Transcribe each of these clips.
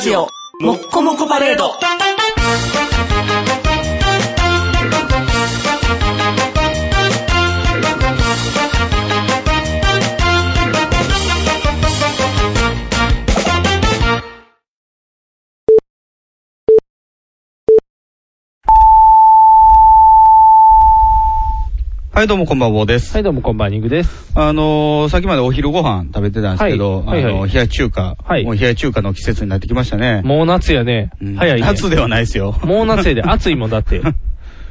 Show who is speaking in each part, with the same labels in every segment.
Speaker 1: ジオもっこもこパレード
Speaker 2: はい、どうもこんばんは、です。
Speaker 3: はい、どうもこんばんは、ニグです。
Speaker 2: あのー、さっきまでお昼ご飯食べてたんですけど、
Speaker 3: はいはい
Speaker 2: あの
Speaker 3: は
Speaker 2: ー
Speaker 3: い
Speaker 2: 冷や中華、
Speaker 3: はい
Speaker 2: もう冷や中華の季節になってきましたね。
Speaker 3: もう夏やね。
Speaker 2: うん
Speaker 3: 早いね。
Speaker 2: 夏ではないですよ。
Speaker 3: もう夏やで、暑いもんだって。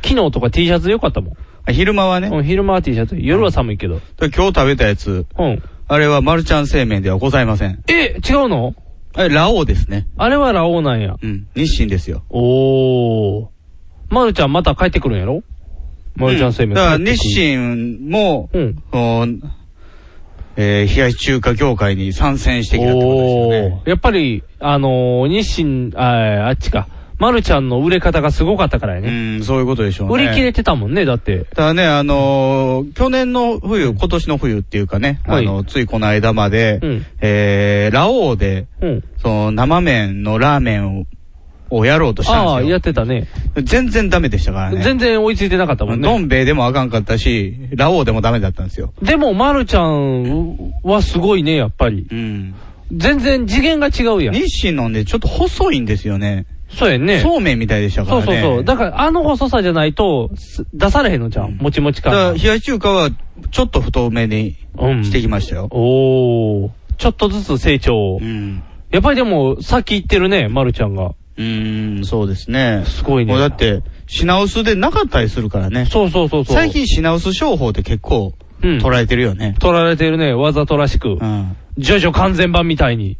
Speaker 3: 昨日とか T シャツでよかったもん。
Speaker 2: 昼間はね、
Speaker 3: うん、昼間は T シャツ。夜は寒いけど。
Speaker 2: 今日食べたやつ、
Speaker 3: うん。
Speaker 2: あれはマルちゃん製麺ではございません。
Speaker 3: え、違うの
Speaker 2: あれ、ラオウですね。
Speaker 3: あれはラオウなんや。
Speaker 2: うん、日清ですよ。
Speaker 3: おー。まるちゃんまた帰ってくるんやろまるちゃん生命、
Speaker 2: だから日。清も、
Speaker 3: うん。
Speaker 2: おーえー冷やし中華業界に参戦してきたってことですよ
Speaker 3: お
Speaker 2: ね。
Speaker 3: ー。やっぱり、あのー、日清、あーあっちか。まるちゃんの売れ方がすごかったからや
Speaker 2: う
Speaker 3: ね。
Speaker 2: ん、そういうことでしょうね。
Speaker 3: 売り切れてたもんね、だって。
Speaker 2: ただね、あのー去年の冬、今年の冬っていうかね、
Speaker 3: はい
Speaker 2: あの、ついこの間まで、
Speaker 3: うん
Speaker 2: えー、ラオウで、
Speaker 3: うん。
Speaker 2: その生麺のラーメンを、をやろうとした
Speaker 3: ああ
Speaker 2: ん
Speaker 3: ー、
Speaker 2: です
Speaker 3: や
Speaker 2: よ
Speaker 3: っ。てたね。
Speaker 2: 全然ダメでしたからね。
Speaker 3: 全然追いついてなかったもんね。
Speaker 2: どん兵衛でもあかんかったし、ラオウでもダメだったんですよ。
Speaker 3: でも、まるちゃんはすごいね、やっぱり。
Speaker 2: うん。
Speaker 3: 全然次元が違うやん。
Speaker 2: 日清のね、ちょっと細いんですよね。
Speaker 3: そうやんね。
Speaker 2: そうめんみたいでしたか
Speaker 3: そ
Speaker 2: ら
Speaker 3: う
Speaker 2: ね。
Speaker 3: そうそう。だから、あの細さじゃないと、す出されへんのじゃん。もちもち
Speaker 2: だから
Speaker 3: 感が。
Speaker 2: 冷やし中華は、ちょっと太めに
Speaker 3: うん
Speaker 2: してきましたよ。
Speaker 3: おー。ちょっとずつ成長。
Speaker 2: うん。
Speaker 3: やっぱりでも、先行ってるね、まるちゃんが。
Speaker 2: うーん、そうですね。
Speaker 3: すごいね
Speaker 2: もうだって、品薄でなかったりするからね。
Speaker 3: そうそうそうそう。
Speaker 2: 最、近品薄商法って結構、
Speaker 3: うん。
Speaker 2: 捉えてるよね。
Speaker 3: 取られてるね、わざとらしく
Speaker 2: う。ん。
Speaker 3: ジョジョ完全版みたいに。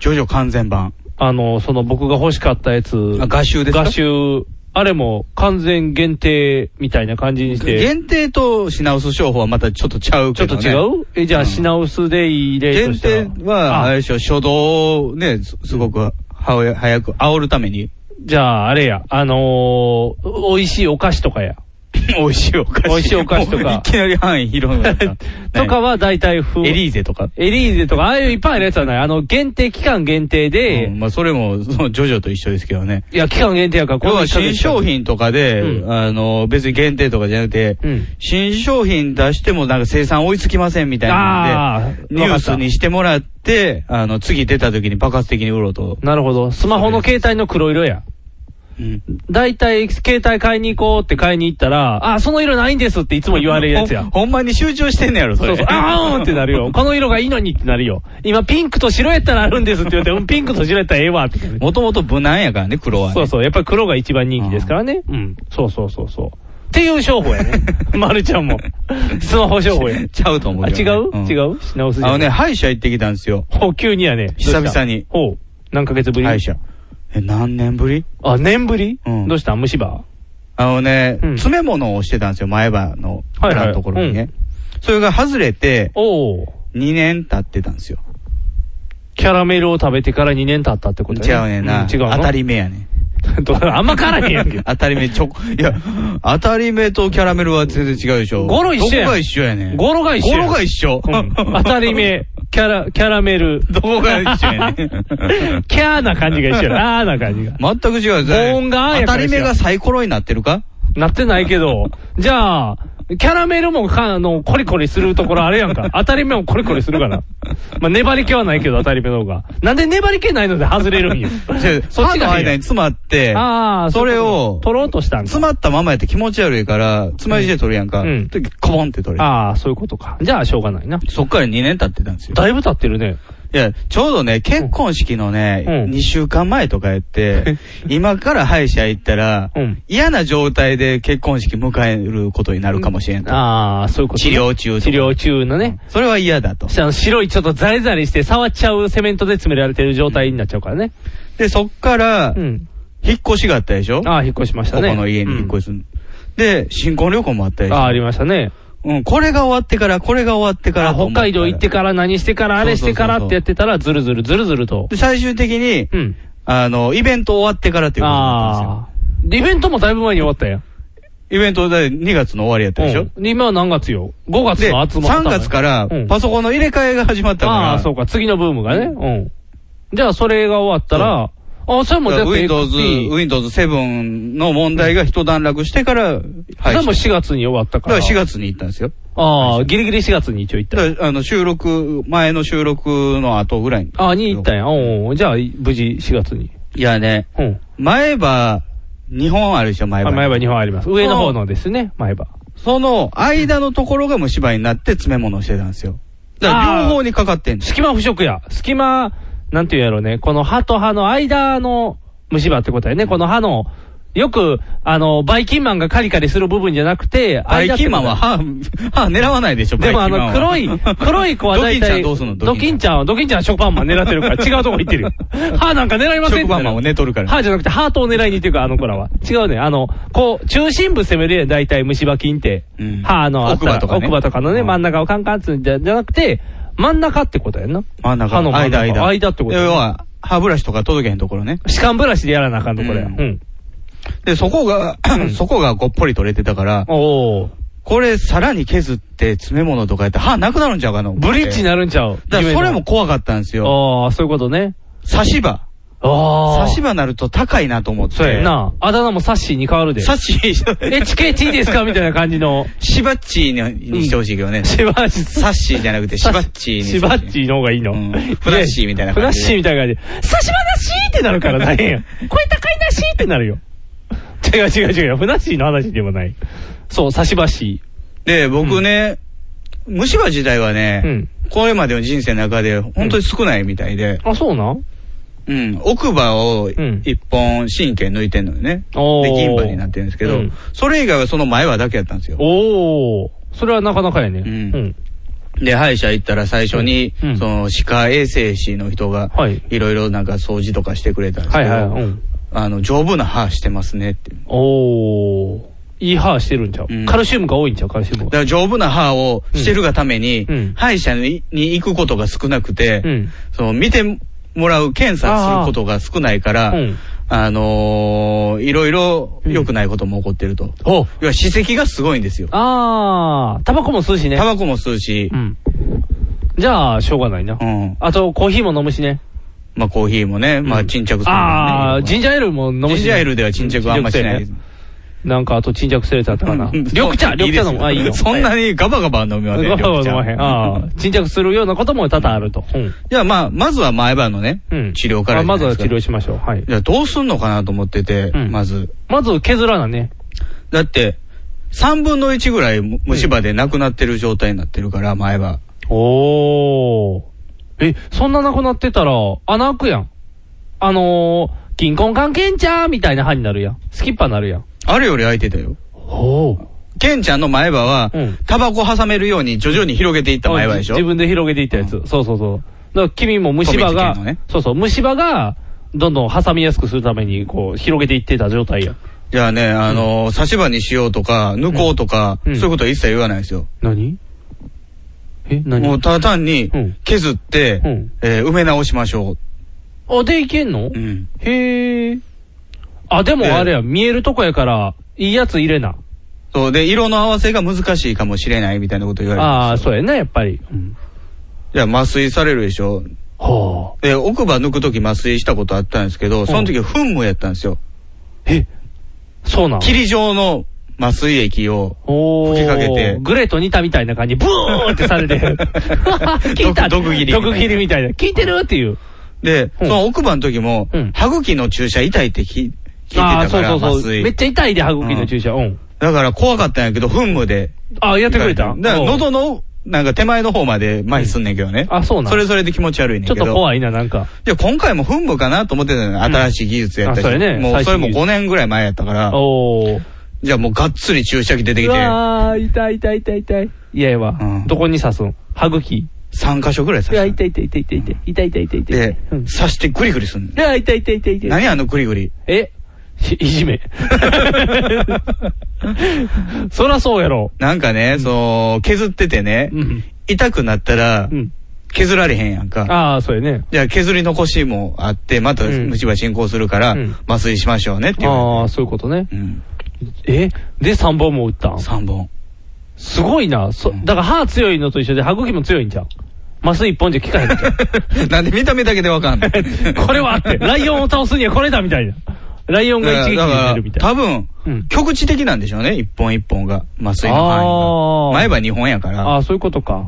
Speaker 2: ジョジョ完全版。
Speaker 3: あの、その僕が欲しかったやつ。
Speaker 2: あ、画集ですか
Speaker 3: 画集。あれも完全限定みたいな感じにして。
Speaker 2: 限定と品薄商法はまたちょっとちゃう
Speaker 3: ちょ
Speaker 2: け
Speaker 3: っと
Speaker 2: ど、ね。
Speaker 3: 違うえ、じ
Speaker 2: う
Speaker 3: ゃあ
Speaker 2: ん
Speaker 3: 品薄でいい例と
Speaker 2: 限
Speaker 3: したら。
Speaker 2: 定は、
Speaker 3: あ
Speaker 2: あれでしょ、初動をね、すすごく、はや、早く煽るために、
Speaker 3: じゃああれや、あのー、美味しいお菓子とかや。
Speaker 2: 美味しいお菓子。
Speaker 3: 美味しいお菓子とか
Speaker 2: もういきなり範囲広め た
Speaker 3: とか
Speaker 2: は、
Speaker 3: は大体風。
Speaker 2: エリーゼとか。
Speaker 3: エリーゼとか、ああいういっぱいあるやつはない。あの、限定、期間限定で、
Speaker 2: うんまあ、それも、その、ジョジョと一緒ですけどね。
Speaker 3: いや、期間限定やから、
Speaker 2: 要
Speaker 3: の
Speaker 2: は
Speaker 3: 一ヶ
Speaker 2: 新
Speaker 3: 月
Speaker 2: 商。品とかで、
Speaker 3: うん
Speaker 2: あの、別に限定とかじゃなくて、
Speaker 3: うん。
Speaker 2: 新商品出してもなんか生産追いつきませんみたいな
Speaker 3: ああ
Speaker 2: ので、ニュースにしてもらって、あの、次出た時に爆発的に売ろうと。
Speaker 3: なるほど。スマホの携帯の黒色や。
Speaker 2: うん。
Speaker 3: 大体、携帯買いに行こうって買いに行ったら、あ、その色ないんですっていつも言われるやつや
Speaker 2: ほん。ほんまに集中してんねやろ、そ
Speaker 3: そ
Speaker 2: れ。
Speaker 3: うそう、あーんってなる よ。この色がいいのにってなるよ。今、ピンクと白やったらあるんですって言って、うん、ピンクと白やったらええわって。
Speaker 2: もともと無難やからね、黒は、ね。
Speaker 3: そうそう、やっぱり黒が一番人気ですからね。うん。そうそうそうそう。っていう商法や ね。まるちゃんも。スマホ商法や。
Speaker 2: ちゃうと思う
Speaker 3: あ、違
Speaker 2: けど
Speaker 3: う
Speaker 2: ね、ん
Speaker 3: 違う直すじゃん
Speaker 2: あのね、歯医者行ってきたんですよ。
Speaker 3: ほう、急にやね。
Speaker 2: 久々
Speaker 3: どうした
Speaker 2: に
Speaker 3: ほう。何ヶ月ぶり
Speaker 2: 歯医者。え、何年ぶり
Speaker 3: あ、年ぶり
Speaker 2: うん
Speaker 3: どうした虫歯
Speaker 2: あのね、
Speaker 3: うん
Speaker 2: 詰め物をしてたんですよ、前歯の、
Speaker 3: はいはい
Speaker 2: のところにね。
Speaker 3: うん
Speaker 2: それが外れて、
Speaker 3: おお。
Speaker 2: 2年経ってたんですよ。
Speaker 3: キャラメルを食べてから2年経ったってこと
Speaker 2: 違うねんな。
Speaker 3: ん違うの
Speaker 2: 当た。り目やね。
Speaker 3: どうあんま変わらへんやんけ。
Speaker 2: 当たり目、チョコ、いや、当たり目とキャラメルは全然違うでしょ。
Speaker 3: 語呂一緒やん
Speaker 2: どこが一緒やねん。
Speaker 3: 語呂が一緒やん
Speaker 2: 語呂が一緒。
Speaker 3: うん当たり。目、キャラ、キャラメル。
Speaker 2: どこが 一緒やね ん
Speaker 3: キャーな感じが一緒や。あーな感じが。
Speaker 2: 全く違う。
Speaker 3: 母音があや
Speaker 2: 当た
Speaker 3: から
Speaker 2: り
Speaker 3: 一緒
Speaker 2: 目がサイコロになってるか。
Speaker 3: なってないけど、じゃあ、キャラメルもか、あの、コリコリするところあれやんか。当たり目もコリコリするから。まあ、粘り気はないけど、当たり目の方が。なんで粘り気ないので外れるんよそっ
Speaker 2: 歯
Speaker 3: ち
Speaker 2: の
Speaker 3: が
Speaker 2: 間
Speaker 3: いい
Speaker 2: に
Speaker 3: やん。
Speaker 2: 詰まって、
Speaker 3: ああ、
Speaker 2: それ
Speaker 3: ういうこ
Speaker 2: を
Speaker 3: と、取ろうとしたんか
Speaker 2: 詰。まったままやって気持ち悪いから、つまようじで取るやんか。
Speaker 3: うんうん
Speaker 2: で、コボンって取れる。
Speaker 3: ああ、そういうことか。じゃあ、しょうがないな。
Speaker 2: そっから2年経ってたんですよ。
Speaker 3: だいぶ経ってるね。
Speaker 2: いや、ちょうどね、結婚式のね、
Speaker 3: うん
Speaker 2: 2週間前とかや って、今から歯医者行ったら、
Speaker 3: うん
Speaker 2: 嫌な状態で結婚式迎えることになるかもしれんと。
Speaker 3: ああ、そういうこと
Speaker 2: 治
Speaker 3: ね、
Speaker 2: 療中と
Speaker 3: 治療中のね。
Speaker 2: それは嫌だと。
Speaker 3: あの白いちょっとザリザリして触っちゃうセメントで詰められてる状態になっちゃうからね。
Speaker 2: で、そっから
Speaker 3: う、ん。
Speaker 2: 引っ越しがあったでしょ、
Speaker 3: ああ、引っ越しました
Speaker 2: こ
Speaker 3: ね。
Speaker 2: この家に引っ越
Speaker 3: し、
Speaker 2: す、で、新婚旅行もあったでしょ
Speaker 3: ああ、ありましたね。
Speaker 2: うん、これが終わってから、これが終わってから
Speaker 3: あ
Speaker 2: と思
Speaker 3: 北
Speaker 2: ったら
Speaker 3: 海道行ってから何してからあれしてから
Speaker 2: そうそうそうそう
Speaker 3: ってやってたら、ずるずるずるずると
Speaker 2: で、。最終的に、
Speaker 3: うん。
Speaker 2: あの、イベント終わってからっていうことだったん
Speaker 3: ああ。でイベントもだいぶ前に終わったやん。
Speaker 2: ですよ。イベントで2月の終わりやったでしょ、
Speaker 3: うんで今は何月よ ?5 月
Speaker 2: で、
Speaker 3: の集ま
Speaker 2: 3月から
Speaker 3: うん
Speaker 2: パソコンの入れ替えが始まったから、
Speaker 3: ああ、そうか、次のブームがね。うん。じゃあ、それが終わったら、あ、それも
Speaker 2: だ
Speaker 3: だ
Speaker 2: か
Speaker 3: っ
Speaker 2: ら
Speaker 3: て
Speaker 2: Windows、
Speaker 3: XP
Speaker 2: Windows 7の問題が一段落してから
Speaker 3: そ
Speaker 2: 配
Speaker 3: れ
Speaker 2: 信
Speaker 3: も。4月に終わったか。
Speaker 2: だからら4。月に行ったんですよ。
Speaker 3: ああ、ギリギリ4月に一応行った。
Speaker 2: だからあの収録、前の収録の後ぐらいに
Speaker 3: ああ、に行ったんや。おうじゃあ、無事4月に。
Speaker 2: いやね、
Speaker 3: うん。
Speaker 2: 前歯、2本あるでしょ、前
Speaker 3: あ
Speaker 2: 歯。
Speaker 3: 前歯2本あります。上の方のですね、前歯。
Speaker 2: その間のところが虫歯になって詰め物をしてたんですよ。だから両方にかかってんの。
Speaker 3: 隙間不織や。隙間、なんていうんやろうね。この歯と歯の間の虫歯ってことやね。この歯の、よく、あの、バイキンマンがカリカリする部分じゃなくて、
Speaker 2: バイキンマンは
Speaker 3: 間ってこ
Speaker 2: 歯、歯狙わないでしょ、
Speaker 3: とでもあの、黒い、黒い子は大
Speaker 2: ドキンちゃん
Speaker 3: 体、
Speaker 2: どうすんの
Speaker 3: ドキンちゃんは、ドキンちゃんは食パンマン狙ってるから、違うとこ行ってる よ。歯なんか狙いませんって
Speaker 2: 食パンマンをね、取るから。
Speaker 3: 歯じゃなくてハートを狙いに行ってるから、あの子らは。違うね。あの、こう、中心部攻めるやん、大体虫歯菌って。
Speaker 2: うん
Speaker 3: 歯のあったら
Speaker 2: 奥歯とかね
Speaker 3: 奥歯とかのね、
Speaker 2: うん
Speaker 3: 真ん中をカンカンつんじゃじゃなくて、真ん中ってことやんな。
Speaker 2: 真ん中。
Speaker 3: 歯の真ん
Speaker 2: 間、
Speaker 3: 中
Speaker 2: 間。
Speaker 3: 間ってこと
Speaker 2: 要は、歯ブラシとか届けへんところね。
Speaker 3: 歯間ブラシでやらなあかんとこれ。う
Speaker 2: うん
Speaker 3: ん。
Speaker 2: で、そこ が、そこがごっぽり取れてたから、
Speaker 3: おー。
Speaker 2: これさらに削って詰め物とかやったら歯なくなるんちゃうかな。
Speaker 3: ブリッジに
Speaker 2: な
Speaker 3: なるんちゃう
Speaker 2: だからそれも。怖かったんです
Speaker 3: 夢
Speaker 2: よ。
Speaker 3: のああ、そういうことね。
Speaker 2: 差し歯。
Speaker 3: ああ。
Speaker 2: 差し歯なると高いなと思って。
Speaker 3: そうや。な。あだ名もサッシーに変わるで。
Speaker 2: 差し、
Speaker 3: HKT ですかみたいな感じの。
Speaker 2: しばっちにしてほしいけどね。
Speaker 3: しばし
Speaker 2: サッシーじゃなくて、しばっちに。
Speaker 3: しばっちーの方がいいの。
Speaker 2: うんフラッシーみたいな
Speaker 3: フラ
Speaker 2: 感
Speaker 3: ッ
Speaker 2: じで
Speaker 3: シーみたいな感じで。さしばなしーってなるから大変 や。これ高いなしーってなるよ。違う違う違う。フラッシーの話でもない。そう、さしばし
Speaker 2: で、僕ね、虫歯自体は
Speaker 3: ー。う
Speaker 2: ね、
Speaker 3: ん。
Speaker 2: これまでの人生の中で、本当に少ないみたいで、
Speaker 3: あ、そうなん
Speaker 2: うん、奥歯を
Speaker 3: ん
Speaker 2: 一本神経抜いてんのよね。
Speaker 3: おー
Speaker 2: で、銀歯になってるんですけ
Speaker 3: う
Speaker 2: ど
Speaker 3: ん、
Speaker 2: それ以外はその前歯だけやったんですよ。
Speaker 3: おー。それはなかなかやね。
Speaker 2: うんで、歯医者行ったら最初に
Speaker 3: うんうん、
Speaker 2: その歯科衛生士の人が
Speaker 3: はい、
Speaker 2: いろいろなんか掃除とかしてくれたんです
Speaker 3: は
Speaker 2: け
Speaker 3: いはい。う
Speaker 2: ど、
Speaker 3: ん。
Speaker 2: あの、丈夫な歯してますねって。
Speaker 3: おー。いい歯してるんちゃう、
Speaker 2: うん
Speaker 3: カルシウムが多いんちゃうカルシウ
Speaker 2: だ
Speaker 3: ム
Speaker 2: か
Speaker 3: が。
Speaker 2: ら丈夫な歯をしてるがために、
Speaker 3: うんうん
Speaker 2: 歯医者にに行くことが少なくて、
Speaker 3: うん。
Speaker 2: その見てもらう検査することが少ないから、あ,、
Speaker 3: うん。
Speaker 2: のーいろいろ良くないことも起こってると。
Speaker 3: お
Speaker 2: 要は歯石がすごいんですよ。
Speaker 3: あー。タバコも吸うしね。
Speaker 2: タバコも吸うし、
Speaker 3: うん。じゃあ、しょうがないな。
Speaker 2: うん。
Speaker 3: あと、コーヒーも飲むしね。
Speaker 2: まあコーヒーもね、まあ沈着する、ね。
Speaker 3: ああ、ジン
Speaker 2: ジ
Speaker 3: ジャーエールも飲むしね、
Speaker 2: ンジャーエールでは沈着はあんましないです。
Speaker 3: なんか、あと、沈着するやつあったかな。
Speaker 2: うん
Speaker 3: 緑茶、緑茶飲む。あ、いいよ。
Speaker 2: そんなにガバガバ飲みません
Speaker 3: ガバガバ飲まへん。ああ、沈着するようなことも多々あると。うん。
Speaker 2: じゃあまあ、まずは前歯のね、
Speaker 3: うん。
Speaker 2: 治療からじ
Speaker 3: あ
Speaker 2: ゃ
Speaker 3: まず
Speaker 2: ないで
Speaker 3: は
Speaker 2: すか
Speaker 3: 治療しましょう。はい。
Speaker 2: じゃあどうすんのかなと思ってて、
Speaker 3: うん
Speaker 2: まず。
Speaker 3: まず、削らなね。
Speaker 2: だって、3分の1ぐらいむ虫歯でなくなってる状態になってるから、前歯。
Speaker 3: おー。え、そんななくなってたら、穴開くやん。あのー、金婚関係んちゃーみたいな歯になるやん。スキッパになるやん。
Speaker 2: あれより空いてたよ。
Speaker 3: おー。
Speaker 2: ケンちゃんの前歯は
Speaker 3: うん、
Speaker 2: タバコ挟めるように徐々に広げていった前歯でしょ
Speaker 3: 自分で広げていったやつ。そうそうそう。だから君も虫歯
Speaker 2: 富
Speaker 3: が、
Speaker 2: 士県のね
Speaker 3: そうそう、虫歯が、どんどん挟みやすくするために、こう、広げていってた状態や。
Speaker 2: じゃあね、あのー、差し歯にしようとか、抜こうとか、そ
Speaker 3: うん
Speaker 2: ういうことは一切言わないですよ。
Speaker 3: 何え、
Speaker 2: もう
Speaker 3: 何
Speaker 2: ただ単に
Speaker 3: うん、
Speaker 2: 削っ
Speaker 3: う
Speaker 2: て
Speaker 3: ん、
Speaker 2: えー埋め直しましょ
Speaker 3: あ、でいけんの、
Speaker 2: う。うん。
Speaker 3: へえ。あ、でもあれや、見えるとこやから、いいやつ入れな。
Speaker 2: そう、で、色の合わせが難しいかもしれないみたいなこと言われ
Speaker 3: ああ
Speaker 2: ま
Speaker 3: ー、
Speaker 2: すよ。
Speaker 3: そうやな、やっぱり。うん、
Speaker 2: じゃあ麻酔されるでしょ。
Speaker 3: は
Speaker 2: で、奥歯抜くとき麻酔したことあったんですけど、その時噴霧やったんですよ。
Speaker 3: あ。え、そうなん
Speaker 2: 霧状の麻酔液を、
Speaker 3: おー
Speaker 2: 吹きかけて
Speaker 3: グレート似たみたいな感じ、ブーンってさ れて、聞いた
Speaker 2: 毒毒斬り
Speaker 3: 毒斬りみたいな。聞いてるっていう。
Speaker 2: で、そ
Speaker 3: うん
Speaker 2: の奥歯の時も、
Speaker 3: うん
Speaker 2: 歯茎の注射痛いって聞い聞いて
Speaker 3: ああ
Speaker 2: たから、
Speaker 3: ーそうそう
Speaker 2: 麻
Speaker 3: そう。め
Speaker 2: 酔。
Speaker 3: っちゃ痛いで、歯茎の注射。うん。
Speaker 2: だから怖かったんやけど、噴霧で。
Speaker 3: ああ、やってくれ
Speaker 2: だ
Speaker 3: た。
Speaker 2: から
Speaker 3: うん
Speaker 2: 喉の、なんか手前の方まで麻痺すんねんけどね。
Speaker 3: うんあそうなん
Speaker 2: それそれで気持ち悪いねん
Speaker 3: ちょ
Speaker 2: け
Speaker 3: っ
Speaker 2: ど。
Speaker 3: と怖いな、なんか。
Speaker 2: で、今回も噴霧かなと思ってたのよ。新しい技術やったし。
Speaker 3: あそうやね
Speaker 2: もうそれも
Speaker 3: 最新技術
Speaker 2: 5年ぐらい前やったから、
Speaker 3: おー。
Speaker 2: じゃあもうがっつり注射器出てき
Speaker 3: う
Speaker 2: て、
Speaker 3: わー、痛い痛い痛い痛い。いやいやわ
Speaker 2: うん。
Speaker 3: どこに刺すん歯茎。
Speaker 2: 3箇所ぐらいう
Speaker 3: わ、
Speaker 2: 刺し
Speaker 3: 痛い痛い痛い痛い痛い。痛い痛い痛い
Speaker 2: て。
Speaker 3: 痛い。
Speaker 2: で、
Speaker 3: うん
Speaker 2: 刺してグリグリすんの
Speaker 3: うわ、痛い痛い痛い痛い。
Speaker 2: 何あのグリグリ。
Speaker 3: え しいじめ。 そらそうやろ。
Speaker 2: なんかね、その、削っててね、
Speaker 3: うん。
Speaker 2: 痛くなったら
Speaker 3: う、ん。
Speaker 2: 削られへんやんか。
Speaker 3: ああ、そうやね。
Speaker 2: じゃあ削り残しもあって、また
Speaker 3: うん
Speaker 2: 虫歯進行するから
Speaker 3: うん、
Speaker 2: 麻酔しましょうねって言わ
Speaker 3: ああ、そういうこと
Speaker 2: れ
Speaker 3: ね。
Speaker 2: て。うん。
Speaker 3: えで、3本も打ったん
Speaker 2: 3本。
Speaker 3: すごいな。そ、だから歯強いのと一緒で歯茎も強いんじゃん。麻酔一本じゃ効かへんって。
Speaker 2: なんで見た目だけでわかんない。
Speaker 3: これはあって、ライオンを倒すにはこれだみたいな。ライオンが一撃で出るみた
Speaker 2: だから多
Speaker 3: いな。
Speaker 2: 分、
Speaker 3: うん
Speaker 2: 局地的なんでしょうね、一本一本が。麻酔の
Speaker 3: あー
Speaker 2: 範囲が。前歯2本やから。
Speaker 3: ああ、そういうことか。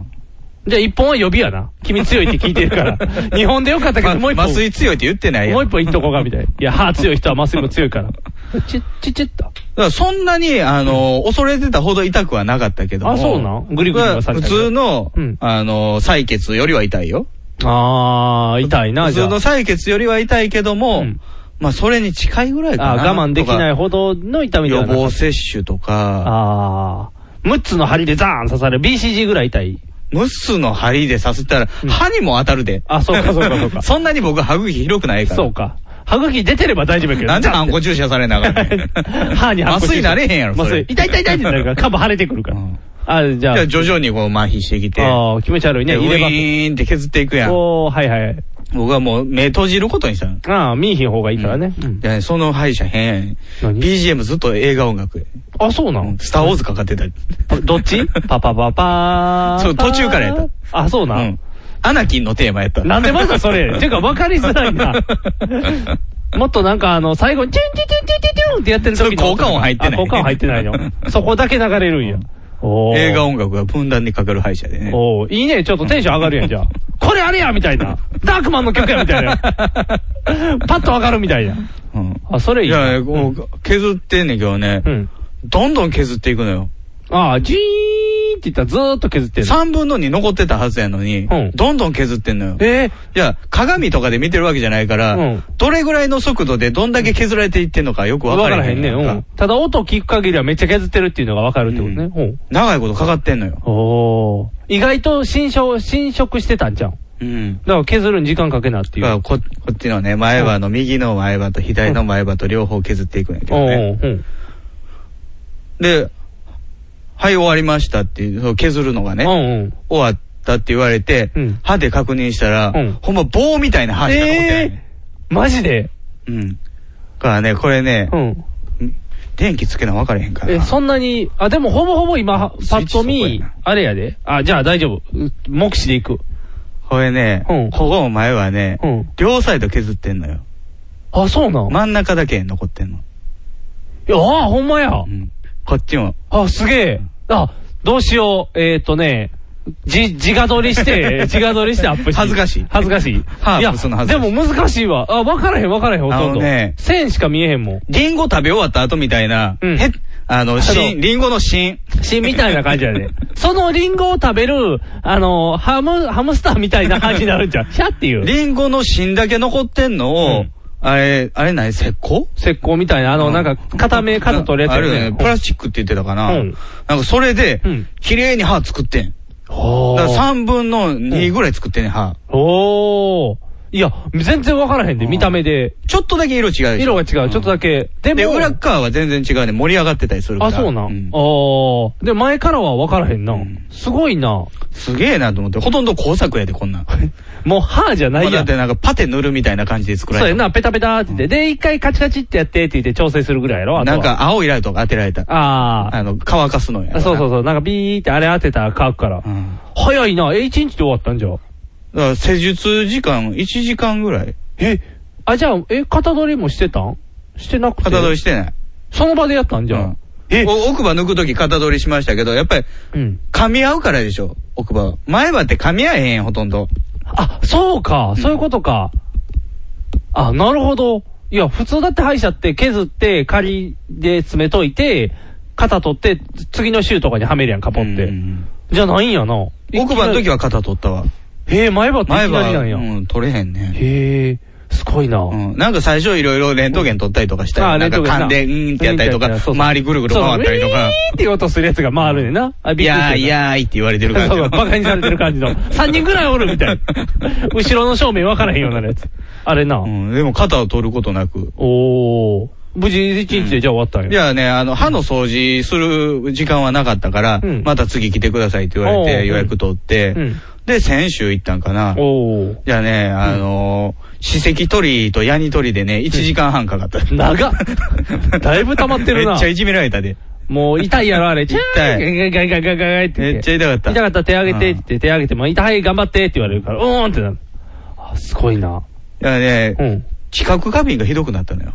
Speaker 3: じゃあ一本は予備やな。君強いって聞いて るから。日本でよかったけど、
Speaker 2: ま
Speaker 3: もう一本。
Speaker 2: 麻酔強いって言ってないやん
Speaker 3: もう一本いっとこうか、み たいな。いや、歯強い人は麻酔も強いから。チュッチュッチュッと。
Speaker 2: だからそんなに、あの、恐れてたほど痛くはなかったけども。
Speaker 3: あそうなんグリグリはされ
Speaker 2: 普
Speaker 3: たけど
Speaker 2: 通の、
Speaker 3: うん
Speaker 2: あの、採血よりは痛いよ。
Speaker 3: ああ、痛いな、
Speaker 2: 普
Speaker 3: じゃ
Speaker 2: 通
Speaker 3: あ。
Speaker 2: の採血よりは痛いけども、
Speaker 3: うん
Speaker 2: まあ、それに近いぐらい
Speaker 3: あ
Speaker 2: か
Speaker 3: あ
Speaker 2: な。
Speaker 3: ー、我慢できないほどの痛みで
Speaker 2: 予
Speaker 3: はな
Speaker 2: 防接種とか、
Speaker 3: ああ、6つの針でザーン刺される BCG ぐらい痛い。
Speaker 2: ムスの針で刺すったら、
Speaker 3: うん
Speaker 2: 歯にも当たるで。
Speaker 3: あそうかそうかそうか
Speaker 2: そんなに僕、歯茎広くないから。
Speaker 3: そうか。歯茎出てれば大丈夫やけど。、
Speaker 2: なんでハンコ注射されながら、ね
Speaker 3: 歯に反
Speaker 2: 麻
Speaker 3: 骨
Speaker 2: 酔なれへんやろ、
Speaker 3: 麻
Speaker 2: それ。
Speaker 3: 酔。痛い痛い痛いってな るから、カバ腫れてくるから
Speaker 2: うん。
Speaker 3: あじゃあ
Speaker 2: じゃあ、徐々にこう、麻痺してきて、
Speaker 3: ああ、気持ち悪いね。
Speaker 2: でウ
Speaker 3: 入れ歯
Speaker 2: ィーンって削っていくやん。
Speaker 3: おー、はいはい。
Speaker 2: 僕はもう、目閉じることにしたの。
Speaker 3: ああ、見えひん方がいいからね。うん
Speaker 2: でその歯医者変。
Speaker 3: 何
Speaker 2: BGM ずっと映画音楽。
Speaker 3: あ、そうな
Speaker 2: うんんスターウォーズかかってた。
Speaker 3: どっちパパパパー。。
Speaker 2: そう途中からやった
Speaker 3: あ、そう
Speaker 2: う
Speaker 3: なん
Speaker 2: ん。。アナキンのテーマやった。
Speaker 3: なんでまだそれてか分かりづら いな。もっとなんかあの、最後にチュンチュンチュンチュンチュンチュンってやってる時の
Speaker 2: それ効果音入ってない
Speaker 3: あ効果音入ってな いの。そこだけ流れるんや。おー
Speaker 2: 映画音楽が分断にかかる歯医者でね。
Speaker 3: おおいいね。ちょっとテンション上がるやん、じ ゃあ。これあれやみたいな。ダークマンの曲やみたいな。パッと上がるみたいな。
Speaker 2: うん。
Speaker 3: あ、それい
Speaker 2: い
Speaker 3: いな。
Speaker 2: や、こう、削ってんねんけどね
Speaker 3: う。ん。
Speaker 2: どんどん削っていくのよ。
Speaker 3: ああ、ジーンって言ったらずーっと削ってる。
Speaker 2: 3分の2残ってたはずやのに
Speaker 3: うん、
Speaker 2: どんどん削ってんのよ。
Speaker 3: えー
Speaker 2: いや、鏡とかで見てるわけじゃないから、
Speaker 3: うん
Speaker 2: どれぐらいの速度でどんだけ削られていってんのかよくわ
Speaker 3: わ
Speaker 2: か
Speaker 3: からら
Speaker 2: へ
Speaker 3: へ
Speaker 2: ん
Speaker 3: ん
Speaker 2: ね
Speaker 3: ね。
Speaker 2: ん
Speaker 3: うん。ただ音聞く限りはめっちゃ削ってるっていうのがわかるってことね。
Speaker 2: う
Speaker 3: うん
Speaker 2: 長いことかかってんのよ。
Speaker 3: おー。意外と侵食、侵食してたんじゃん。
Speaker 2: うん。
Speaker 3: だから削るに時間かけなって
Speaker 2: だ
Speaker 3: い
Speaker 2: か
Speaker 3: う。
Speaker 2: らこ、こっちのね、前歯の右の前歯と左の前歯と両方削っていくんやけ
Speaker 3: お
Speaker 2: どね。
Speaker 3: ーうん。
Speaker 2: で、はい、終わりましたっていう、そう削るのがね、
Speaker 3: うんうん。
Speaker 2: 終わったって言われて、
Speaker 3: うん
Speaker 2: 歯で確認したら、
Speaker 3: うん
Speaker 2: ほんま棒みたいな歯しか残ってない、
Speaker 3: えーマジで
Speaker 2: うん。だからね、これね
Speaker 3: う、ん。
Speaker 2: 電気つけな分かれへんから。
Speaker 3: え、そんなに、あ、でもほぼほぼ今、パッと
Speaker 2: スイッチ
Speaker 3: 見
Speaker 2: そこやな、
Speaker 3: あれやで。あ、じゃあ大丈夫。う目視でいく。
Speaker 2: これね、
Speaker 3: うん
Speaker 2: ここの前はね、
Speaker 3: うん
Speaker 2: 両サイド削ってんのよ。
Speaker 3: あ、そうなん
Speaker 2: 真ん中だけ残ってんの。
Speaker 3: いや、あ、ほんまや。
Speaker 2: うんこっちも。
Speaker 3: あ、すげえ。あ、どうしよう。えーっ、とね、じ、自画撮り して、自画撮りしてアップして。
Speaker 2: 恥ずかしい
Speaker 3: 恥ずかしい。
Speaker 2: 歯アップするの恥ずかしい
Speaker 3: でも難しいわ。あ、わからへんわからへん、ほとん
Speaker 2: あ
Speaker 3: ど。
Speaker 2: のね
Speaker 3: 線しか見えへんもん。
Speaker 2: リンゴ食べ終わった後みたいな、
Speaker 3: うん
Speaker 2: へあの、
Speaker 3: あ
Speaker 2: 芯、
Speaker 3: の
Speaker 2: リンゴの芯。
Speaker 3: し、みたいな感じ やで。そのリンゴを食べる、あの、ハム、ハムスターみたいな感じになる んじゃん。シャっていう。
Speaker 2: リンゴの芯だけ残ってんのを、
Speaker 3: うん
Speaker 2: あれ、あれ何石膏
Speaker 3: 石膏みたいな、あの、なんか、片目、肩取れて
Speaker 2: ある
Speaker 3: る
Speaker 2: よね。プラスチックって言ってたかな。
Speaker 3: うん
Speaker 2: なんかそれで
Speaker 3: うん、
Speaker 2: 綺麗に歯作ってん。
Speaker 3: ほ
Speaker 2: だから
Speaker 3: ー。
Speaker 2: 3分の2ぐらい作ってんねん、歯。
Speaker 3: おー。いや、全然わからへんで、見た目で。
Speaker 2: ちょっとだけ色違うでしょ
Speaker 3: 色が違う、ちょっとだけ。で
Speaker 2: で、
Speaker 3: も、
Speaker 2: 裏っ側は全然違うね。盛り上がってたりするから。
Speaker 3: あ、そうな
Speaker 2: ん
Speaker 3: ん。あー。で、前からは分からへんな。
Speaker 2: うん
Speaker 3: すごいな。
Speaker 2: すげえなと思って。ほとんど工作やで、こん なん。
Speaker 3: もう歯じゃない
Speaker 2: まあだ
Speaker 3: や
Speaker 2: っ
Speaker 3: ん。
Speaker 2: てなんかパテ塗るみたいな感じで作ら
Speaker 3: そう
Speaker 2: れ
Speaker 3: や
Speaker 2: た。
Speaker 3: な、ペタペタって言って。で、一回カチカチってやってって言って調整するぐらいやろ、あと
Speaker 2: な
Speaker 3: は
Speaker 2: ん、か青いライトが当てられた。
Speaker 3: あー
Speaker 2: あの、乾かすのや。
Speaker 3: あ。そうそう
Speaker 2: う。
Speaker 3: そう。なんかビーってあれ当てたら乾くから。
Speaker 2: うん。
Speaker 3: 早いな。え、一日で終わったんじゃ。
Speaker 2: だから施術時間、1時間ぐらい。
Speaker 3: えあ、じゃあ、え、型取りもしてたんしてなくて。
Speaker 2: 型取りしてない。
Speaker 3: その場でやったんじゃ。
Speaker 2: うん
Speaker 3: ん、え
Speaker 2: お奥歯抜くとき型取りしましたけど、やっぱり
Speaker 3: うん。
Speaker 2: 噛み合うからでしょ、奥歯は。前歯って噛み合えへん、ほとんど。
Speaker 3: あ、そうか、そういうことか。あ、なるほど。いや、普通だって歯医者って削って、仮で詰めといて、肩取って、次の週とかにはめるやんか、ポンって。
Speaker 2: うん
Speaker 3: じゃないんやな。
Speaker 2: 奥歯の時
Speaker 3: は。
Speaker 2: は肩取ったわ。
Speaker 3: へえ、前歯ってい
Speaker 2: 前
Speaker 3: き
Speaker 2: 歯
Speaker 3: なりなんや。
Speaker 2: うん、取れへんね。
Speaker 3: へえ、すごいな。
Speaker 2: うん、なんか最初いろいろレントゲン取ったりとかした
Speaker 3: あ
Speaker 2: り、な
Speaker 3: レ
Speaker 2: ん
Speaker 3: ン
Speaker 2: か
Speaker 3: トゲン
Speaker 2: 噛
Speaker 3: な
Speaker 2: んで、うーんってやったりと
Speaker 3: うん
Speaker 2: か、
Speaker 3: そうそう
Speaker 2: 周りぐるぐる回ったりと
Speaker 3: そうウィ
Speaker 2: か、
Speaker 3: ーンって音するやつが回るねんな。あ、
Speaker 2: い
Speaker 3: びっくりす
Speaker 2: やー
Speaker 3: る
Speaker 2: いやーいって言われてる感じ
Speaker 3: そうそ
Speaker 2: の。
Speaker 3: う、バカにされてる感じ の。3人ぐらいおるみたいな。後ろの正面分からへんようになるやつ。あれな。
Speaker 2: うん、でも肩を取ることなく。
Speaker 3: おー。無事1日でじゃあ終わったんや。
Speaker 2: いやね、あの、歯の掃除する時間はなかったから、
Speaker 3: うん
Speaker 2: また次来てくださいって言われ
Speaker 3: おう
Speaker 2: て、予約取って、
Speaker 3: うん
Speaker 2: で、先週行ったんかな。
Speaker 3: おー。
Speaker 2: じゃあね、あのー、歯石取りとヤニ取りでね、1時間半かかった。
Speaker 3: 長っだいぶ溜まってるな
Speaker 2: めっちゃいじめられたで。
Speaker 3: もう痛いやろ、あれ。痛
Speaker 2: 痛
Speaker 3: い。ガイガイガイガイガイガイって言
Speaker 2: めっちゃ痛かった。
Speaker 3: 痛かったら手挙げてって言っ
Speaker 2: うん
Speaker 3: て手挙げても、痛い、頑張ってって言われるから、うーんってなる。あ、すごいな。
Speaker 2: いやね、
Speaker 3: うん。
Speaker 2: 知覚過敏がひどくなったのよ。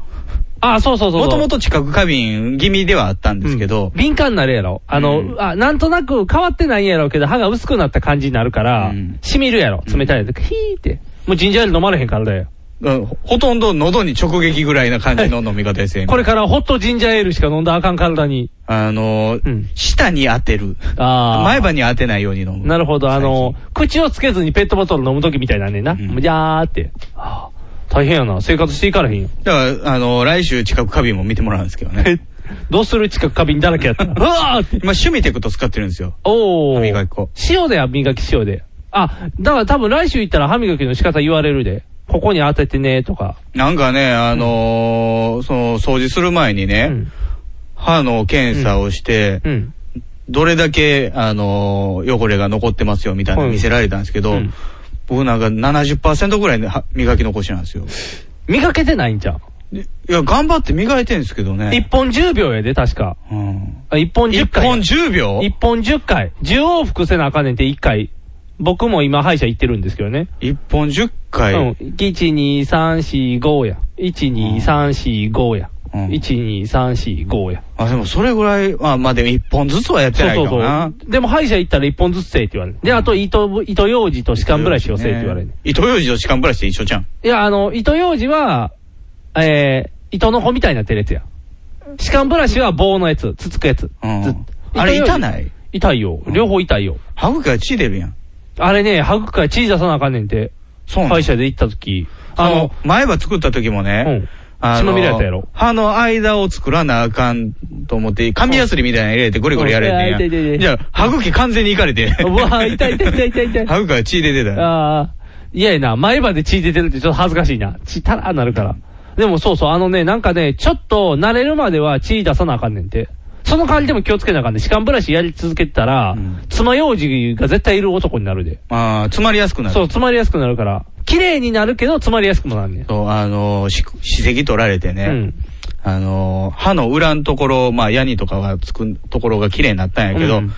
Speaker 3: あ、そうそうそうそう。
Speaker 2: もともと知覚過敏気味ではあったんですけど
Speaker 3: うん、敏感になるやろ。あの、
Speaker 2: うん
Speaker 3: あ、なんとなく変わってないやろうけど、歯が薄くなった感じになるから、
Speaker 2: うん
Speaker 3: 染みるやろ。冷たいやつ。ヒーって。もうジンジャーエール飲まれへんからだよ。
Speaker 2: うんほとんど喉に直撃ぐらいな感じの飲み方ですよ。
Speaker 3: これからホットジンジャーエールしか飲んだらあかん体に。
Speaker 2: あのー、
Speaker 3: うん
Speaker 2: 舌に当てる。
Speaker 3: あー
Speaker 2: 前歯に当てないように飲む。
Speaker 3: なるほど、あの、口をつけずにペットボトル飲むときみたいなんねんな。
Speaker 2: うん
Speaker 3: もうジャーって。あー大変やな。生活していからへんよ。
Speaker 2: だから、あのー、来週知覚過敏も見てもらうんですけどね。
Speaker 3: どうする近く花瓶だらけやっ たら。うわーって。
Speaker 2: 今、シュミテクト使ってるんですよ。
Speaker 3: おー。
Speaker 2: 歯磨き粉。
Speaker 3: 塩で歯磨き塩で。あ、だから多分来週行ったら歯磨きの仕方言われるで。ここに当ててねとか。
Speaker 2: なんかね、あのー、その、掃除する前にね、
Speaker 3: うん。
Speaker 2: 歯の検査をして、
Speaker 3: うん。
Speaker 2: どれだけ、あのー、汚れが残ってますよ、みたいなの見せられたんですけど、
Speaker 3: うん
Speaker 2: 僕なんか70%ぐらいで歯磨き残しなんですよ。
Speaker 3: 磨けてないんじゃん。
Speaker 2: でいや、頑張って磨いてるんですけど
Speaker 3: 一
Speaker 2: ね。
Speaker 3: 本10秒やで、確か。
Speaker 2: うん。
Speaker 3: あ一本
Speaker 2: 一
Speaker 3: 10回。
Speaker 2: 本10秒
Speaker 3: 一本10回。10往復せなあかんねんて、1回。僕も今歯医者行ってるんですけどね。
Speaker 2: 一本10回。
Speaker 3: うん。1、2、3、4、5や。1、2、3、4、5や。
Speaker 2: うん
Speaker 3: 1、2、3、4、5や。
Speaker 2: あ、でもそれぐらい、まあ、まあでも一本ずつはやって
Speaker 3: そう
Speaker 2: ない
Speaker 3: そう
Speaker 2: かもな。
Speaker 3: そう。でも歯医者行ったら1本ずつせえって言われる。で、あと糸、糸ようじと歯間ブラシをせえって言われる
Speaker 2: ね。糸ようじと歯間ブラシって一緒じゃん。
Speaker 3: いや、あの、糸ようじは、えー、糸の穂みたいになってるやつや。歯間ブラシは棒のやつ、つつくやつ。
Speaker 2: うん
Speaker 3: つ
Speaker 2: あれ
Speaker 3: 糸ようじ
Speaker 2: 痛ない
Speaker 3: 痛いよ。
Speaker 2: うん
Speaker 3: 両方痛いよ。
Speaker 2: 歯茎が血出るやん。
Speaker 3: あれね、歯茎から血出さなあかんねんて。
Speaker 2: そうなの
Speaker 3: 歯医者で行った時。
Speaker 2: あ
Speaker 3: あ
Speaker 2: の
Speaker 3: の、、
Speaker 2: 前歯作った時もね、
Speaker 3: うん
Speaker 2: あ
Speaker 3: 血
Speaker 2: の
Speaker 3: まみれやったやろ
Speaker 2: 歯の間を作らなあかんと思って、紙やすりみたいなの入れてゴリゴリやられてん
Speaker 3: うんうん
Speaker 2: や
Speaker 3: うん
Speaker 2: ん。じゃあ、歯茎完全にいかれて。
Speaker 3: うわ痛い痛い痛い痛い痛い
Speaker 2: 歯茎が血出てたよ。
Speaker 3: ああ、いやいやな、前歯で血出てるってちょっと恥ずかしいな。血たらーなるから。でもそうそう、あのね、なんかね、ちょっと慣れるまでは血出さなあかんねんて。その代わりでも気をつけなあかんねん。歯間ブラシやり続けてたら
Speaker 2: うん、
Speaker 3: 爪楊枝が絶対いる男になるで。
Speaker 2: ああ、詰まりやすくなる。
Speaker 3: そう、詰まりやすくなるから。綺麗になるけど、詰まりやすくもなんねん。
Speaker 2: そう、あのー、し歯石取られてね、
Speaker 3: うん
Speaker 2: あのー、歯の裏のところ、まあ、ヤニとかがつくところが綺麗になったんやけど、
Speaker 3: うん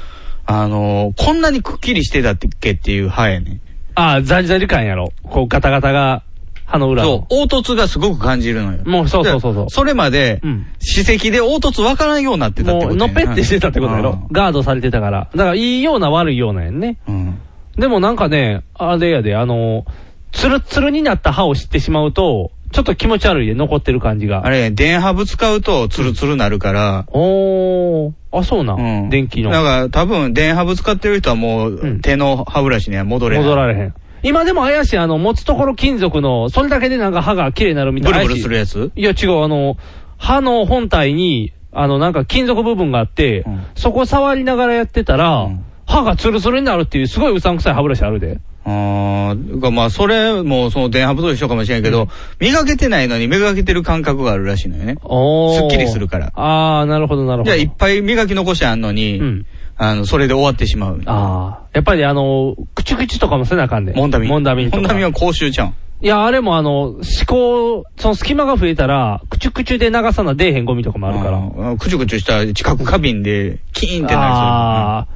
Speaker 2: あのー、こんなにくっきりしてたっけっていう歯やね。
Speaker 3: ああ、ザリザリ感やろ。こう、ガタガタが、歯の裏
Speaker 2: そう
Speaker 3: の、。
Speaker 2: 凹凸がすごく感じるのよ。
Speaker 3: もうそうそうそうそう
Speaker 2: でそれまで、
Speaker 3: うん
Speaker 2: 歯石で凹凸わからんようになってたって
Speaker 3: も
Speaker 2: こ
Speaker 3: う、
Speaker 2: とや
Speaker 3: の
Speaker 2: ね
Speaker 3: ぺってしてたってことやろ。
Speaker 2: あ
Speaker 3: ガードされてたから。だから、いいような悪いようなんやんね。
Speaker 2: ーうん。
Speaker 3: でもなんかね、あれやで、あの、ツルツルになった歯を知ってしまうと、ちょっと気持ち悪いで残ってる感じが。
Speaker 2: あれ、電波ぶつかうとツルツルなるから、
Speaker 3: おー、あ、そうな、、
Speaker 2: うんん。
Speaker 3: 電気の。
Speaker 2: だから多分、電波ぶつかってる人はもう、
Speaker 3: うん
Speaker 2: 手の歯ブラシには戻れない。
Speaker 3: 戻られへん。今でも怪しい、あの、持つところ金属の、それだけでなんか歯が綺麗になるみたい
Speaker 2: ブ
Speaker 3: な。
Speaker 2: ルブルするやつ
Speaker 3: いや違う、あの、歯の本体に、あの、なんか金属部分があって、
Speaker 2: うん
Speaker 3: そこ触りながらやってたら、
Speaker 2: うん
Speaker 3: 歯がツルツルになるっていう、すごいうさんくさい歯ブラシあるで。
Speaker 2: あーがまあ、それも、その、電波不足一緒かもしれんけど、磨けてないのに磨けてる感覚があるらしいのよね。
Speaker 3: おー。
Speaker 2: すっきりするから
Speaker 3: あー、なるほど、なるほど。
Speaker 2: じゃあ、いっぱい磨き残してあんのに、
Speaker 3: うん
Speaker 2: あの、それで終わってしまう。
Speaker 3: ああ。やっぱりあの、くちゅくちゅとかもせなあかんで。
Speaker 2: モンダミン。
Speaker 3: モンダミンとか。
Speaker 2: モンダミンは口臭ちゃうん。
Speaker 3: いや、あれもあの、思考、その隙間が増えたら、くちゅくちゅで流さな出えへんゴミとかもあるから。
Speaker 2: ら。くちゅくちゅした知覚過敏で、キーンってな
Speaker 3: ああ。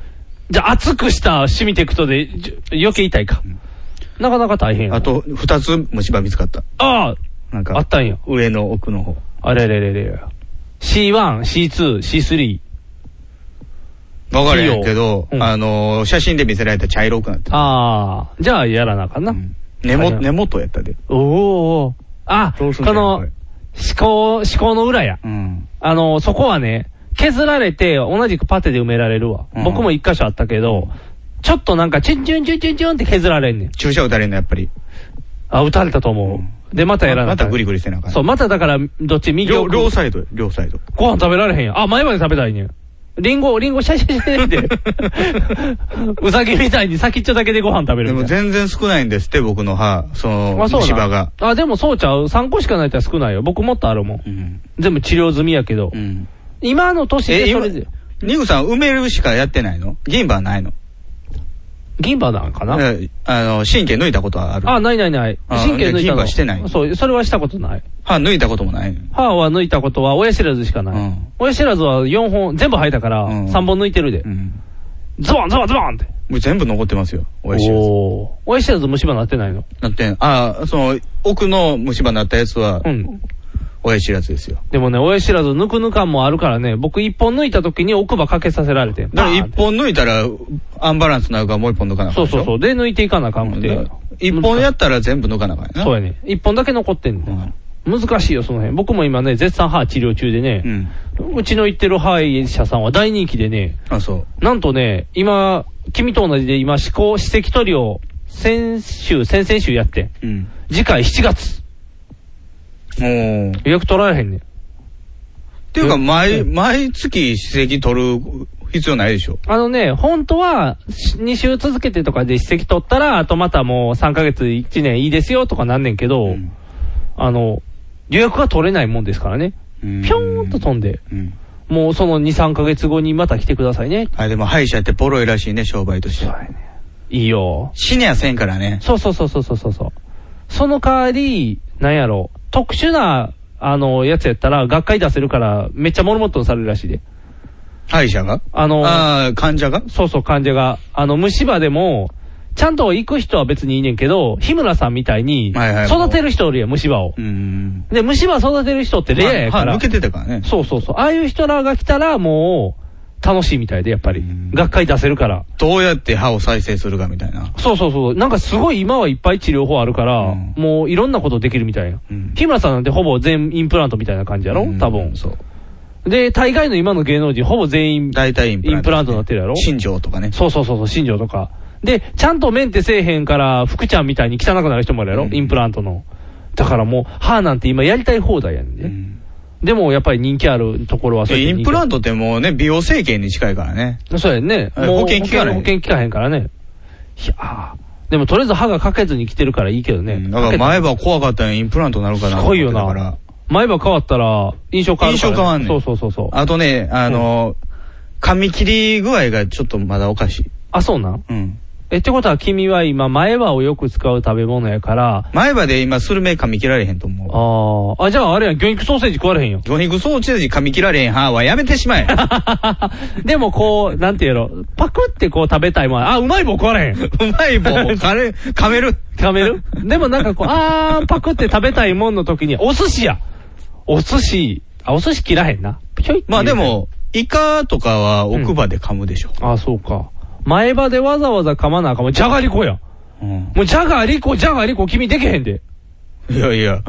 Speaker 3: じゃあ、熱くしたシミテクトで、じゅ余計痛いか。なかなか大
Speaker 2: り
Speaker 3: 変。
Speaker 2: そう。あ、と、二つ虫歯見つかった。
Speaker 3: ああ
Speaker 2: なんか、
Speaker 3: あったんや。
Speaker 2: 上の奥の方。
Speaker 3: あれれれれれ。C1、C2、C3。
Speaker 2: わかるやんけど、
Speaker 3: いいようん
Speaker 2: あのー、写真で見せられた茶色くなってた。
Speaker 3: ああ。じゃあ、やらなあかんな。
Speaker 2: うん根
Speaker 3: はい
Speaker 2: 元、
Speaker 3: はい
Speaker 2: 根元やったで。
Speaker 3: おーおー。あ、
Speaker 2: ど
Speaker 3: こ
Speaker 2: うすんの
Speaker 3: の、
Speaker 2: こ
Speaker 3: 思
Speaker 2: れ
Speaker 3: 考、思考の裏や。
Speaker 2: うん。
Speaker 3: あの、そこはね、削られて、同じくパテで埋められるわ。
Speaker 2: うん
Speaker 3: 僕も一箇所あったけど、ちょっとなんか、チュンチュンチュンチュンチュンって削られんねん。
Speaker 2: 注射打たれんの、やっぱり。
Speaker 3: あ、打たれたと思う。で、またやらな
Speaker 2: ま
Speaker 3: あか
Speaker 2: た
Speaker 3: ん
Speaker 2: グリグリしてなあかん
Speaker 3: そう、まただから、どっち右
Speaker 2: 両、
Speaker 3: 奥
Speaker 2: 両サイドよ両サイド。
Speaker 3: ご飯食べられへんやん。あ、前まで食べたいねん。リンゴ、リンゴシャシャシャシャ って。うさぎみたいに先っちょだけでご飯食べ
Speaker 2: で
Speaker 3: るみ
Speaker 2: も
Speaker 3: たいな。
Speaker 2: 全然少ないんですって、僕の歯、その、
Speaker 3: あ、そうなん
Speaker 2: 虫歯が。
Speaker 3: あ、でもそうちゃう。3個しかないって少ないよ。僕もっとあるもん
Speaker 2: う。ん。
Speaker 3: 全部治療済みやけど
Speaker 2: う。ん。
Speaker 3: 今の年
Speaker 2: え、
Speaker 3: でそ
Speaker 2: 今
Speaker 3: れで。、
Speaker 2: ニグさん埋めるしかやってないの銀歯ないの
Speaker 3: 銀歯なんかな、
Speaker 2: えあの、神経抜いたことはある。
Speaker 3: あ、ないないない。
Speaker 2: あ
Speaker 3: 神経抜いたの。
Speaker 2: 銀歯してない
Speaker 3: そう、それはしたことない。
Speaker 2: 歯抜いたこともない。
Speaker 3: 歯は抜いたことは親知らずしかない。
Speaker 2: うん
Speaker 3: 親知らずは4本、全部生えたから、
Speaker 2: うん
Speaker 3: 3本抜いてるで。
Speaker 2: うん。
Speaker 3: ズボンズボンズボンって。
Speaker 2: もう全部残ってますよ、親知らず。
Speaker 3: おー親知らず虫歯なってないの。
Speaker 2: なってん、ああ、その、奥の虫歯になったやつは
Speaker 3: う、ん。
Speaker 2: 親知らずですよ。
Speaker 3: でもね、親知らず抜くぬかんもあるからね、僕一本抜いた時に奥歯かけさせられて。
Speaker 2: だから
Speaker 3: バーンっ
Speaker 2: 一
Speaker 3: て
Speaker 2: 本抜いたら、アンバランスになるからもう一本抜かなあか
Speaker 3: そ
Speaker 2: ん
Speaker 3: う
Speaker 2: でし
Speaker 3: そ
Speaker 2: ょ
Speaker 3: うそう。で、抜いていかなあかんく
Speaker 2: だか
Speaker 3: て
Speaker 2: ら。一本やったら全部抜かなあかんやな。
Speaker 3: そうやね。一本だけ残ってんねん。難しいよ、その辺。僕も今ね、絶賛歯治療中で
Speaker 2: うん。う
Speaker 3: ね、
Speaker 2: ん。
Speaker 3: うちの行ってる歯医者さんは大人気でね、
Speaker 2: あ、そう。
Speaker 3: なんとね、今、君と同じで今、思考、歯石取りを先週、先々週やってん、
Speaker 2: うん。
Speaker 3: 次回7月。
Speaker 2: おー。
Speaker 3: 予約取られへんねん。
Speaker 2: っていうか、毎、毎月歯石取る必要ないでしょ。
Speaker 3: あのね、本当は、2週続けてとかで歯石取ったら、あとまたもう3ヶ月、1年いいですよとかなんねんけど、
Speaker 2: うん
Speaker 3: あの、予約が取れないもんですからね。
Speaker 2: ぴょ
Speaker 3: ぴょーんと飛んで、
Speaker 2: うん。
Speaker 3: もうその2、3ヶ月後にまた来てくださいね。
Speaker 2: あ、でも歯医者ってボロいらしいね、商売として。
Speaker 3: いいよ。
Speaker 2: 死にゃせんからね。
Speaker 3: そうそうそうそうそうそうそう。その代わり、なんやろ、特殊な、あの、やつやったら、学会出せるから、めっちゃモルモットにされるらしいで。
Speaker 2: 歯医者が
Speaker 3: あの、
Speaker 2: ああ、患者が
Speaker 3: そうそう、患者が。あの、虫歯でも、ちゃんと行く人は別にいいねんけど、日村さんみたいに、
Speaker 2: はいはい
Speaker 3: 育てる人おるやん、虫歯を
Speaker 2: う。ん。
Speaker 3: で、虫歯育てる人ってレアやから。
Speaker 2: 歯抜けてたからね。
Speaker 3: そうそうそう。ああいう人らが来たら、もう、楽しいみたいで、やっぱり
Speaker 2: うん。
Speaker 3: 学会出せるから。
Speaker 2: どうやって歯を再生するかみたいな。
Speaker 3: そうそうそう。なんかすごい今はいっぱい治療法あるから、
Speaker 2: うん
Speaker 3: もういろんなことできるみたいな。
Speaker 2: うん
Speaker 3: 日村さんなんてほぼ全インプラントみたいな感じやろ
Speaker 2: うん
Speaker 3: 多分。
Speaker 2: そう。
Speaker 3: で、大概の今の芸能人、ほぼ全員、
Speaker 2: 大体インプラント、
Speaker 3: インプラントになってるやろ
Speaker 2: 新庄とかね。
Speaker 3: そうそうそうそう、新庄とか。で、ちゃんとメンテせえへんから、福ちゃんみたいに汚くなる人もいるやろ、
Speaker 2: うん
Speaker 3: インプラントの。だからもう、歯なんて今やりたい放題やねんね。
Speaker 2: うん
Speaker 3: でもやっぱり人気あるところは
Speaker 2: でインプラン
Speaker 3: ト
Speaker 2: トってもうね、美容整形に近いからね。
Speaker 3: そうやんね。
Speaker 2: あれ保険効かない
Speaker 3: 保険効かへんからね。いやーでもとりあえず歯がかけずに来てるからいいけどね。
Speaker 2: うんだから前歯怖かったのにインプラントになるかな
Speaker 3: す
Speaker 2: と思っ
Speaker 3: ご
Speaker 2: て。
Speaker 3: いよ
Speaker 2: だから
Speaker 3: な。前歯変わったら、印象変わるから、
Speaker 2: 印象変わんねん
Speaker 3: そうそうそうそう。あ、
Speaker 2: あとね、あの、噛み切り具合がちょっとまだおかしい。
Speaker 3: そうなん
Speaker 2: うん。
Speaker 3: え、ってことは君は今、前歯をよく使う食べ物やから、
Speaker 2: 前歯で今スルメ噛み切られへんと思う。。
Speaker 3: あー、あ、じゃああれやん、魚肉ソーセージ食われへんよ
Speaker 2: 魚肉ソーセージ噛み切られへん歯はやめてしまえ。
Speaker 3: でもこう、なんていうの、パクってこう食べたいもん。あ、うまい棒食われへん。
Speaker 2: うま い棒、噛れ、噛める。
Speaker 3: 噛めるでもなんかこう、あー、パクって食べたいもんの時に、お寿司やお寿司、あ、お寿司切らへんな。ぴょいって
Speaker 2: まあ
Speaker 3: 入れ
Speaker 2: で
Speaker 3: て。
Speaker 2: も、イカとかは奥歯で噛むでしょ。
Speaker 3: あ、そうか。前歯でわざわざ噛まなあかん。もうじゃがりこや。
Speaker 2: うん。
Speaker 3: もうじゃがりこ、じゃがりこ、君でけへんで。
Speaker 2: いやい や、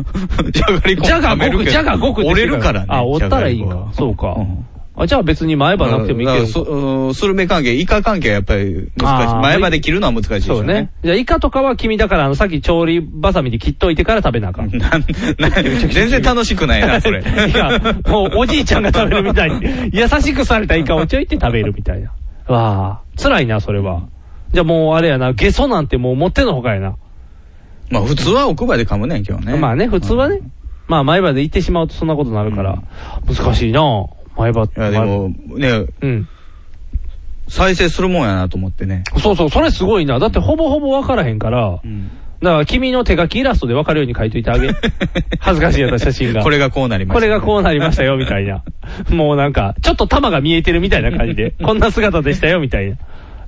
Speaker 2: じゃがりこ
Speaker 3: じゃ
Speaker 2: 噛
Speaker 3: が
Speaker 2: め
Speaker 3: ご
Speaker 2: る
Speaker 3: く、
Speaker 2: けど
Speaker 3: じゃがごくって
Speaker 2: 折れるからね。
Speaker 3: あ、折ったらいいんか。
Speaker 2: じゃが
Speaker 3: そう
Speaker 2: りこ
Speaker 3: か
Speaker 2: は。うん
Speaker 3: あ、じゃあ別に前歯なくてもいいけ
Speaker 2: だ
Speaker 3: る
Speaker 2: からそうんスルメ関係、イカ関係はやっぱり難しい。
Speaker 3: あー
Speaker 2: 前歯で切るのは難しいです
Speaker 3: そう
Speaker 2: よね
Speaker 3: ね。。じゃあイカとかは君だから、あの、さっき調理バサミで切っといてから食べなあかん。い
Speaker 2: なん、なん、全然楽しくないな、そ れ。
Speaker 3: や、もうおじいちゃんが食べるみたいに、 優しくされたイカをちょいって食べるみたいな。わあ、辛いな、それは。じゃあもうあれやな、ゲソなんてもう持ってのほかやな。
Speaker 2: まあ普通は奥歯で噛むねんけどね。
Speaker 3: まあね、普通はね、
Speaker 2: うん
Speaker 3: まあ前歯で行ってしまうとそんなことになるから、難しいな前歯っ
Speaker 2: い
Speaker 3: て。
Speaker 2: やでも、ね、
Speaker 3: うん。
Speaker 2: 再生するもんやなと思ってね。
Speaker 3: そうそう、それすごいな。だってほぼほぼ分からへんから、だから君の手書きイラストで分かるように書いといて あげ。恥ずかしいやった写真が。
Speaker 2: これがこうなりました。
Speaker 3: これがこうなりましたよ、みた いな。もうなんか、ちょっと玉が見えてるみたいな感じで、こんな姿でしたよ、みたいな。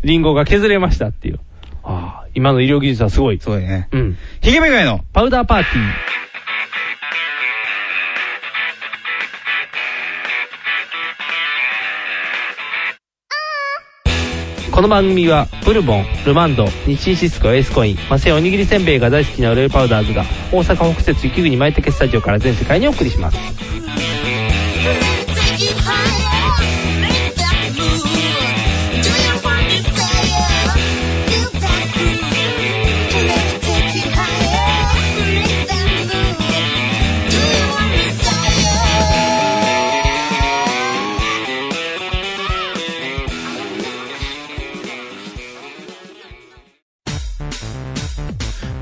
Speaker 3: リンゴが削れましたっていう。ああ、今の医療技術はすごい。
Speaker 2: そうね。
Speaker 3: うん。
Speaker 2: ひげめがいの、
Speaker 3: パウダーパーティー。この番組は、ブルボン、ルマンド、日清シスコ、エースコイン、マセイおにぎりせんべいが大好きなオレオパウダーズが、大阪北節雪国舞竹スタジオから全世界にお送りします。
Speaker 4: Take it higher, make that move. Do you want desire? Feel that groove. Let's take it higher, make that move. Do you want desire?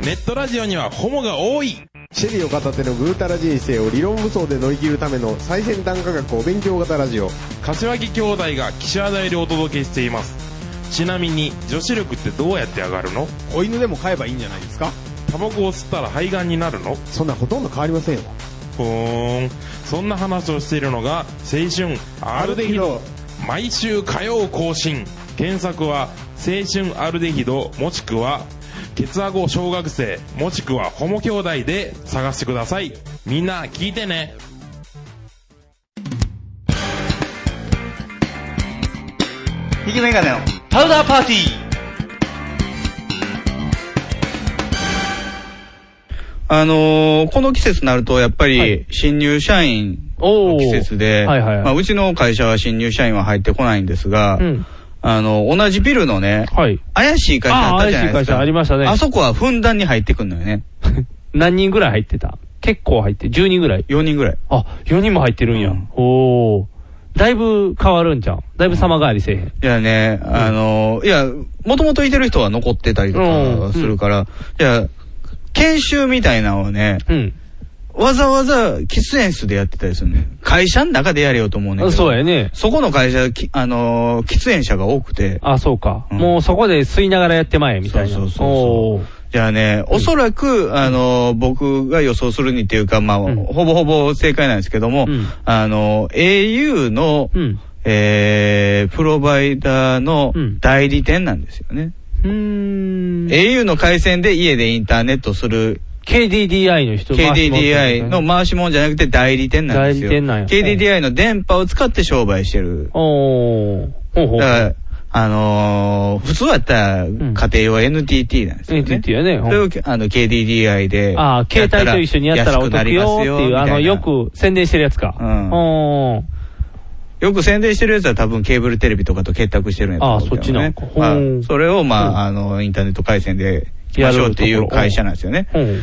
Speaker 5: ネットラジオにはホモが多い
Speaker 6: シェリーを片手のぐうたら人生を理論武装で乗り切るための最先端科学お勉強型ラジオ。
Speaker 5: 柏木兄弟が岸和田よりお届けしていますちなみに女子力ってどうやって上がるの
Speaker 6: 子犬でも飼えばいいんじゃないですか
Speaker 5: タバコを吸ったら肺がんになるの
Speaker 6: そんなほとんど変わりませんよ
Speaker 5: ふーんそんな話をしているのが青春アルデヒド毎週火曜更新検索は青春アルデヒドもしくはケツアゴ小学生もしくはホモ兄弟で探してくださいみんな聞いてね
Speaker 2: 引きメガネの
Speaker 1: パウダーパーティー
Speaker 2: あのーこの季節になると、やっぱ
Speaker 3: は
Speaker 2: り
Speaker 3: い、
Speaker 2: 新入社員
Speaker 3: お
Speaker 2: の
Speaker 3: ー
Speaker 2: 季節で、
Speaker 3: はいはいはい
Speaker 2: まあ、うちの会社は新入社員は入ってこないんですが、
Speaker 3: うん。
Speaker 2: あの、同じビルのね、
Speaker 3: はい。
Speaker 2: 怪しい会社あったじゃないですか。
Speaker 3: あー怪しい会社ありましたね
Speaker 2: あそこはふんだんに入ってくんのよね。
Speaker 3: 何人ぐらい入ってた結構入って、10人ぐらい。
Speaker 2: 4人ぐらい。
Speaker 3: あ、4人も入ってるんや。
Speaker 2: うん
Speaker 3: おー。だいぶ変わるんじゃん。だいぶ様変わりせえへん。
Speaker 2: いやね、あの、いや、もともといてる人は残ってたりと
Speaker 3: う
Speaker 2: か
Speaker 3: ん
Speaker 2: するから、いや、研修みたいなのをね、
Speaker 3: うん。
Speaker 2: わざわざ喫煙室でやってたりするね。会社の中でやれよと思うねんけど。
Speaker 3: そうやね。
Speaker 2: そこの会社、きあのー喫煙者が多くて。
Speaker 3: あ、そうか。
Speaker 2: うん
Speaker 3: もうそこで吸いながらやってまえ、みたいな。
Speaker 2: そうそうそうそう
Speaker 3: おー
Speaker 2: じゃあね、おそらく、あのー僕が予想するにっていうか、まあ、
Speaker 3: うん
Speaker 2: ほぼほぼ正解なんですけども、
Speaker 3: うん
Speaker 2: あのー au の、
Speaker 3: うん。
Speaker 2: えー、プロバイダーの
Speaker 3: うん
Speaker 2: 代理店なんですよね。
Speaker 3: うーん。
Speaker 2: au の回線で家でインターネットする
Speaker 3: KDDI の人
Speaker 2: KDDI の
Speaker 3: ま、
Speaker 2: 回しもんじゃなくて代理店なんですよ。
Speaker 3: 代理店なんや
Speaker 2: KDDI の電波を使って商売してる。
Speaker 3: おー。ほうほうほう。
Speaker 2: だから、あのー普通だったら家庭用は NTT なんですよね。
Speaker 3: NTT やねほ
Speaker 2: そ
Speaker 3: ん
Speaker 2: れをあの KDDI で。
Speaker 3: ああ、携帯と一緒にやったらお
Speaker 2: 安くな
Speaker 3: 得
Speaker 2: りま
Speaker 3: よ
Speaker 2: す
Speaker 3: ってい
Speaker 2: み
Speaker 3: う、
Speaker 2: た
Speaker 3: あ
Speaker 2: な
Speaker 3: の、よ。く宣伝してるやつか。
Speaker 2: うん
Speaker 3: おー
Speaker 2: よく宣伝してるやつは多分ケーブルテレビとかと結託してるんやと思うけどね
Speaker 3: ああそっちなんかほう
Speaker 2: まあそれをまあ、
Speaker 3: うん
Speaker 2: あの、インターネット回線で行きましょうってい
Speaker 3: やる
Speaker 2: う
Speaker 3: ところ
Speaker 2: 会社なんですよね。
Speaker 3: ほう
Speaker 2: い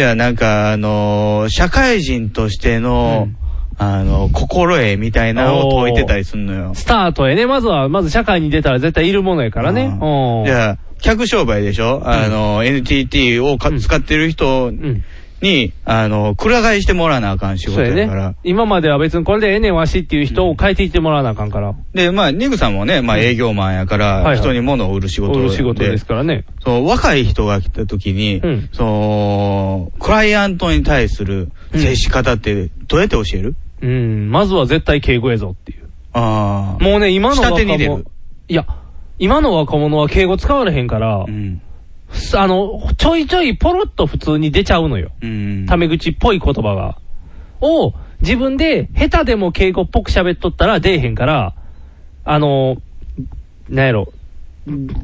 Speaker 2: や、なんか、あのー社会人としての、
Speaker 3: うん
Speaker 2: あの、心得みたいなのを解いてたりすんのよ。
Speaker 3: スタートへね、まずは、まず社会に出たら絶対いるものやからね。
Speaker 2: うん
Speaker 3: おー
Speaker 2: じゃあ、客商売でしょあの、NTT をか
Speaker 3: うん
Speaker 2: 使ってる人
Speaker 3: うん。
Speaker 2: に、あの、くら替えしてもらわなあかん仕
Speaker 3: そ
Speaker 2: 事
Speaker 3: うや
Speaker 2: やから
Speaker 3: ね。。今までは別にこれでええねんわしっていう人を変えていってもらわなあかんから。
Speaker 2: で、まあ、ニグさんもね、まあ営業マンやか
Speaker 3: はいは
Speaker 2: ら、
Speaker 3: い
Speaker 2: 人に物を売る仕事
Speaker 3: お
Speaker 2: なん
Speaker 3: る仕事ですからね。
Speaker 2: その若い人が来た時に、
Speaker 3: うん
Speaker 2: その、クライアントに対する接し方って、どうやって教える、
Speaker 3: うん。まずは絶対敬語やぞっていう。
Speaker 2: ああ。
Speaker 3: もうね、今の若
Speaker 2: 下手に出
Speaker 3: 者
Speaker 2: る。
Speaker 3: いや、今の若者は敬語使われへんから
Speaker 2: う、ん。
Speaker 3: あの、ちょいちょいポロッと普通に出ちゃうのよ。
Speaker 2: うん。
Speaker 3: タメ口っぽい言葉が。を、自分で下手でも敬語っぽく喋っとったら出えへんから、あの、なんやろ。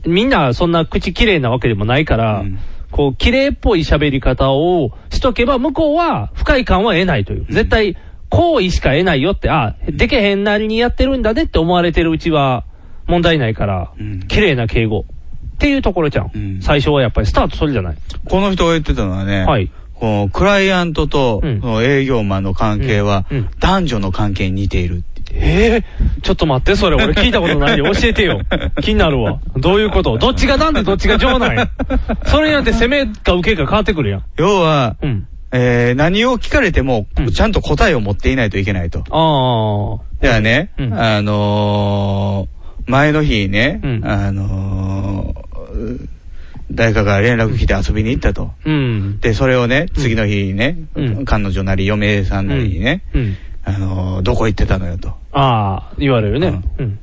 Speaker 3: みんなそんな口綺麗なわけでもないから、
Speaker 2: うん
Speaker 3: こう、綺麗っぽい喋り方をしとけば、向こうは不快感は得ないという。絶対、好意しか得ないよって、あ、でけへんなりにやってるんだねって思われてるうちは問題ないから、
Speaker 2: うん
Speaker 3: 綺麗な敬語。っていうところじゃん。
Speaker 2: うん
Speaker 3: 最初はやっぱりスタートそれじゃない。
Speaker 2: この人が言ってたのはね、
Speaker 3: はい
Speaker 2: このクライアントと
Speaker 3: うん
Speaker 2: その営業マンの関係は
Speaker 3: うんうん
Speaker 2: 男女の関係に似ているって。
Speaker 3: ええちょっと待って、それ俺聞いたことな いよ。教えてよ。気になるわ。どういうことどっちが男でどっちが女なんや。それによって攻めか受けか変わってくるやん。
Speaker 2: 要は、
Speaker 3: うん。
Speaker 2: えー何を聞かれても
Speaker 3: うん
Speaker 2: ちゃんと答えを持っていないといけないと。
Speaker 3: ああ。
Speaker 2: だからね、
Speaker 3: うん
Speaker 2: あのー前の日ね、
Speaker 3: うん
Speaker 2: あのー誰かが連絡来て遊びに行ったと。
Speaker 3: うん。
Speaker 2: で、それをね、次の日にね、
Speaker 3: うん
Speaker 2: 彼女なり嫁さんなりにね、
Speaker 3: うん。
Speaker 2: あのーどこ行ってたのよと。
Speaker 3: ああ、言われるね。うん。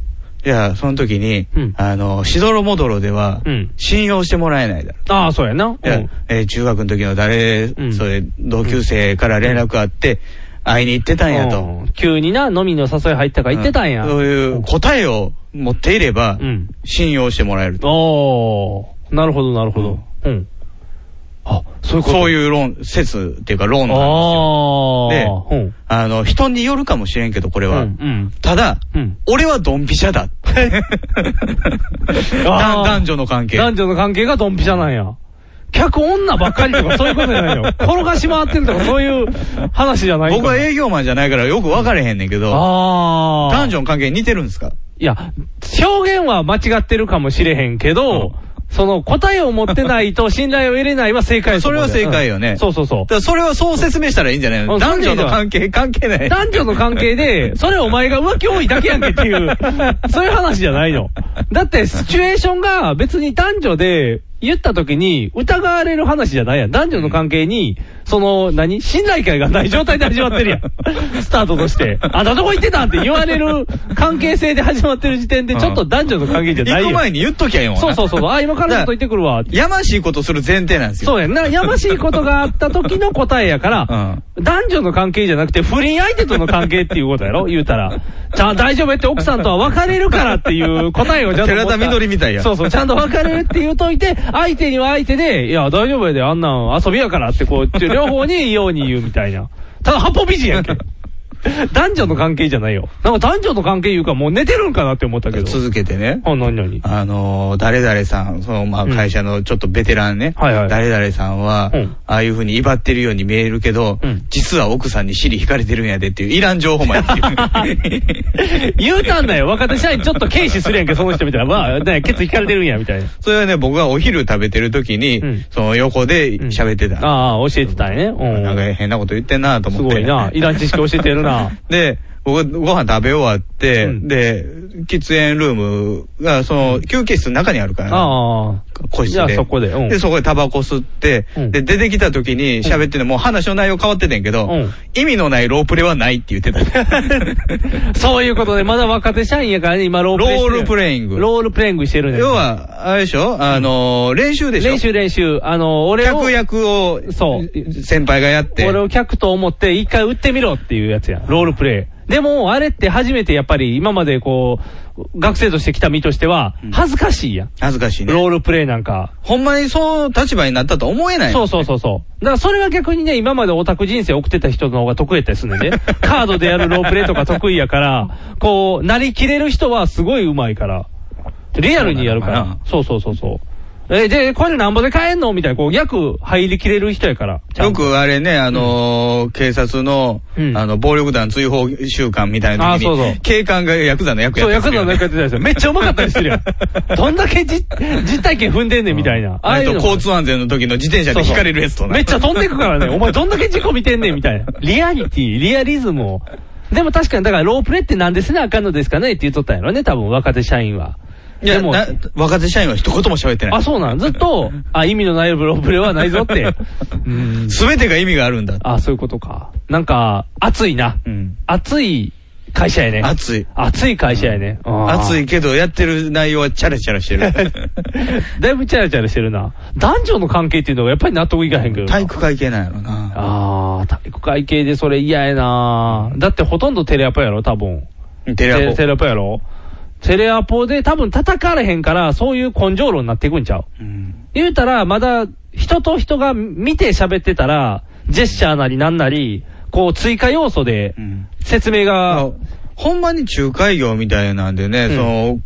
Speaker 2: いや、その時に、
Speaker 3: うん
Speaker 2: あの、しどろもどろでは
Speaker 3: うん、
Speaker 2: 信用してもらえないだろ。
Speaker 3: ああ、そうやな。うん
Speaker 2: いや、えー中学の時の誰、
Speaker 3: うん
Speaker 2: それ、同級生から連絡あって、会いに行ってたんや
Speaker 3: う
Speaker 2: と。
Speaker 3: ん急にな、飲みの誘い入ったから言ってたんや。
Speaker 2: うそういう答えを持っていれば
Speaker 3: う、ん。
Speaker 2: 信用してもらえると。
Speaker 3: おー。なるほど、なるほど。うん。あ、そういうこと。
Speaker 2: そう
Speaker 3: いう。
Speaker 2: いう論、説っていうか論なん
Speaker 3: ああ。
Speaker 2: ですよ
Speaker 3: うん。
Speaker 2: ですよ。あの、人によるかもしれんけど、これ
Speaker 3: うん。う
Speaker 2: は。
Speaker 3: ん。
Speaker 2: ただ、
Speaker 3: うん。
Speaker 2: 俺はドンピシャだって
Speaker 3: あー
Speaker 2: 男男女の関係。
Speaker 3: 男女の関係がドンピシャなんや。客女ばっかりとかそういうことじゃな いよ。転がし回ってるとかそういう話じゃない
Speaker 2: 僕は
Speaker 3: え
Speaker 2: 営業マンじゃないからよく分かれへんねんけど、
Speaker 3: ああ。
Speaker 2: 男女の関係似てるんですか
Speaker 3: いや、表現は間違ってるかもしれへんけど、その答えを持ってないと信頼を得れないは正解です
Speaker 2: それは正解よね
Speaker 3: うんそうそうそう
Speaker 2: だか。らそれはそう説明したらいいんじゃないの
Speaker 3: うん
Speaker 2: 男女の関係、 関係ない。
Speaker 3: 男女の関係で、それお前が浮気多いだけやんけっていう、そういう話じゃないの。だって、シチュエーションが別に男女で言った時に疑われる話じゃないやん。男女の関係に、その、何信頼感がない状態で始まってるやん。スタートとして。あんたどこ行ってたんって言われる関係性で始まってる時点で、ちょっと男女の関係じゃないよ。
Speaker 2: 行く前に言っときゃいいもんな
Speaker 3: そうそうそう。あ、今からちょっと行ってくるわ。
Speaker 2: やましいことする前提なんですよ。
Speaker 3: そうや んな。やましいことがあった時の答えやから、男女の関係じゃなくて不倫相手との関係っていうことやろ言うたら。じゃあ大丈夫やって奥さんとは別れるからっていう答えをちゃんと持った。
Speaker 2: 寺田みどりみたいや
Speaker 3: そうそう。ちゃんと別れるって言うといて、相手には相手で、いや、大丈夫やで、あんなん遊びやからってこう、両方にいいように言うみたいな。ただ八方美人や んけ。男女の関係じゃないよ。なんか男女の関係いうかもう寝てるんかなって思ったけど。
Speaker 2: 続けてね。
Speaker 3: あ、何々。
Speaker 2: あのー、誰々さん、その、まあ、
Speaker 3: うん
Speaker 2: 会社のちょっとベテランね。
Speaker 3: はいはい
Speaker 2: 誰々さんは
Speaker 3: うん、
Speaker 2: ああいう風に威張ってるように見えるけど
Speaker 3: うん、
Speaker 2: 実は奥さんに尻引かれてるんやでっていう、いらん情報まで。
Speaker 3: 言うたんだよ。若手社員ちょっと軽視するやんけ、その人みたいな。まあ、ね、ケツ引かれてるんや、みたいな。
Speaker 2: それはね、僕がお昼食べてる時に
Speaker 3: うん、
Speaker 2: その横で喋ってた。
Speaker 3: ああ、教えてたんやね。
Speaker 2: なん
Speaker 3: う
Speaker 2: か変なこと言ってんなと
Speaker 3: ん。
Speaker 2: 思
Speaker 3: す
Speaker 2: って。
Speaker 3: ごいな。いらん知識教えてるな。
Speaker 2: で、僕、ご飯食べ終わって、
Speaker 3: うん
Speaker 2: で、喫煙ルームが、その、休憩室の中にあるから、
Speaker 3: ああ。
Speaker 2: 個室で。
Speaker 3: じゃあそこで。うん。
Speaker 2: で、そこでタバコ吸って、
Speaker 3: うん
Speaker 2: で、出てきた時に喋ってて、もう話の内容変わっててんけど、
Speaker 3: うん
Speaker 2: 意味のないロープレはないって言ってた。
Speaker 3: そういうことで、まだ若手社員やからね、今ロープレイしてる。
Speaker 2: ロールプレイング
Speaker 3: ロールプレイングしてるね。
Speaker 2: 要、は、あれでしょあのー、練習でしょ
Speaker 3: 練習練習。あの、俺を
Speaker 2: 客、役を、
Speaker 3: そう
Speaker 2: 先輩がやって。
Speaker 3: 俺を客と思って一回打ってみろっていうやつや。ロールプレイ。でも、あれって初めてやっぱり今までこう、学生として来た身としては、恥ずかしいやん。
Speaker 2: 恥ずかしいね。
Speaker 3: ロールプレイなんか。
Speaker 2: ほんまにそう立場になったとは思えない。
Speaker 3: そうそうそうそう。だからそれは逆にね、今までオタク人生送ってた人の方が得意やったりする んでね。カードでやるロープレイとか得意やから、こう、なりきれる人はすごい上手いから。リアルにやるから。そうそうそうそう。え、で、これなんぼで買えんのみたいな、こう、役入りきれる人やから。ちゃ
Speaker 2: よ
Speaker 3: んと。
Speaker 2: くあれね、あのー警察の、
Speaker 3: うん
Speaker 2: あの、暴力団追放週間みたいな時に、
Speaker 3: あそうそう
Speaker 2: 警官がヤクザの役や
Speaker 3: そう、
Speaker 2: った
Speaker 3: 役
Speaker 2: りするよ
Speaker 3: の
Speaker 2: ね、
Speaker 3: 中やってたりする。めっちゃ上手かったりす るやん。どんだけじ実体験踏んでんねんみたいな。ああ
Speaker 2: え
Speaker 3: い
Speaker 2: っ
Speaker 3: う
Speaker 2: と、
Speaker 3: の
Speaker 2: 交通安全の時の自転車で引かれるやつとな。
Speaker 3: めっちゃ飛んでくから ね。お前どんだけ事故見てんねんみたいな。リアリティ、リアリズムを。でも確かに、だからロープレってなんでせなあかんのですかねって言っとったんやろね、多分若手社員は。
Speaker 2: いや、
Speaker 3: でも
Speaker 2: な若手社員は一言も喋ってな
Speaker 3: あ、
Speaker 2: い。
Speaker 3: そうなん。ず っと、あ、意味のないロープレはないぞって。うん。
Speaker 2: すべてが意味があるんだ。
Speaker 3: あ、そういうことか。なんか、熱いな。
Speaker 2: うん。
Speaker 3: 熱い会社やね。
Speaker 2: 熱い。
Speaker 3: 熱い会社やね。
Speaker 2: 熱い
Speaker 3: い。
Speaker 2: けど、やってる内容はチャラチャラして る。
Speaker 3: だいぶチャラチャラしてるな。男女の関係っていうのはやっぱり納得いかへんけどな。
Speaker 2: 体育会系なんやろな。
Speaker 3: ああ、体育会系でそれ嫌やなだってほとんどテレアポやろ、多分。
Speaker 2: テレアポ
Speaker 3: テレアポやろテレアポで多分叩かれへんから、そういう根性論になっていくんちゃう
Speaker 2: うん
Speaker 3: 言うたら、まだ人と人が見て喋ってたら、ジェスチャーなりなんなり、こう追加要素で
Speaker 2: うん
Speaker 3: 説明が、
Speaker 2: あほんまに仲介業みたいなんでね、
Speaker 3: う
Speaker 2: そ
Speaker 3: ん
Speaker 2: の、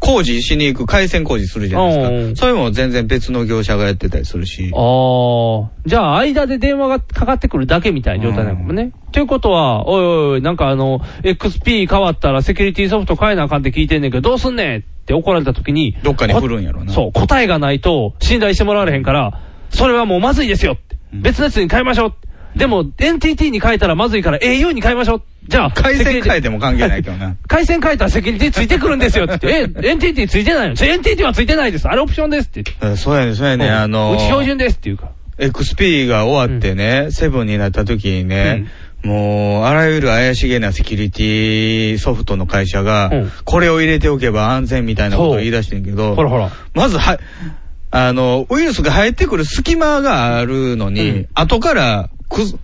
Speaker 2: 工事しに行く、回線工事するじゃない
Speaker 3: おうお
Speaker 2: で
Speaker 3: う
Speaker 2: すか。それも全然別の業者がやってたりするし。
Speaker 3: ああ、じゃあ間で電話がかかってくるだけみたいな状態なのかもね。ということは、おいおい、なんかあの、XP 変わったらセキュリティソフト変えなあかんって聞いてんねんけど、どうすんねんって怒られた時に、
Speaker 2: どっかに来るんやろな
Speaker 3: そう、答えがないと信頼してもらわれへんから、それはもうまずいですよって
Speaker 2: うん
Speaker 3: 別のやつに変えましょうってでも、NTT に変えたらまずいから au に変えましょうじゃあ、
Speaker 2: 回線変えて
Speaker 3: も。
Speaker 2: も関係ないけどな。
Speaker 3: 回線変えたらセキュリティついてくるんですよって言って、え、NTT ついてないの ?NTT はついてないです。あれオプションですって言って。
Speaker 2: うんそうやね、そうやね、
Speaker 3: うん
Speaker 2: あの
Speaker 3: うち標準
Speaker 2: ー、
Speaker 3: ですっていうか。
Speaker 2: XP が終わってね、セブンになった時にね、もう、あらゆる怪しげなセキュリティソフトの会社が
Speaker 3: うん、
Speaker 2: これを入れておけば安全みたいなことを言い出してんけど、
Speaker 3: ほらほら。
Speaker 2: まずは、あの、ウイルスが入ってくる隙間があるのに、
Speaker 3: うん
Speaker 2: 後からくす、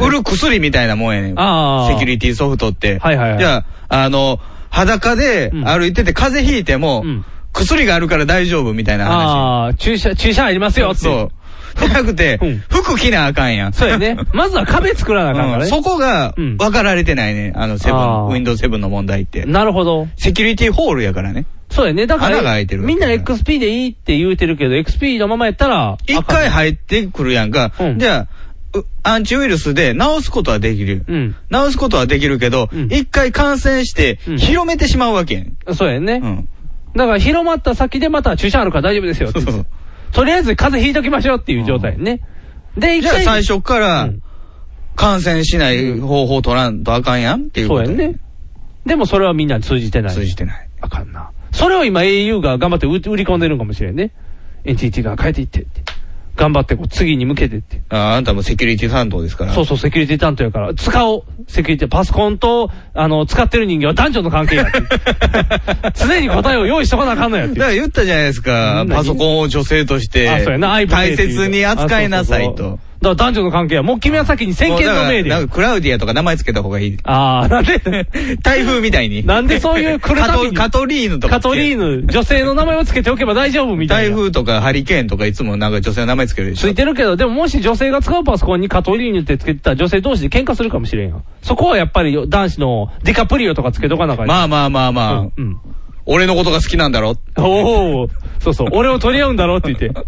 Speaker 2: 売る薬みたいなもんやねん。
Speaker 3: あー
Speaker 2: セキュリティソフトって。
Speaker 3: はいはいはい
Speaker 2: じゃあ、あの、裸で
Speaker 3: うん
Speaker 2: 歩いてて風邪ひいても、
Speaker 3: うん
Speaker 2: 薬があるから大丈夫みたいな話。
Speaker 3: ああー、注射、注射ありますよって。
Speaker 2: そう。じゃなくて、
Speaker 3: うん
Speaker 2: 服着なあかんやん。
Speaker 3: そう やね。まずは壁作らなあかんか
Speaker 2: う
Speaker 3: ら
Speaker 2: ん
Speaker 3: ね。
Speaker 2: そこが
Speaker 3: うん
Speaker 2: 分かられてないね。あの、セブ
Speaker 3: あ
Speaker 2: ン、
Speaker 3: ー
Speaker 2: Windows 7の問題って。
Speaker 3: なるほど。
Speaker 2: セキュリティホールやからね。
Speaker 3: そうやね。だから、
Speaker 2: 穴が開いてる
Speaker 3: みんな XP でいいって言うてるけど、XP のままやったら、
Speaker 2: 一回入ってくるやんか。
Speaker 3: うん
Speaker 2: じゃあ、うアンチウイルスで治すことはできる。
Speaker 3: うん
Speaker 2: 治すことはできるけど
Speaker 3: うん、
Speaker 2: 一、回感染して
Speaker 3: うん
Speaker 2: 広めてしまうわけやん。
Speaker 3: 赤。そうやね。
Speaker 2: うん
Speaker 3: だから広まった先でまた注射あるから大丈夫ですよって
Speaker 2: そう
Speaker 3: 言
Speaker 2: そ
Speaker 3: って
Speaker 2: うそう
Speaker 3: とりあえず風邪ひいときましょうっていう状態ね。で、一
Speaker 2: じゃあ
Speaker 3: 回。
Speaker 2: 最初か
Speaker 3: う
Speaker 2: ら
Speaker 3: ん
Speaker 2: 感染しない方法取らんとあかんやんっていう
Speaker 3: そ
Speaker 2: こ
Speaker 3: う
Speaker 2: と
Speaker 3: やんね。でもそれはみんな通じてない。
Speaker 2: 通じてない。
Speaker 3: あかんな。それを今 au が頑張って売売り込んでるんかもしれんね。NTT が変えていってって。頑張ってこう次に向けてって。
Speaker 2: ああんたもセキュリティ担当ですから。
Speaker 3: そうそう、セキュリティ担当やから、使おう。セキュリティ、パソコンと、あの、使ってる人間は男女の関係や って。常に答えを用意しとかなあかんのやって
Speaker 2: だ。から言ったじゃないですか
Speaker 3: う。ん
Speaker 2: パソコンを女性として
Speaker 3: あ、そうやな、
Speaker 2: 大切に扱いなさい
Speaker 3: あそうそう
Speaker 2: と。
Speaker 3: そうだから男女の関係は、もう君は先に先見の明で
Speaker 2: なん。かクラウディアとか名前つけた方がいい。
Speaker 3: ああ、なんで、
Speaker 2: 台風みたいに。
Speaker 3: なんでそういう来るたびに
Speaker 2: カトカトリーヌとか。
Speaker 3: カトリ
Speaker 2: ヌ。
Speaker 3: ーヌ、女性の名前をつけておけば大丈夫みたい
Speaker 2: 台
Speaker 3: な。
Speaker 2: 風とかハリケーンとかいつもなんか女性の名前つけるでし
Speaker 3: つ
Speaker 2: ょ
Speaker 3: い。てるけど、でももし女性が使うパソコンにカトリーヌってつけてたら女性同士で喧嘩するかもしれんよ。そこはやっぱり男子のディカプリオとかつけとかなあかん
Speaker 2: まあまあまあまあ、
Speaker 3: うんうん。
Speaker 2: 俺のことが好きなんだろ。
Speaker 3: おお、そうそう、俺を取り合うんだろうって言って、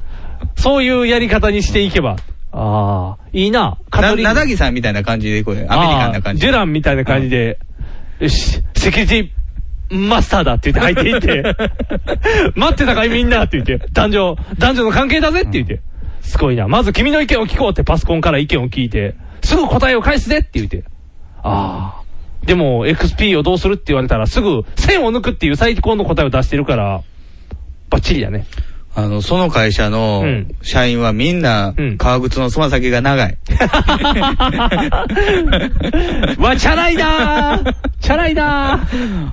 Speaker 3: そういうやり方にしていけば、ああ、いいな、
Speaker 2: な、
Speaker 3: カトリーヌ
Speaker 2: なだぎさんみたいな感じでこれ、アメリカンな感じ。
Speaker 3: あーデュランみたいな感じで、よし、セキュリティマスターだって言って入って いって、待ってたかいみんなって言って、男女、男女の関係だぜって言って、すごいな。まず君の意見を聞こうってパソコンから意見を聞いて、すぐ答えを返すぜって言って、ああ。でも、XP をどうするって言われたら、すぐ線を抜くっていう最高の答えを出してるから、バッチリ だね。
Speaker 2: あの、その会社の
Speaker 3: うん
Speaker 2: 社員はみんな
Speaker 3: うん、
Speaker 2: 革靴のつま先が長 い。
Speaker 3: わ、チャラいなーチャラいなー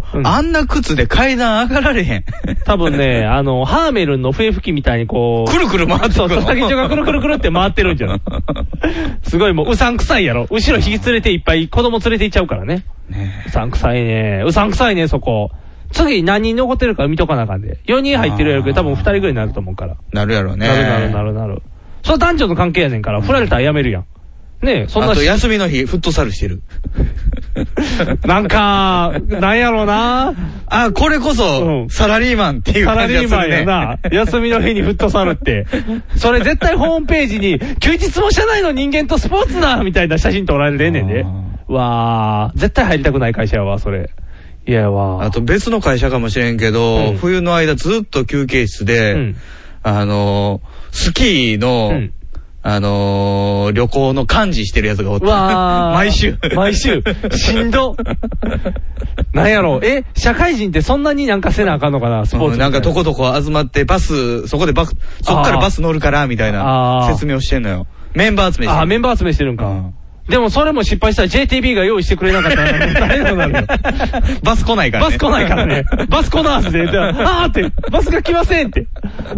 Speaker 2: 僕、
Speaker 3: うん
Speaker 2: あんな靴で階段上がられへん。
Speaker 3: 多 分ね、あの、ハーメルンの笛吹きみたいにこう。
Speaker 2: くるくる回ってく
Speaker 3: そう、
Speaker 2: の
Speaker 3: 佐々木町がくるくるくるって回ってるんじゃ ないすごいもう、うさんくさいやろ。後ろ引き連れていっぱい子供連れて行っちゃうからね。
Speaker 2: ね
Speaker 3: うさんくさいね。うさんくさいね、そこ。次何人残ってるか見とかなあかんで。4人入ってるやろけど、多分2人ぐらいになると思うから。
Speaker 2: えなるやろね。
Speaker 3: なるなるなるなる。それは男女の関係やねんから、振られたらやめるやん。ねえ、そん
Speaker 2: あ
Speaker 3: な
Speaker 2: と
Speaker 3: し
Speaker 2: 休みの日、フットサルしてる。
Speaker 3: なんか、なんやろうな。
Speaker 2: あ、これこ
Speaker 3: う
Speaker 2: そ
Speaker 3: ん、
Speaker 2: サラリーマンっていう
Speaker 3: サラ
Speaker 2: 感じが
Speaker 3: リー
Speaker 2: す
Speaker 3: マン
Speaker 2: るね。
Speaker 3: やな。休みの日にフットサルって。 それ絶対ホームページに、休日も社内の人間とスポーツだみたいな写真撮られてんねんで
Speaker 2: あ。
Speaker 3: わー、絶対入りたくない会社やわ、それ。いやわ
Speaker 2: あと別の会社かもしれんけ
Speaker 3: う
Speaker 2: ど、
Speaker 3: ん
Speaker 2: 冬の間ずっと休憩室
Speaker 3: う
Speaker 2: で
Speaker 3: ん、
Speaker 2: あのー、スキー
Speaker 3: う
Speaker 2: の
Speaker 3: ん、
Speaker 2: あのー、旅行の幹事してるやつがおっ
Speaker 3: う
Speaker 2: た。
Speaker 3: わー
Speaker 2: 毎週。
Speaker 3: 毎週。しんど。なんやろう。え、社会人ってそんなになんかせなあかんのかな、スポー
Speaker 2: う
Speaker 3: ツ。
Speaker 2: んなんかとことこ集まって、バス、そこでバス、そっからバス乗るから、みたい
Speaker 3: あ
Speaker 2: な
Speaker 3: ー
Speaker 2: 説明をしてんのよ。メンバー集めして
Speaker 3: あ、
Speaker 2: る
Speaker 3: メンバー集めしてるん
Speaker 2: う
Speaker 3: か
Speaker 2: ん。
Speaker 3: でもそれも失敗したら JTB が用意してくれなかった ら、大変なのよ。
Speaker 2: バス来ないから
Speaker 3: バ
Speaker 2: ね。
Speaker 3: ス来な いからね。バス来なーすで、あーって、バスが来ませんって。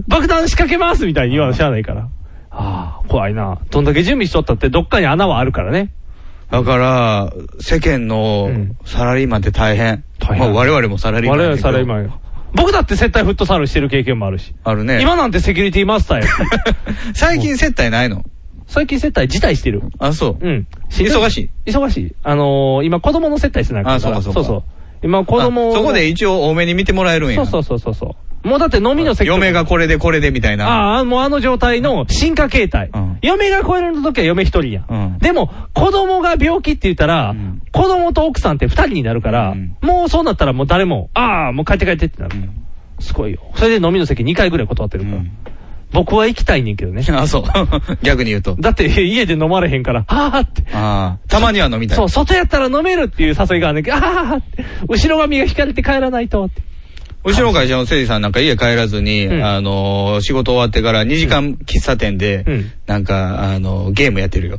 Speaker 3: 爆弾仕掛けますみたいに言わなしゃあないから。ああ、怖いな。どんだけ準備しとったって、どっかに穴はあるからね。
Speaker 2: だから、世間の
Speaker 3: うん
Speaker 2: サラリーマンって大変。
Speaker 3: 大
Speaker 2: ま
Speaker 3: 変
Speaker 2: あ我々もサラリーマン
Speaker 3: 我
Speaker 2: や
Speaker 3: 々
Speaker 2: けど。
Speaker 3: サラリーマンよ僕だって接待フットサルしてる経験もあるし。
Speaker 2: あるね。
Speaker 3: 今なんてセキュリティマスターやし。
Speaker 2: 最近接待ないの
Speaker 3: 最近接待辞退してる。
Speaker 2: あ、そう。
Speaker 3: うん。
Speaker 2: 忙しい
Speaker 3: 忙しい。あのー、今子供の接待してないから。
Speaker 2: あそうかそうか
Speaker 3: そうそう。今子供を
Speaker 2: あそこで一応多めに見てもらえるんや。
Speaker 3: そうそうそうそうそう。もうだって飲みの席とか
Speaker 2: 嫁がこれでこれでみたいな。
Speaker 3: ああ、もうあの状態の進化形態。
Speaker 2: うん
Speaker 3: 嫁が超える時は嫁一人や、
Speaker 2: うん
Speaker 3: ん。でも、子供が病気って言ったら、
Speaker 2: ん
Speaker 3: 子供と奥さんって二人になるから、
Speaker 2: うん
Speaker 3: もうそうなったらもう誰も、ああ、もう帰って帰ってってなる。
Speaker 2: ん
Speaker 3: すごいよ。それで飲みの席2回ぐらい断ってるから。
Speaker 2: うん
Speaker 3: 僕は行きたいねんけ どね。
Speaker 2: あ、そう。逆に言うと。
Speaker 3: だって家で飲まれへんから、ああって。
Speaker 2: ああ、たまには飲みたい。
Speaker 3: そう、外やったら飲めるっていう誘いがあるんだけど、ああって。後ろ髪が引かれて帰らない とって。
Speaker 2: うちの会社のせいさんなんか家帰らずに、
Speaker 3: うん
Speaker 2: あのー、仕事終わってから2時間喫茶店で、
Speaker 3: うん
Speaker 2: なんか、あのー、ゲームやってる よ。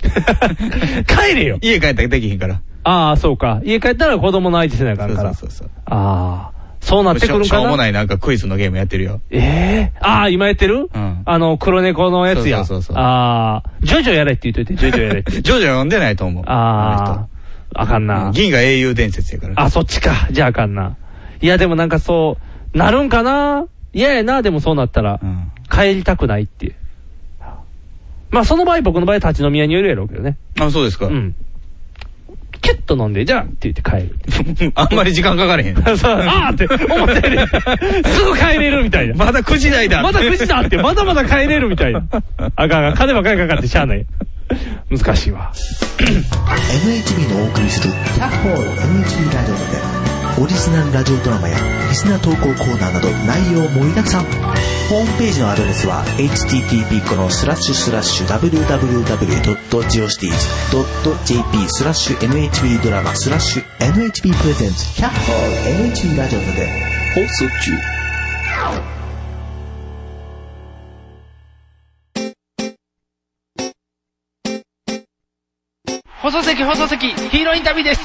Speaker 3: 帰れよ
Speaker 2: 家帰ったらできひんから。
Speaker 3: ああ、そうか。家帰ったら子供の相手せなあかんから。
Speaker 2: そうそうそう
Speaker 3: ああ、そうな
Speaker 2: そう
Speaker 3: ってくるん
Speaker 2: しょ
Speaker 3: か
Speaker 2: しょうも
Speaker 3: な。
Speaker 2: ないなんかクイズのゲームやってるよ。
Speaker 3: ええああ、今やってる、
Speaker 2: うん
Speaker 3: あの、黒猫のやつや。
Speaker 2: そうそうそうそう
Speaker 3: ああ、ジョジョやれって言っといて、ジョジョやれ っ
Speaker 2: ジョ
Speaker 3: て。
Speaker 2: ジョ読んでないと思う。
Speaker 3: ああ、あかん
Speaker 2: あの人
Speaker 3: な。
Speaker 2: 銀が英雄伝説やから。
Speaker 3: あ、そっちか。じゃああかんな。いや、でもなんかそう、なるんかな嫌やな、でもそうなったら。
Speaker 2: うん
Speaker 3: 帰りたくないっていう。まあ、その場合、僕の場合、立ち飲み屋によるやろうけどね。
Speaker 2: あ、そうですか。
Speaker 3: うん。キュッと飲んで、じゃあって言って帰る。
Speaker 2: あんまり時間かかれへん。
Speaker 3: そうあーって思った より、すぐ帰れるみたいな。
Speaker 2: まだ9時台だ。
Speaker 3: まだ9時だって、まだまだ帰れるみたいな。あかんあかん、金ばっかりかかってしゃあない。難しいわ。
Speaker 7: NHB のお送りする「キャッホール NHB ラジオ」でオリジナルラジオドラマやリスナー投稿コーナーなど内容盛りだくさんホームページのアドレスは http このスラッシュスラッシュ www.geocities.jp スラッシュ NHB ドラマスラッシュ NHB プレゼンツ100 NHB ラジオで放送中
Speaker 3: 放送席、放送席、ヒーローインタビューです。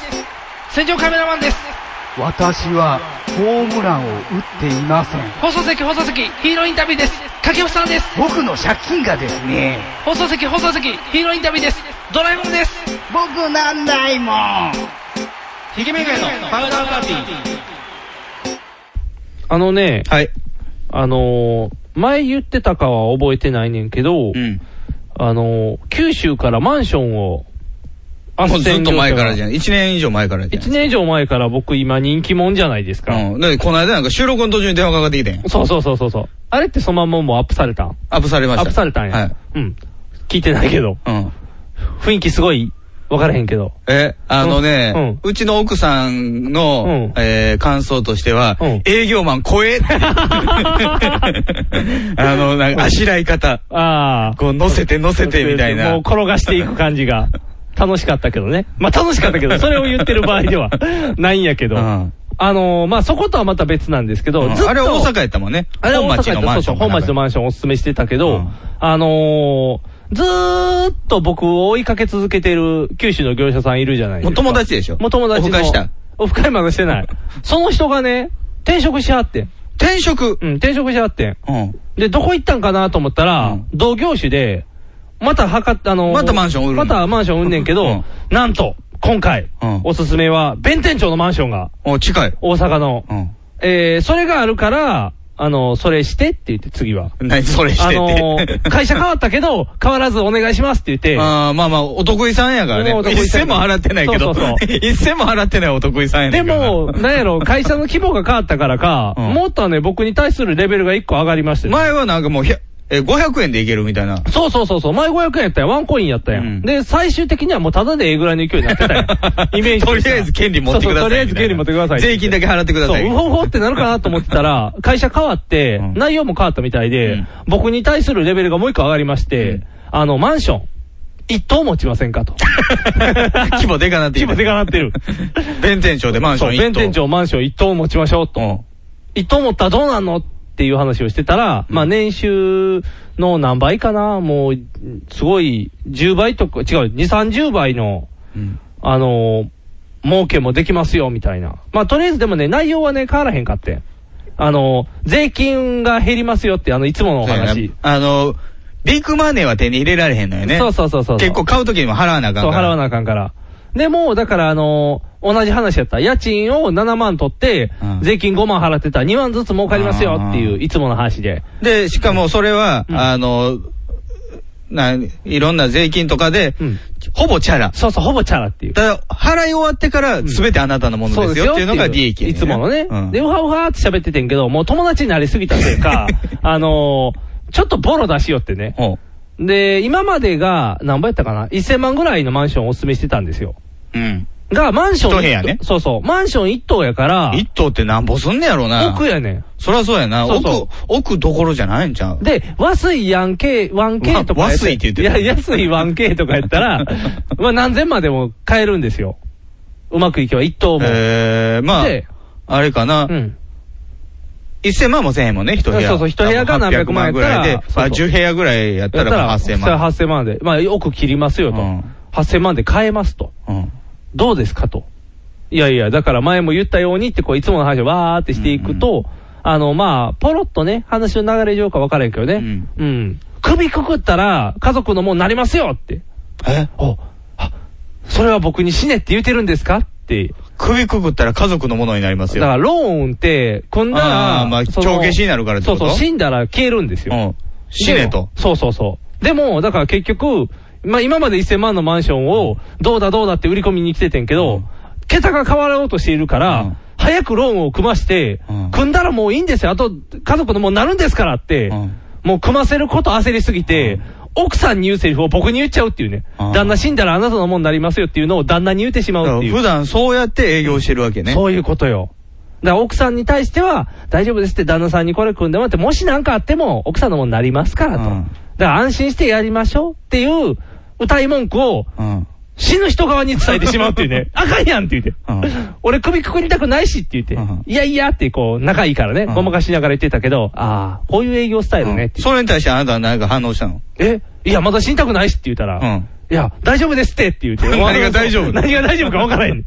Speaker 3: 戦場カメラマンです。
Speaker 8: 私はホームランを打っていません。
Speaker 3: 放送席、放送席、ヒーローインタビューです。掛布さんです。
Speaker 8: 僕の借金がですね、
Speaker 3: 放送席、放送席、ヒーローインタビューです。ドラえもんです。
Speaker 8: 僕なんないもん。
Speaker 3: ひげめがのパウダーパーティー。あのね、
Speaker 2: はい。
Speaker 3: あのー前言ってたかは覚えてないねんけど、
Speaker 2: うん。
Speaker 3: あのー九州からマンションを、あ
Speaker 2: もうずっと前からじゃ
Speaker 3: ん。
Speaker 2: ん。1年以上前からじゃん。
Speaker 3: 1年以上前から僕今人気者じゃないですか。
Speaker 2: うん。だってこの間なんか収録の途中に電話かかってきてん。
Speaker 3: そうそうそうそうそう。あれってそのまんまもうアップされたん
Speaker 2: アップされました。
Speaker 3: アップされたんや。
Speaker 2: はい。
Speaker 3: うん。聞いてないけど。
Speaker 2: うん。
Speaker 3: 雰囲気すごい、分からへんけど。
Speaker 2: え、あのね、
Speaker 3: う
Speaker 2: うんちの奥さんの、
Speaker 3: うん
Speaker 2: えー感想としては、
Speaker 3: うん
Speaker 2: 営業マン超 えって あの、なんか、あしらい方。
Speaker 3: ああ。
Speaker 2: こう、乗せて乗せてみたい
Speaker 3: もう
Speaker 2: な。
Speaker 3: 転がしていく感じ が。楽しかったけどね。まあ楽しかったけど、それを言ってる場合 ではないんやけど。
Speaker 2: うん
Speaker 3: あのーまあそことはまた別なんですけど、
Speaker 2: うん
Speaker 3: ずっと。
Speaker 2: あれ大阪やったもんね。
Speaker 3: あれは
Speaker 2: 本
Speaker 3: 大
Speaker 2: 町
Speaker 3: 阪や
Speaker 2: の
Speaker 3: った
Speaker 2: マ
Speaker 3: そう
Speaker 2: ンシ
Speaker 3: そ
Speaker 2: ョ
Speaker 3: う、
Speaker 2: ン。
Speaker 3: 本町の
Speaker 2: ン
Speaker 3: マンションをおすすめしてたけど、
Speaker 2: うん
Speaker 3: あのーずーっと僕を追いかけ続けてる九州の業者さんいるじゃないです
Speaker 2: も
Speaker 3: か。
Speaker 2: う友達でしょ。
Speaker 3: もう友達の。
Speaker 2: お迎えした。。
Speaker 3: オフ会まだし てない。その人がね、転職しはってん。
Speaker 2: 転職。
Speaker 3: うん、転職しはってん。
Speaker 2: うん。
Speaker 3: で、どこ行ったんかなと思ったら、
Speaker 2: うん
Speaker 3: 同業種で、また測って、あのー
Speaker 2: またマンション売るの
Speaker 3: またマンション売んねんけど、
Speaker 2: うん
Speaker 3: なんと、今回、
Speaker 2: うん
Speaker 3: おすすめは、弁天町のマンションが、
Speaker 2: お、近い。
Speaker 3: 大阪の。
Speaker 2: うん。
Speaker 3: えー、それがあるから、あのーそれしてって言って、次は。
Speaker 2: 何それしてっ
Speaker 3: あ
Speaker 2: て。
Speaker 3: の ー会社変わったけど、変わらずお願いしますって言って、
Speaker 2: あーまあまあ、お得意さんやからね
Speaker 3: もうお。得意
Speaker 2: 一
Speaker 3: さん
Speaker 2: 銭も払ってないけど。
Speaker 3: そうそうそ
Speaker 2: 一銭も払ってないお得意さんやね
Speaker 3: で
Speaker 2: んから
Speaker 3: も、なんやろ、会社の規模が変わったからか、
Speaker 2: うん
Speaker 3: もっとね、僕に対するレベルが一個上がりまして、
Speaker 2: 前はなんかもうひゃ、え、500円でいけるみたいな。
Speaker 3: そうそうそうそう、前500円やったやん、ワンコインやったや
Speaker 2: う
Speaker 3: ん。
Speaker 2: ん
Speaker 3: で、最終的にはもうタダでええぐらいの勢いになっ てたやん。イメージ
Speaker 2: と
Speaker 3: とし
Speaker 2: り
Speaker 3: ては
Speaker 2: あえず権利持ってくだ
Speaker 3: そ
Speaker 2: さいみたいな。
Speaker 3: うそうとりあえず権利持ってくださいって
Speaker 2: 税金だけ払ってください。
Speaker 3: そう、うほうほうってなるかなと思って たら、会社変わって、
Speaker 2: うん
Speaker 3: 内容も変わったみたいで、
Speaker 2: うん
Speaker 3: 僕に対するレベルがもう一個上がりまして、
Speaker 2: うん
Speaker 3: あの、マンション、一棟持ちませんかと。
Speaker 2: 規模でかなってき
Speaker 3: 規
Speaker 2: た
Speaker 3: 模でかなってる。
Speaker 2: 弁天町でマンショ
Speaker 3: そ
Speaker 2: ン
Speaker 3: う、
Speaker 2: 一
Speaker 3: 弁天
Speaker 2: 棟。
Speaker 3: 町マンション一棟持ちましょうと。一等持ったらどうなんのっていう話をしてたら、まあ年収の何倍かなもう、すごい、10倍とか、違う、2、30倍の、
Speaker 2: うん。
Speaker 3: あのー儲けもできますよ、みたいな。まあとりあえずでもね、内容はね、変わらへんかって。あのー税金が減りますよって、あの、いつものお
Speaker 2: そうやな
Speaker 3: 話。
Speaker 2: あの、ビッグマネーは手に入れられへんのよね。
Speaker 3: そうそうそうそう。
Speaker 2: 結構買うときにも払わなあかん
Speaker 3: そう、
Speaker 2: から。
Speaker 3: 払わなあかんから。でも、だから、あのー同じ話やった。家賃を7万取って、
Speaker 2: うん
Speaker 3: 税金5万払ってたら2万ずつ儲かりますよっていうう、
Speaker 2: ん
Speaker 3: いつもの話で。
Speaker 2: で、しかもそれは、
Speaker 3: うん
Speaker 2: あの、な、いろんな税金とかで、
Speaker 3: うん
Speaker 2: ほぼチャラ。
Speaker 3: そうそう、ほぼチャラっていう。
Speaker 2: ただ、払い終わってから全てあなたのものですよっていうのが利益や
Speaker 3: い
Speaker 2: ねん
Speaker 3: つものね。
Speaker 2: うん
Speaker 3: で、うはうはーって喋っててんけど、もう友達になりすぎたせ いか、あのー、ちょっとボロ出しよってね。
Speaker 2: ほ
Speaker 3: で、今までが、何倍やったかな ?1000 万ぐらいのマンションをお勧めしてたんですよ。
Speaker 2: う。うん。
Speaker 3: が、マンション
Speaker 2: 一部屋ね
Speaker 3: そうそう。マンション1棟やから、
Speaker 2: 一棟ってなんぼすんねやろな。
Speaker 3: 奥やね
Speaker 2: そりゃそうやな。
Speaker 3: そうそう。
Speaker 2: 奥、奥どころじゃないんちゃうん
Speaker 3: で、和水やんけ、1K とかやたら。
Speaker 2: わ和水って言って
Speaker 3: い
Speaker 2: た
Speaker 3: や、安い 1K とかやっ たら、まあ何千万でも買えるんですよ。うまくいけば1棟も。
Speaker 2: えー、まあ
Speaker 3: で、
Speaker 2: あれかな。
Speaker 3: うん。
Speaker 2: 1000万もせん円もね、一部屋。
Speaker 3: そうそう一部屋が
Speaker 2: 多分
Speaker 3: 何百万やった
Speaker 2: ぐ
Speaker 3: ら
Speaker 2: らいで、まあ
Speaker 3: そうそう
Speaker 2: 10部屋ぐらいやったらまあ8000
Speaker 3: それ
Speaker 2: 万。
Speaker 3: は8000万で。まあ、奥切りますよと。
Speaker 2: うん
Speaker 3: 8000万で買えますと。
Speaker 2: うん。
Speaker 3: どうですかと。いやいや、だから前も言ったようにって、こう、いつもの話をわーってしていくと、あの、まあ、ポロッとね、話の流れ上か分からへんけどね。うん。首くくったら、家族のもんなりますよって。
Speaker 2: え
Speaker 3: お、あ、それは僕に死ねって言ってるんですかって。
Speaker 2: 首くくったら家族のものになります
Speaker 3: だ
Speaker 2: よ。
Speaker 3: から、ローンって、こんな
Speaker 2: あー
Speaker 3: ら、
Speaker 2: まあ
Speaker 3: その
Speaker 2: 帳消しになるからって
Speaker 3: そ
Speaker 2: こ
Speaker 3: う
Speaker 2: と
Speaker 3: そう、死んだら消えるんですよ。
Speaker 2: うん。死ねと。
Speaker 3: でもそうそうそう。でも、だから結局、まあ今まで1000万のマンションを、どうだどうだって売り込みに来ててんけど、
Speaker 2: うん
Speaker 3: 桁が変わろうとしているから、
Speaker 2: うん
Speaker 3: 早くローンを組まして、
Speaker 2: うん
Speaker 3: 組んだらもういいんですよ。あと、家族のもうなるんですからって、
Speaker 2: うん
Speaker 3: もう組ませること焦りすぎて、奥さんに言うセリフを僕に言っちゃうっていうね。
Speaker 2: うん
Speaker 3: 旦那死んだらあなたのもんになりますよっていうのを旦那に言ってしま
Speaker 2: だ
Speaker 3: う
Speaker 2: か
Speaker 3: っ
Speaker 2: ら
Speaker 3: ていう。
Speaker 2: 普段そうやって営業してるわけね。
Speaker 3: そういうことよ。だから奥さんに対しては、大丈夫ですって旦那さんにこれ組んでもらって、もし何かあっても奥さんのものになりますからと。
Speaker 2: うん
Speaker 3: だから安心してやりましょうっていう歌い文句を
Speaker 2: うん。
Speaker 3: 死ぬ人側に伝えてしまうっていう ね。あかんやんって言って。
Speaker 2: うん
Speaker 3: 俺首くくりたくないしって言って。
Speaker 2: うん
Speaker 3: いやいやってこう、仲いいからね、
Speaker 2: うん
Speaker 3: ごまかしながら言ってたけど、ああ、こういう営業スタイルねって
Speaker 2: それに対してあなたは何か反応したの
Speaker 3: え、いや、まだ死にたくないしって言ったら、
Speaker 2: うん
Speaker 3: いや、大丈夫ですってって言う て。
Speaker 2: 何が大丈夫
Speaker 3: 何が大丈夫か分 からへん。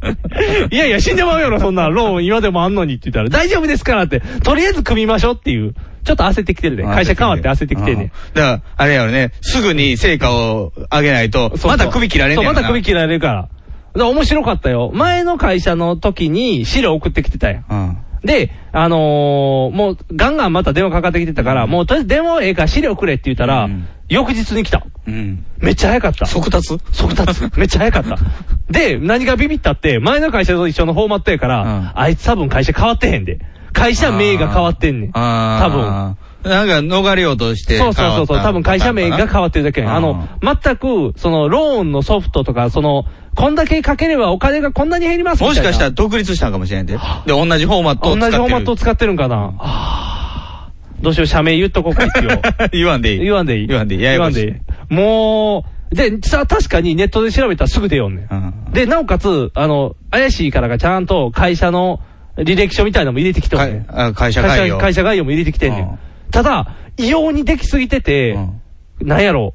Speaker 3: いやいや、死んでまうやろ、そんなローン今でもあんのにって言ったら、大丈夫ですからって、とりあえず組みましょうっていう。ちょっと焦ってきてるで。会社変わって焦ってきて
Speaker 2: うん
Speaker 3: ね。
Speaker 2: だから、あれやろね、すぐに成果を上げないと
Speaker 3: そう、そう
Speaker 2: また首切られん
Speaker 3: そ
Speaker 2: ね
Speaker 3: う、
Speaker 2: や
Speaker 3: ま
Speaker 2: ろな
Speaker 3: た首切られるから。だから面白かったよ。前の会社の時に資料送ってきてたやん。
Speaker 2: うん。
Speaker 3: で、あのーもうガンガンまた電話かかってきてたから、もうとりあえず電話はええから資料くれって言ったら、
Speaker 2: うん
Speaker 3: 翌日に来た。
Speaker 2: うん。
Speaker 3: めっちゃ早かった。
Speaker 2: 即達
Speaker 3: 速 達。めっちゃ早かった。で、何がビビったって、前の会社と一緒のフォーマットやから、
Speaker 2: うん
Speaker 3: あいつ多分会社変わってへんで。会社名が変わってんねん。多分。
Speaker 2: あー。なんか逃れようとして
Speaker 3: そうそうそうそう、多分会社名が変わってるだけやん。
Speaker 2: あー
Speaker 3: あの、全く、その、ローンのソフトとか、その、こんだけかければお金がこんなに減ります
Speaker 2: も
Speaker 3: みた
Speaker 2: し
Speaker 3: いな
Speaker 2: かしたら独立したんかもしれんで。で、同じフォーマットを使って
Speaker 3: 同
Speaker 2: る。
Speaker 3: じフォーマットを使ってるんかな。あーどうしよう、社名言っとこうか、一 応。
Speaker 2: 言わんでいい。
Speaker 3: 言わんでいい。
Speaker 2: 言わんでいい。ややこしい
Speaker 3: 言わんでいいもう、で、さ、確かにネットで調べたらすぐ出よんねん。
Speaker 2: うん
Speaker 3: で、なおかつ、あの、怪しいからがちゃんと会社の履歴書みたいなのも入れてきとんねん。
Speaker 2: かあ会社概要
Speaker 3: 会社概要も入れてきてんね
Speaker 2: うんん。
Speaker 3: ただ、異様にできすぎてて、なんやろ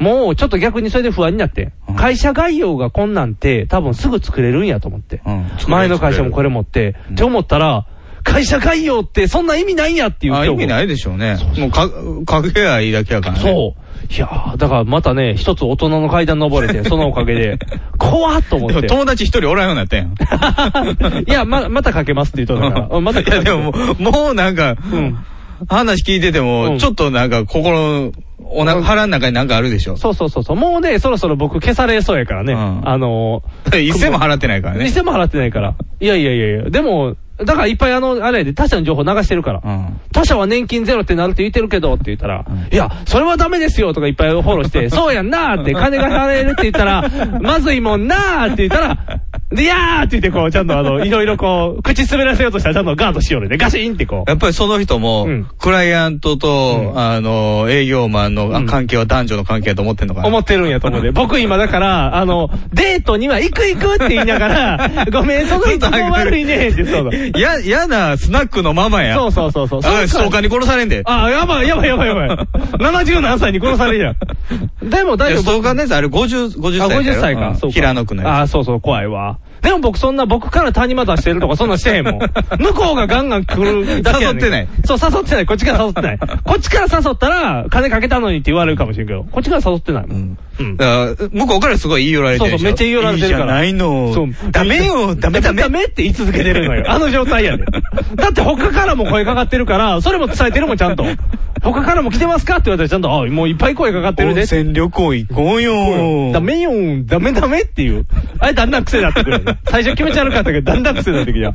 Speaker 3: う。もうちょっと逆にそれで不安になって
Speaker 2: うん
Speaker 3: ん。会社概要がこんなんて多分すぐ作れるんやと思って
Speaker 2: うん。
Speaker 3: 前の会社もこれ持って。って思ったら、会社概要ってそんな意味ないんやっていう
Speaker 2: あ、意味ないいでしょうね。もうか、かけりゃいいだけやからね。
Speaker 3: そう。いやー、だからまたね、一つ大人の階段登れて、そのおかげ で、怖っと思
Speaker 2: で
Speaker 3: っ
Speaker 2: も
Speaker 3: て。
Speaker 2: 友達一人おらんようになったやん。
Speaker 3: いや、ま、またかけますって言うとったから。また
Speaker 2: いや、でもも
Speaker 3: う、
Speaker 2: う、もうなんか、
Speaker 3: ん
Speaker 2: 話聞いてても、
Speaker 3: うん
Speaker 2: ちょっとなんか心、お腹、腹の中になんかあるでしょ。
Speaker 3: そうそうそうそう。もうね、そろそろ僕消されそうやからね。
Speaker 2: うん
Speaker 3: あのー、
Speaker 2: 一銭も払ってないからね。
Speaker 3: 店も払ってないから。いやいやいやいや。でも、だからいっぱいあの、あれやで他社の情報流してるから。
Speaker 2: うん
Speaker 3: 他社は年金ゼロってなるって言ってるけどって言ったら、いや、それはダメですよとかいっぱいフォロー して、そうやんなーって、金が払えるって言ったら、まずいもんなーって言ったら、で、いやーって言ってこう、ちゃんとあの、いろいろこう、口滑らせようとしたらちゃんとガードしようねで、ガシーンってこう
Speaker 2: や。っぱりその人も、
Speaker 3: うん
Speaker 2: クライアントと、
Speaker 3: うん
Speaker 2: あの、営業マンのあ
Speaker 3: うん
Speaker 2: 関係は男女の関係だと思ってんのかな。
Speaker 3: 思ってるんやと思うで。僕今だから、あの、デートには行く行くって言いなが ら、ごめん、その人も悪いねんって、そうだ。
Speaker 2: や、嫌なスナックのママや。
Speaker 3: そうそうそうそう。
Speaker 2: あストーカーに殺されんで。
Speaker 3: あ、やばい、やばい、やばい、やばい。70何歳に殺されるやん。でも
Speaker 2: い
Speaker 3: 大
Speaker 2: や
Speaker 3: 丈
Speaker 2: ス
Speaker 3: 夫。
Speaker 2: トーカーのやつ、あれ50、50
Speaker 3: あ、
Speaker 2: 歳だよ。
Speaker 3: 50歳
Speaker 2: う
Speaker 3: か。
Speaker 2: ん
Speaker 3: そうか
Speaker 2: 平野区のやつ。
Speaker 3: あー、そうそう、怖いわ。でも僕そんな僕から谷間出してるとかそんなんしてへ んもん。向こうがガンガン来るだけやねん。
Speaker 2: 誘ってない
Speaker 3: そう、誘ってない。こっちから誘ってない。こっちから誘ったら、金かけたのにって言われるかもしれんけど、こっちから誘ってないもん。うん
Speaker 2: だから向こうからすごい言い寄られて
Speaker 3: そう
Speaker 2: る
Speaker 3: そ
Speaker 2: でしょ
Speaker 3: う、めっちゃ言い寄られてるから。
Speaker 2: いいじゃない
Speaker 3: そう
Speaker 2: の。ダメよ、ダメダメ。
Speaker 3: ダメって言い続けてるのよ。あの状態やで。だって他からも声かかってるから、それも伝えてるもん、ちゃんと。他からも来てますかって言われたら、ちゃんと、あ、もういっぱい声かかってる
Speaker 2: 温
Speaker 3: で。
Speaker 2: 泉旅行行こうよ。
Speaker 3: ダメよん、ダメダメっていう。あれ、だんだん癖になってくるよね。最初気持ち悪かったけど、だんだん癖になってきた。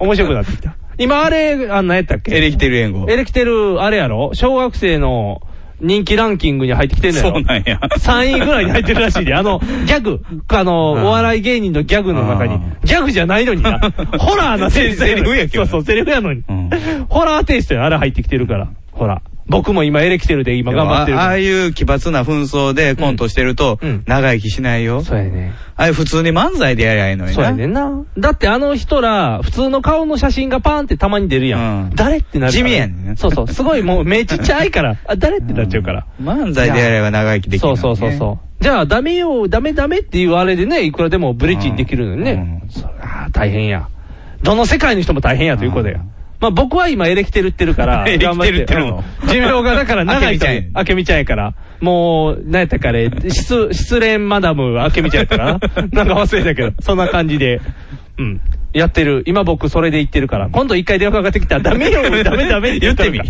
Speaker 3: 面白くなってきた。今、あれ、あ、何やったっけ
Speaker 2: エレキテル援護。
Speaker 3: エレキテル、あれやろ小学生の人気ランキングに入ってきてんのやろ
Speaker 2: そうなんや
Speaker 3: 3位ぐらいに入ってるらしいで、あの、ギャグ、あの、お笑い芸人のギャグの中に
Speaker 2: あ、
Speaker 3: ギャグじゃないの にな、ホラーなセリフ
Speaker 2: セリフやけど
Speaker 3: そうそう、セリフやのに
Speaker 2: うん。
Speaker 3: ホラーテイストや、あれ入ってきてるから。ほら。僕も今エレキテルで今頑張ってる
Speaker 2: あああ
Speaker 3: から。
Speaker 2: いう奇抜な紛争でコントしてると
Speaker 3: うんうん、
Speaker 2: 長生きしないよ。
Speaker 3: そうやね。
Speaker 2: あれ普通に漫才でやりゃいいのにな。
Speaker 3: そうやねんな。だってあの人ら、普通の顔の写真がパーンってたまに出るやん。
Speaker 2: うん
Speaker 3: 誰ってなるか
Speaker 2: 地
Speaker 3: ら
Speaker 2: 味やねん
Speaker 3: そうそう。すごいもう目ちっちゃいから、あ、誰ってなっちゃうから。
Speaker 2: 漫才でやれば長生きできる
Speaker 3: そ
Speaker 2: の
Speaker 3: う
Speaker 2: にね。
Speaker 3: そうそうそう。じゃあ、ダメよ、ダメダメっていうあれでね、いくらでもブリッジできるのにね。
Speaker 2: うん
Speaker 3: そりゃあ大変や。どの世界の人も大変やということや
Speaker 2: うん。
Speaker 3: まあ僕は今エレキテルってるか
Speaker 2: 、
Speaker 3: ら
Speaker 2: エレキテルってる
Speaker 3: 頑
Speaker 2: の
Speaker 3: 張うん寿命がだから長いと思う
Speaker 2: 明
Speaker 3: 明美ちゃんやから。もう、なんやったかね、失、失恋マダム明美ちゃんやからな。 なんか忘れたけど、そんな感じで。うん。やってる。今僕それで言ってるから。今度一回電話かかってきたらダメ よ、ダメダメって言ってみ。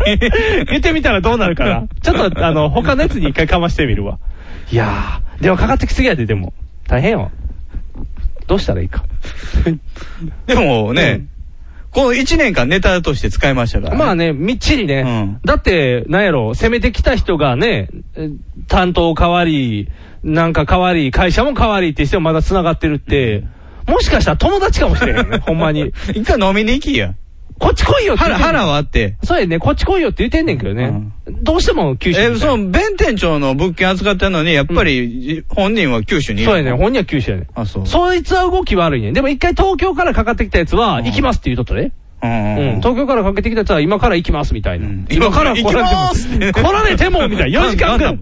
Speaker 3: 言ってみたらどうなるかな。ちょっと、あの、他のやつに一回かましてみるわ。いやー、電話かかってきすぎやで、でも。大変よ。どうしたらいいか。
Speaker 2: でもね、この1年間ネタとして使いましたから。
Speaker 3: まあ。ね、みっちり
Speaker 2: う
Speaker 3: ね
Speaker 2: ん。
Speaker 3: だって、なんやろ、攻めてきた人がね、え担当変わり、なんか変わり、会社も変わりっ てしてもまだ繋がってるって、もしかしたら友達かもしれへんよね、ほんまに。
Speaker 2: 一回飲みに行きや。
Speaker 3: こっち来いよって
Speaker 2: 腹、
Speaker 3: 言ってんねん
Speaker 2: 腹はあって。
Speaker 3: そうやね、こっち来いよって言ってんねんけどね。どうしても九州に
Speaker 2: え、
Speaker 3: 行きたい
Speaker 2: その、弁天町の物件扱ってんのに、やっぱり、本人は九州にいる。
Speaker 3: そうやねん、本人は九州やねん。
Speaker 2: あ、そう。
Speaker 3: そいつは動き悪いねん。でも一回東京からかかってきたやつは、
Speaker 2: ん
Speaker 3: 行きますって言うとったで。
Speaker 2: う
Speaker 3: うん
Speaker 2: ん。うん。
Speaker 3: 東京からかけてきたやつは、今から行きますみたいな
Speaker 2: うん。
Speaker 3: 今から来
Speaker 2: 今から行きま
Speaker 3: ら
Speaker 2: ーす
Speaker 3: れても、来られてもみたいな。4時間ぐらい。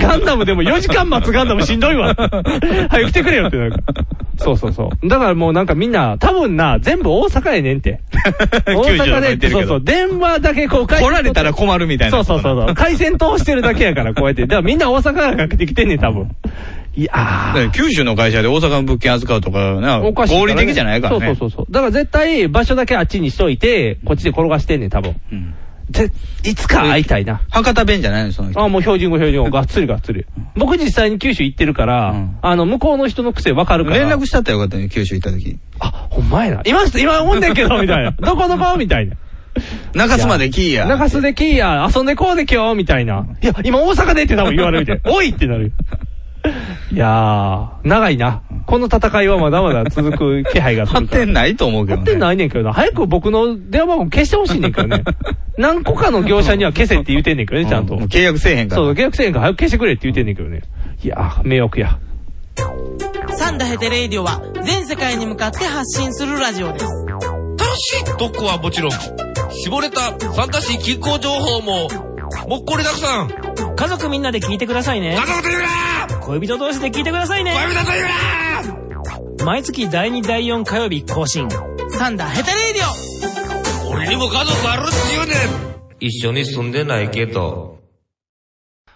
Speaker 3: ガンダムでも4時間待つガンダムしんど いわ。早く来てくれよってなるから。そうそうそう。だからもうなんかみんな、多分な、全部大阪やねんって。大
Speaker 2: 九州は入ってるけ
Speaker 3: 阪で、
Speaker 2: ど
Speaker 3: そうそう、電話だけこう、
Speaker 2: 来られたら困るみたいな。
Speaker 3: そうそうそうそう。回線通してるだけやから、こうやって。だからみんな大阪からかけてきてんねん、多分。いや
Speaker 2: だから
Speaker 3: ー。
Speaker 2: 九州の会社で大阪の物件扱うとか、な、
Speaker 3: おかしいから
Speaker 2: 合
Speaker 3: ね、
Speaker 2: 理的じゃないからね。
Speaker 3: そうそうそうそう。だから絶対場所だけあっちにしといて、こっちで転がしてんねん、多分。
Speaker 2: うん
Speaker 3: ぜ、いつか会いたいな。
Speaker 2: 博多弁じゃないのその人。
Speaker 3: あもう標準語標準語、がっつりがっつり。僕実際に九州行ってるから、
Speaker 2: うん
Speaker 3: あの、向こうの人の癖わかるから。
Speaker 2: 連絡したったらよかったね、九州行った時。
Speaker 3: あ、ほんまやな。います、今おんね んけど、みたいな。どこどこみたいな。
Speaker 2: 中洲まで来いや。
Speaker 3: 中洲でキーや、遊んでこうで今日、みたいな。いや、今大阪でって多分言われる みたいな。おいってなるよ。いやー、長いな。この戦いはまだまだ続く気配がする
Speaker 2: 発
Speaker 3: から。
Speaker 2: 展ないと思うけど、
Speaker 3: 合
Speaker 2: ね。。
Speaker 3: ってないいねんけどな。早く僕の電話番号消してほしいねんけどね。何個かの業者には消せって言うてんねんけどね、ちゃんと。
Speaker 2: もう契約せえへんから。
Speaker 3: そう、契約せえへんから早く消してくれって言うてんねんけどね。いやー、迷惑や。
Speaker 9: サンダヘテレイディオは全世界に向かって発信するラジオです。
Speaker 10: 楽しい特攻はもちろん、絞れたサンタシー気候情報も、もっこりたくさん。長
Speaker 9: 家族みんなで聞いてくださいね。
Speaker 10: 々と言うな
Speaker 9: 恋人同士で聞いてくださいね。
Speaker 10: 恋人と言うな
Speaker 9: 毎月第2第4火曜日更新。サンダヘテレイディオ
Speaker 10: 俺にも家族あるっちゅうねん一緒に住んでないけど。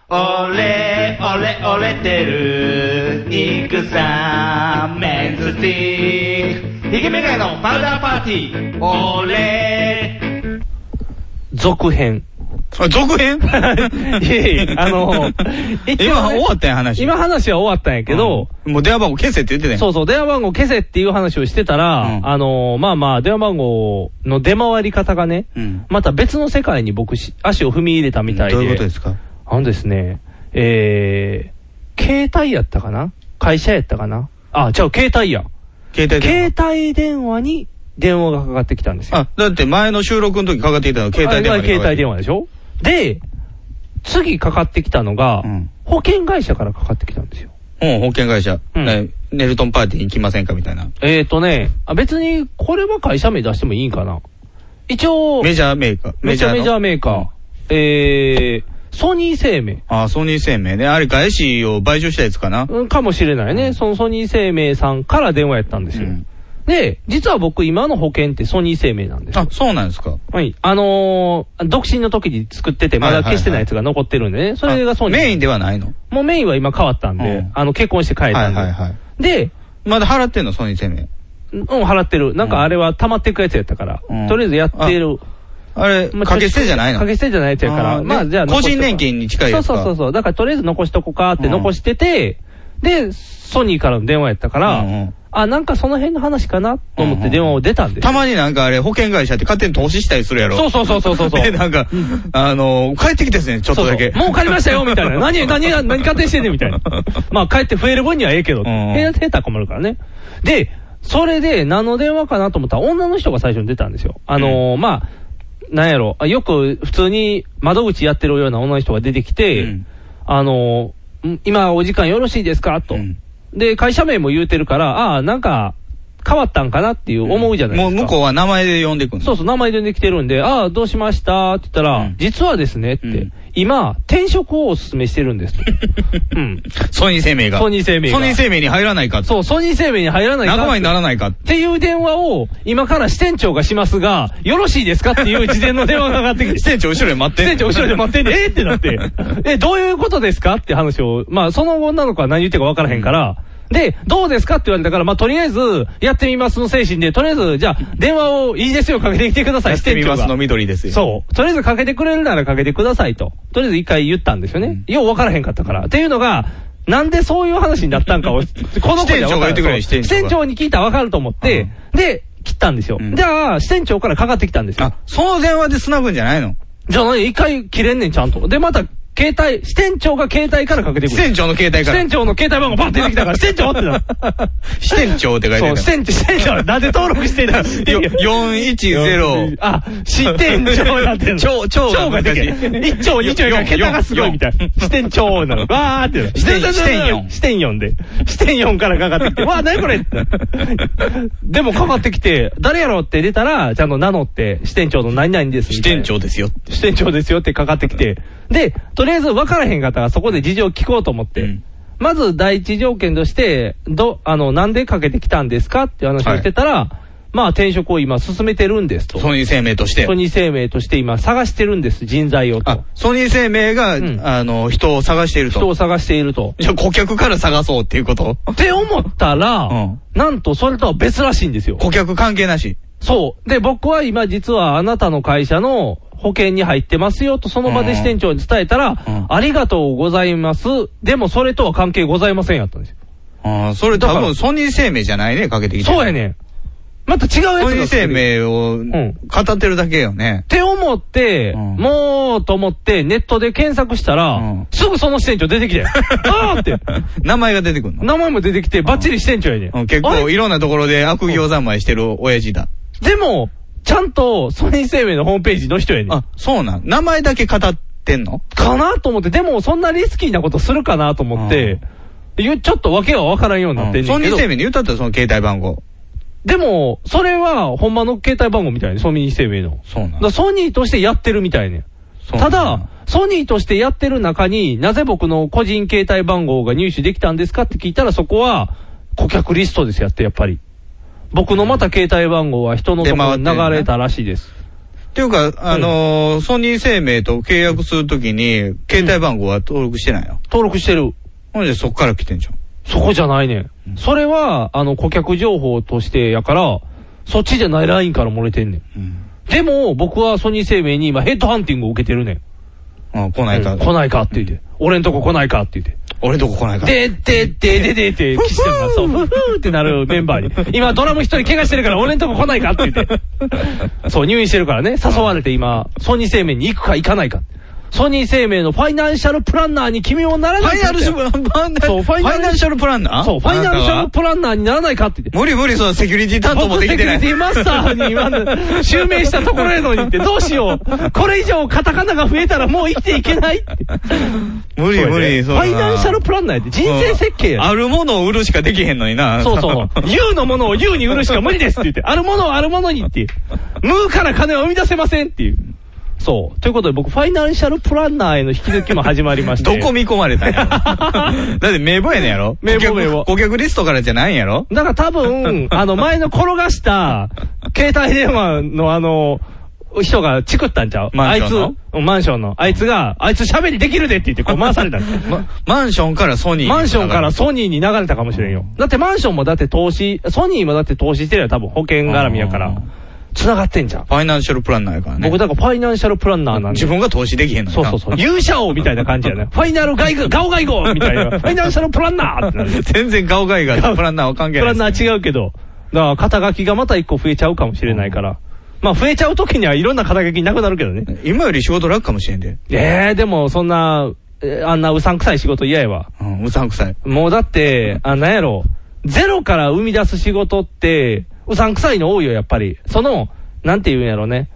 Speaker 1: 俺、俺、俺てる、インクさん、メンズティー。イケメガネのパウダーパーティー。俺、
Speaker 3: 続編。
Speaker 2: あ続編
Speaker 3: いえいえ、あの、一応
Speaker 2: 今
Speaker 3: ね
Speaker 2: 終わったんや話。
Speaker 3: 今話は終わったん やけど、
Speaker 2: うん、もう電話番号消せって言ってたやん。
Speaker 3: そうそう、電話番号消せっていう話をしてたら、
Speaker 2: うん
Speaker 3: あのーまあまあ、電話番号の出回り方がね、
Speaker 2: うん
Speaker 3: また別の世界に僕し、足を踏み入れたみたいで。
Speaker 2: どういうことですか
Speaker 3: あのですね、えー、携帯やったかな会社やったかなあ、じゃあ携帯や。
Speaker 2: 携帯電話
Speaker 3: 携帯電話に電話がかかってきたんですよ。
Speaker 2: あ、だって前の収録の時かかってきたの携帯電話
Speaker 3: あ
Speaker 2: にかかってきた。
Speaker 3: 携帯電話でしょで、次かかってきたのが、
Speaker 2: うん
Speaker 3: 保険会社からかかってきたんですよ。
Speaker 2: うん、保険会社。
Speaker 3: うん
Speaker 2: ねネルトンパーティー行きませんかみたいな。
Speaker 3: えーとね、あ別にこれは会社名出してもいいんかな。一応、
Speaker 2: メジャーメーカー。
Speaker 3: めちゃ
Speaker 2: の
Speaker 3: メジャーメーカー。えー、ソニー生命。
Speaker 2: あ、ソニー生命ね。あれ、外資を買収したやつかな。
Speaker 3: うんかもしれないね。そのソニー生命さんから電話やったんですよ。
Speaker 2: うん
Speaker 3: で、実は僕今の保険ってソニー生命なんですよ
Speaker 2: あ、そうなんですか。
Speaker 3: はい。あのー、独身の時に作ってて、まだ消してないやつが残ってるんでね。それがソニー。
Speaker 2: あメインではないの。
Speaker 3: もうメインは今変わったんで、
Speaker 2: うん
Speaker 3: あの、結婚して帰っ
Speaker 2: は
Speaker 3: た
Speaker 2: い
Speaker 3: んで。
Speaker 2: はいはい。
Speaker 3: で、
Speaker 2: まだ払ってんの、ソニー生命。
Speaker 3: うん、払ってる。なんかあれは溜まっていくやつやったから。
Speaker 2: うん
Speaker 3: とりあえずやってる。
Speaker 2: あれ、
Speaker 3: まあ
Speaker 2: 掛け捨てじゃないの
Speaker 3: 掛け捨てじゃないやつやから。
Speaker 2: あー
Speaker 3: まあ、
Speaker 2: ね
Speaker 3: じゃあ残しとこ
Speaker 2: 個
Speaker 3: う、
Speaker 2: 人年金に近いやつか
Speaker 3: そうそうそうそう。だから、とりあえず残しとこうかって
Speaker 2: うん
Speaker 3: 残してて、で、ソニーからの電話やったから、
Speaker 2: うんうん
Speaker 3: あ、なんかその辺の話かなと思っ
Speaker 2: うんう
Speaker 3: て
Speaker 2: ん
Speaker 3: 電話を出たんです。
Speaker 2: たまになんかあれ、保険会社って勝手に投資したりするやろ。
Speaker 3: そうそうそうそ うそうそう
Speaker 2: で、なんか、あのー、帰ってきてですね、ちょっとだけ。
Speaker 3: そうそうもう借りましたよみ たいな。何、何、何勝手にしてんねんみたいな。まあ、帰って増える分にはええけど。
Speaker 2: うん
Speaker 3: 減ったら困るからね。で、それで、何の電話かなと思ったら、女の人が最初に出たんですよ。あのー、まあ、なんやろ、あよく普通に窓口やってるような女の人が出てきて、
Speaker 2: うん
Speaker 3: あのー、ん今お時間よろしいですかと、
Speaker 2: うん
Speaker 3: で、会社名も言うてるから、ああ、なんか変わったんかなっていう思うじゃないです
Speaker 2: も
Speaker 3: か。
Speaker 2: う向こうは名前で呼んでくんの
Speaker 3: そうそう、名前出てきてるんで、ああ、どうしましたって言ったら、
Speaker 2: うん
Speaker 3: 実はですねって、
Speaker 2: うん
Speaker 3: 今、転職をお勧めしてるん ですと。うん。
Speaker 2: ソニー生命が。
Speaker 3: ソニー生命が
Speaker 2: ソニー生命に入らないか。
Speaker 3: そう、ソニー生命に入らないか
Speaker 2: 仲間にならないか。
Speaker 3: っていう電話を、今から支店長がしますが、よろしいですかっていう事前の電話が上がってきて、
Speaker 2: 支店長後ろで待って。
Speaker 3: 支店長後ろで待ってんねんえーって なって、え、どういうことですかって話を、まあ、その女の子は何言ってるか分からへんから、で、どうですかって言われたから、まあ、とりあえず、やってみますの精神で、とりあえず、じゃあ、電話をいいですよ、かけてきてくださ
Speaker 2: や
Speaker 3: い、
Speaker 2: っ
Speaker 3: 支
Speaker 2: てみ
Speaker 3: 店長
Speaker 2: ま
Speaker 3: が。
Speaker 2: すの緑ですよ。
Speaker 3: そう。とりあえずかけてくれるならかけてくださいと。とりあえず一回言ったんですよね。よう分からへんかったから。っていうのが、なんでそういう話になったん かを、この子
Speaker 2: 支店
Speaker 3: には分
Speaker 2: 長
Speaker 3: か
Speaker 2: が
Speaker 3: ら
Speaker 2: 言ってくれる
Speaker 3: そ
Speaker 2: 支
Speaker 3: う支
Speaker 2: 店
Speaker 3: 店
Speaker 2: 長
Speaker 3: 長に聞いたら分かると思って、で、切ったんですよ。
Speaker 2: うん
Speaker 3: じゃあ、支店長からかかってきたんですよ
Speaker 2: あ。、その電話で繋ぐんじゃないの
Speaker 3: じゃあ何一回切れんねん、ちゃんと。で、また携帯、支店長が携帯からかけてくる。
Speaker 2: 支店長の携帯
Speaker 3: 支
Speaker 2: から
Speaker 3: 店。長の携帯番号バッて出てきたから、支店長ってな。
Speaker 2: 支店長って書いて
Speaker 3: そ
Speaker 2: る
Speaker 3: う、支店長、支店長、なぜ登録してた
Speaker 2: よ。410。
Speaker 3: あ、支店長なって るの。
Speaker 2: 超超
Speaker 3: 超がでけえ。一丁、二丁が桁がすごいみたいな。支店長なの。わーってなる。
Speaker 2: 支店支店四
Speaker 3: 支店4で。支店4からかかってき て、わー、何これってなるでもかかってきて、誰やろって出たら、ちゃんと名乗って、支店長の何々です。
Speaker 2: 支店長ですよ。
Speaker 3: 支店長ですよってかかってきて、で、とりあえず分からへんかったらそこで事情聞こうと思って、
Speaker 2: うん
Speaker 3: まず第一条件として、ど、あの、なんでかけてきたんですかっていう話をしてたら、まあ転職を今進めてるんですと。
Speaker 2: ソニー生命として
Speaker 3: ソ。ニー生命として今探してるんです、人材を
Speaker 2: あ
Speaker 3: と。、
Speaker 2: ソニー生命が、
Speaker 3: うん
Speaker 2: あの、人を探している
Speaker 3: 人を
Speaker 2: と。
Speaker 3: 探していると。
Speaker 2: じゃあ顧客から探そうっていうこと
Speaker 3: って思ったら、
Speaker 2: うん
Speaker 3: なんとそれとは別らしいんですよ。
Speaker 2: 顧客関係なし。
Speaker 3: そう。で、僕は今実はあなたの会社の保険に入ってますよとその場で支店長に伝えたら、
Speaker 2: うん
Speaker 3: ありがとうございます。でもそれとは関係ございませんやったんですよ。
Speaker 2: ああ、それ多
Speaker 3: だから
Speaker 2: 分ソニー生命じゃないね、かけてきて。
Speaker 3: そうやねん。また違うやつ
Speaker 2: ソ
Speaker 3: が
Speaker 2: ニー
Speaker 3: 来
Speaker 2: 生
Speaker 3: てる
Speaker 2: 命を
Speaker 3: ん
Speaker 2: 語ってるだけよね
Speaker 3: っ。て思って、
Speaker 2: うん
Speaker 3: もうと思ってネットで検索したら、
Speaker 2: うん
Speaker 3: すぐその支店長出て きて、 あーって、
Speaker 2: 名前が出てくるの。
Speaker 3: 名前も出てきて、バッチリ支店長やねん。
Speaker 2: うん結
Speaker 3: あ
Speaker 2: 構
Speaker 3: れ
Speaker 2: いろんなところで悪行三昧してる親父だ。
Speaker 3: でも、ちゃんとソニー生命のホームページの人やねん。
Speaker 2: あ、そうなん。名前だけ語ってんの
Speaker 3: かなと思って、でもそんなリスキーなことするかなと思って、ゆちょっと訳は分からんようになってんね
Speaker 2: ソ
Speaker 3: ん
Speaker 2: ニ
Speaker 3: け
Speaker 2: ー
Speaker 3: ど、
Speaker 2: 生命に言ったったらその携帯番号。
Speaker 3: でも、それはほんまの携帯番号みたいね、ソニー生命の。
Speaker 2: そうな
Speaker 3: だからソニーとしてやってるみたいねん。ただ、、ソニーとしてやってる中になぜ僕の個人携帯番号が入手できたんですかって聞いたらそこは顧客リストですやって、やっぱり。僕のまた携帯番号は人のところに
Speaker 2: 出回ってんな
Speaker 3: 流れたらしいです。
Speaker 2: っていうか、あのーソニー生命と契約するときに、携帯番号は登録してないの。
Speaker 3: 登録してる。
Speaker 2: ほんでそっから来てんじゃん。
Speaker 3: そこじゃないねん。それは、あの、顧客情報としてやから、そっちじゃないラインから漏れてんねん。でも、僕はソニー生命に今ヘッドハンティングを受けてるねん。
Speaker 2: あ、来ないか。
Speaker 3: うん来ないかって言って。俺んとこ来ないかって言って。
Speaker 2: 俺どこ来ないか。
Speaker 3: でででででで、岸田が、そう、ふふーってなるメンバーに、今ドラム一人怪我してるから俺んとこ来ないかって言って、そう、入院してるからね、誘われて今、ソニー生命に行くか行かないか。ソニー生命のファイナンシャルプランナーに君もなら
Speaker 2: フ
Speaker 3: な
Speaker 2: ァイ
Speaker 3: い
Speaker 2: ナ
Speaker 3: かって
Speaker 2: ルシャル、フ
Speaker 3: そうファイナル
Speaker 2: ァイナルシャルプランナー
Speaker 3: そう、ファイナル
Speaker 2: あ
Speaker 3: シャル
Speaker 2: なた
Speaker 3: プランナーにならないかって言って。
Speaker 2: は無理無理、そのセキュリティ担当も
Speaker 3: 僕
Speaker 2: でき
Speaker 3: セキ
Speaker 2: て
Speaker 3: ュ
Speaker 2: な
Speaker 3: リ
Speaker 2: い。
Speaker 3: ティマスターに今、襲名したところやのにって、どうしよう。これ以上カタカナが増えたらもう生きていけないって。
Speaker 2: 無理無理、
Speaker 3: フ
Speaker 2: そんな
Speaker 3: ァイナンシャルプランナーやって人生設計やで
Speaker 2: あるものを売るしかできへんのにな。
Speaker 3: そうそう。U のものを U に売るしか無理ですって言って、あるものをあるものにっていう。無から金を生み出せませんっていう。そう。ということで僕、ファイナンシャルプランナーへの引き抜きも始まりまし
Speaker 2: ど
Speaker 3: て。
Speaker 2: こ見込まれたんやろ だって名簿やねんやろ
Speaker 3: 名簿
Speaker 2: 顧客
Speaker 3: 名簿
Speaker 2: 顧客リストからじゃないんやろ
Speaker 3: だから多 分、あの、前の転がした、携帯電話のあの、人がチクったんちゃう
Speaker 2: マ
Speaker 3: あ
Speaker 2: ン
Speaker 3: い
Speaker 2: ショ
Speaker 3: つ
Speaker 2: ンの、
Speaker 3: うんマンションの。あいつが、あいつ喋りできるでって 言って、こう回されたん
Speaker 2: まマンションからソニー。
Speaker 3: マンションからソニーに流れたかもしれんよ。だってマンションもだって投資、ソニーもだって投資してるやん多分保険絡みやか
Speaker 2: う
Speaker 3: ら
Speaker 2: ん。
Speaker 3: 繋がってんじゃん。
Speaker 2: ファイナンシャルプランナーやからね。
Speaker 3: 僕だからファイナンシャルプランナーなんで
Speaker 2: 自。分が投資できへんのに
Speaker 3: そう
Speaker 2: な
Speaker 3: そうそう。勇者王みたいな感じやね。ファイナル外語、ガオ外語みたいな。ファイナンシャルプランナーってなる。
Speaker 2: 全然顔がいいが、プランナーは関 係な
Speaker 3: プラ
Speaker 2: い
Speaker 3: ン
Speaker 2: です。
Speaker 3: ナー違うけど。だから肩書きがまた一個増えちゃうかもしれないから。まあ増えちゃう時にはいろんな肩書きなくなるけどね。
Speaker 2: 今より仕事楽かもしれんで。
Speaker 3: ええでもそんな、えーあんなうさんくさい仕事嫌やわ。
Speaker 2: うん、うさんくさい。
Speaker 3: もうだって、あ、なんやろ。ゼロから生み出す仕事って、うさんくさいの多いよ、やっぱり。その、なんて言うんやろね。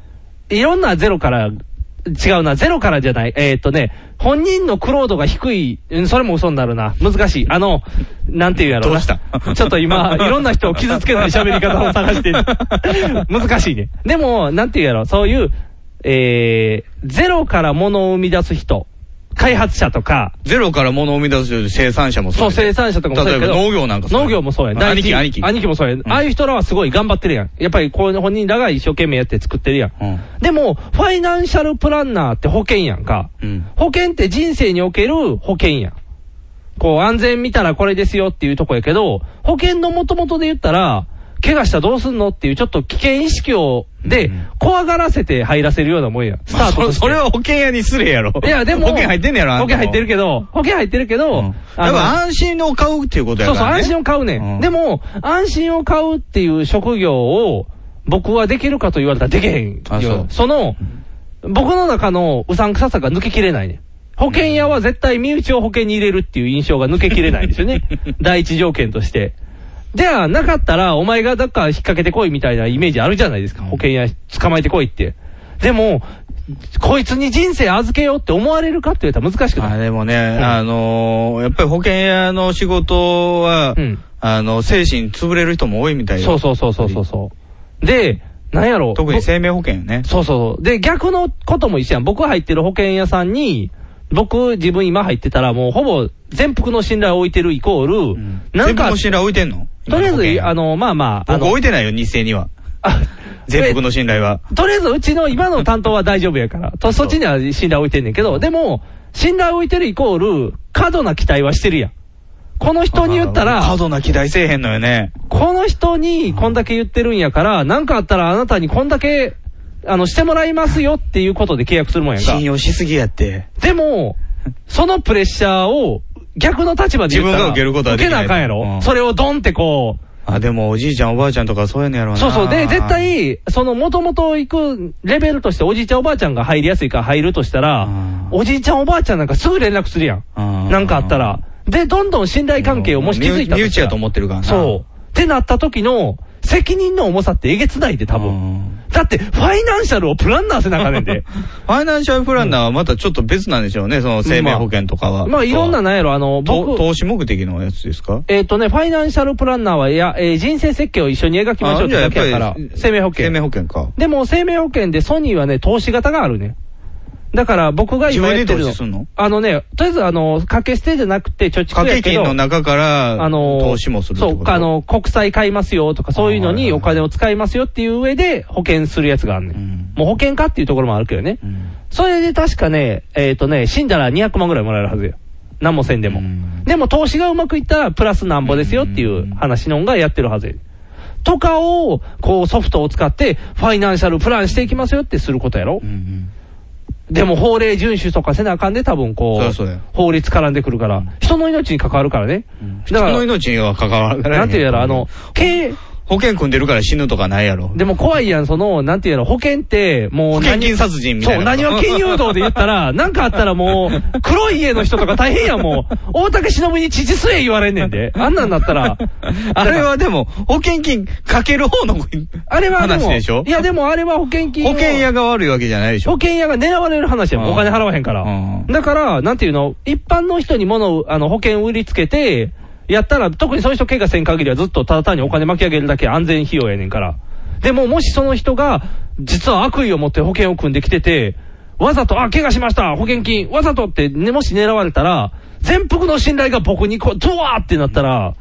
Speaker 3: いろんなゼロから、違うな、ゼロからじゃない。えーっとね、本人の苦労度が低い、うんそれも嘘になるな。難しい。あの、なんて言うんやろな。
Speaker 2: どうした
Speaker 3: ちょっ と今、いろんな人を傷つけない喋り方を探してる難しいね。でも、なんて言うんやろ、そういう、えー、ゼロから物を生み出す人、開発者とか、
Speaker 2: ゼロから物を生み出す生産者も
Speaker 3: そう、
Speaker 2: やで
Speaker 3: 生産者とかもそうやけど。
Speaker 2: 例えば農業なんかそうや
Speaker 3: 農業もそうや。
Speaker 2: 兄貴
Speaker 3: 第一
Speaker 2: 兄貴
Speaker 3: 兄貴もそうや。
Speaker 2: ん
Speaker 3: ああいう人らはすごい頑張ってるやん。やっぱりこう本人らが一生懸命やって作ってるやん。
Speaker 2: うん
Speaker 3: でも、ファイナンシャルプランナーって保険やんか。
Speaker 2: うん
Speaker 3: 保険って人生における保険やん。こう、安全見たらこれですよっていうとこやけど、保険の元々で言ったら、怪我したらどうすんのっていうちょっと危険意識を、で、怖がらせて入らせるようなもんやん。スタ
Speaker 2: まあ
Speaker 3: ートと
Speaker 2: そ
Speaker 3: して
Speaker 2: それは保険屋に失礼やろ。
Speaker 3: いや、で
Speaker 2: 保
Speaker 3: も、
Speaker 2: 険入ってんねやろ、あん
Speaker 3: 保
Speaker 2: たも
Speaker 3: 険入ってるけど、保険入ってるけど、
Speaker 2: うん
Speaker 3: あ
Speaker 2: やっ
Speaker 3: の
Speaker 2: ぱ安心を買うっていうことや
Speaker 3: そう
Speaker 2: か
Speaker 3: そう、
Speaker 2: らね。
Speaker 3: 安心を買うねん。
Speaker 2: うん
Speaker 3: でも、安心を買うっていう職業を、僕はできるかと言われたらできへんよ。
Speaker 2: あそう
Speaker 3: の、僕の中のうさんくささが抜けきれないねん。保険屋は絶対身内を保険に入れるっていう印象が抜けきれないんで すよね。第一条件として。じゃあ、なかったら、お前がだから引っ掛けてこいみたいなイメージあるじゃないですか。保険屋捕まえてこいって。でも、こいつに人生預けようって思われるかって言ったら難しく
Speaker 2: あ
Speaker 3: ない。
Speaker 2: でもね、あのーやっぱり保険屋の仕事は、
Speaker 3: うん
Speaker 2: あの、精神潰れる人も多いみたいよ
Speaker 3: そうそうそうそうそうそう。で、なんやろう。
Speaker 2: 特に生命保険よね。
Speaker 3: そうそうそう。で、逆のことも一緒やん。僕入ってる保険屋さんに、僕、自分今入ってたら、もうほぼ全幅の信頼を置いてるイコール、
Speaker 2: うん
Speaker 3: なん
Speaker 2: 全部
Speaker 3: か、
Speaker 2: の
Speaker 3: と
Speaker 2: 信頼置いてんの
Speaker 3: りあえず、あ
Speaker 2: の、
Speaker 3: の、まあまあ、あ
Speaker 2: 僕
Speaker 3: の
Speaker 2: 置、いてないよ、日清には。
Speaker 3: あ
Speaker 2: 全幅の信頼は。
Speaker 3: とりあえず、うちの今の担当は大丈夫やから。と、そっちには信頼置いてんねんけど、でも、信頼置いてるイコール、過度な期待はしてるやん。この人に言ったら、
Speaker 2: 過度な期待せえへんのよね。
Speaker 3: この人にこんだけ言ってるんやから、なんかあったらあなたにこんだけ、あの、してもらいますよっていうことで契約するもんやんか。
Speaker 2: 信用しすぎやって。
Speaker 3: でも、そのプレッシャーを逆の立場で言った
Speaker 2: 自分が
Speaker 3: ら
Speaker 2: 受けることはできない
Speaker 3: 受けなあかんやろ、
Speaker 2: うん
Speaker 3: それをドンってこう。
Speaker 2: あ、でもおじいちゃんおばあちゃんとかそうやねやろな。
Speaker 3: そうそう。で、絶、対、その元々行くレベルとしておじいちゃんおばあちゃんが入りやすいから入るとしたら
Speaker 2: うん、
Speaker 3: おじいちゃんおばあちゃんなんかすぐ連絡するやん。な
Speaker 2: なん
Speaker 3: かあったら。で、どんどん信頼関係をもし築いた
Speaker 2: 身
Speaker 3: と
Speaker 2: 身
Speaker 3: し
Speaker 2: 内
Speaker 3: たら
Speaker 2: やと思ってるからな。
Speaker 3: そう。ってなった時の責任の重さってえげつないで、多分。だって、ファイナンシャルをプランナーせなあかんねん で。
Speaker 2: ファイナンシャルプランナーはまたちょっと別なんでしょうね、その生命保険とかは。
Speaker 3: まあ、いろんななんやろ、あの、
Speaker 2: と
Speaker 3: 僕、
Speaker 2: 投資目的のやつですか
Speaker 3: えっ、とね、ファイナンシャルプランナーは、いや、えー人生設計を一緒に描きましょうってだけやから、生命保険。
Speaker 2: 生命保険か。
Speaker 3: でも、生命保険でソニーはね、投資型があるね。だから、僕が今やって
Speaker 2: 自分
Speaker 3: る
Speaker 2: で
Speaker 3: の
Speaker 2: 投資すんの
Speaker 3: あのね、とりあえず、あの、掛け捨てじゃなくて、貯蓄
Speaker 2: 掛
Speaker 3: や
Speaker 2: け
Speaker 3: け
Speaker 2: 金
Speaker 3: ど、
Speaker 2: の中から
Speaker 3: あの、
Speaker 2: 投資もするって
Speaker 3: そ
Speaker 2: こ
Speaker 3: う
Speaker 2: と、
Speaker 3: あの、国債買いますよとか、そういうの
Speaker 2: はい
Speaker 3: に
Speaker 2: は
Speaker 3: お
Speaker 2: いはい
Speaker 3: 金を使いますよっていう上で、保険するやつがあるね。
Speaker 2: うん
Speaker 3: もう保険かっていうところもあるけどね。
Speaker 2: うん
Speaker 3: それで確かね、えっ、とね、死んだら200万ぐらいもらえるはずよ。何もせんでも。
Speaker 2: うん
Speaker 3: でも投資がうまくいったらプラスなんぼですよっていう話のんがやってるはずよ。とかを、こうソフトを使って、ファイナンシャルプランしていきますよってすることやろ
Speaker 2: うんう。ん
Speaker 3: でも法令遵守とかせなあかんで、多分こ
Speaker 2: そうりゃそうや、
Speaker 3: 法律絡んでくるから、人の命に関わるからね。
Speaker 2: 人
Speaker 3: だか
Speaker 2: の
Speaker 3: ら、
Speaker 2: 命には関わらない。
Speaker 3: なんていうやろ、あの、経営、
Speaker 2: 保険組んでるから死ぬとかないやろ。
Speaker 3: でも怖いやん、その、なんていうの、保険って、もう
Speaker 2: 保険
Speaker 3: 何、
Speaker 2: 金殺人みたい
Speaker 3: そ
Speaker 2: な。
Speaker 3: う、何を金融道で言った ら、なんかあったらもう、黒い家の人とか大変やん、もう。大竹しのぶに父末言われんねんで。あんなんだったら。
Speaker 2: あれはでも、保険金かける方 の
Speaker 3: あれはでも、
Speaker 2: 話でしょ
Speaker 3: いやでもあれは保険金
Speaker 2: 保
Speaker 3: を。
Speaker 2: 険屋が悪いわけじゃないでしょ
Speaker 3: 保。険屋が狙われる話やもん、
Speaker 2: うん
Speaker 3: お金払わへんから。
Speaker 2: うん
Speaker 3: だから、なんていうの、一般の人に物を、あの、保険売りつけて、やったら、特にそういう人怪我せん限りはずっとただ単にお金巻き上げるだけ安全費用やねんから。でも、もしその人が、実は悪意を持って保険を組んできてて、わざと、あ、怪我しました、保険金、わざとって、ね、もし狙われたら、全幅の信頼が僕にこう、ドワーってなったら、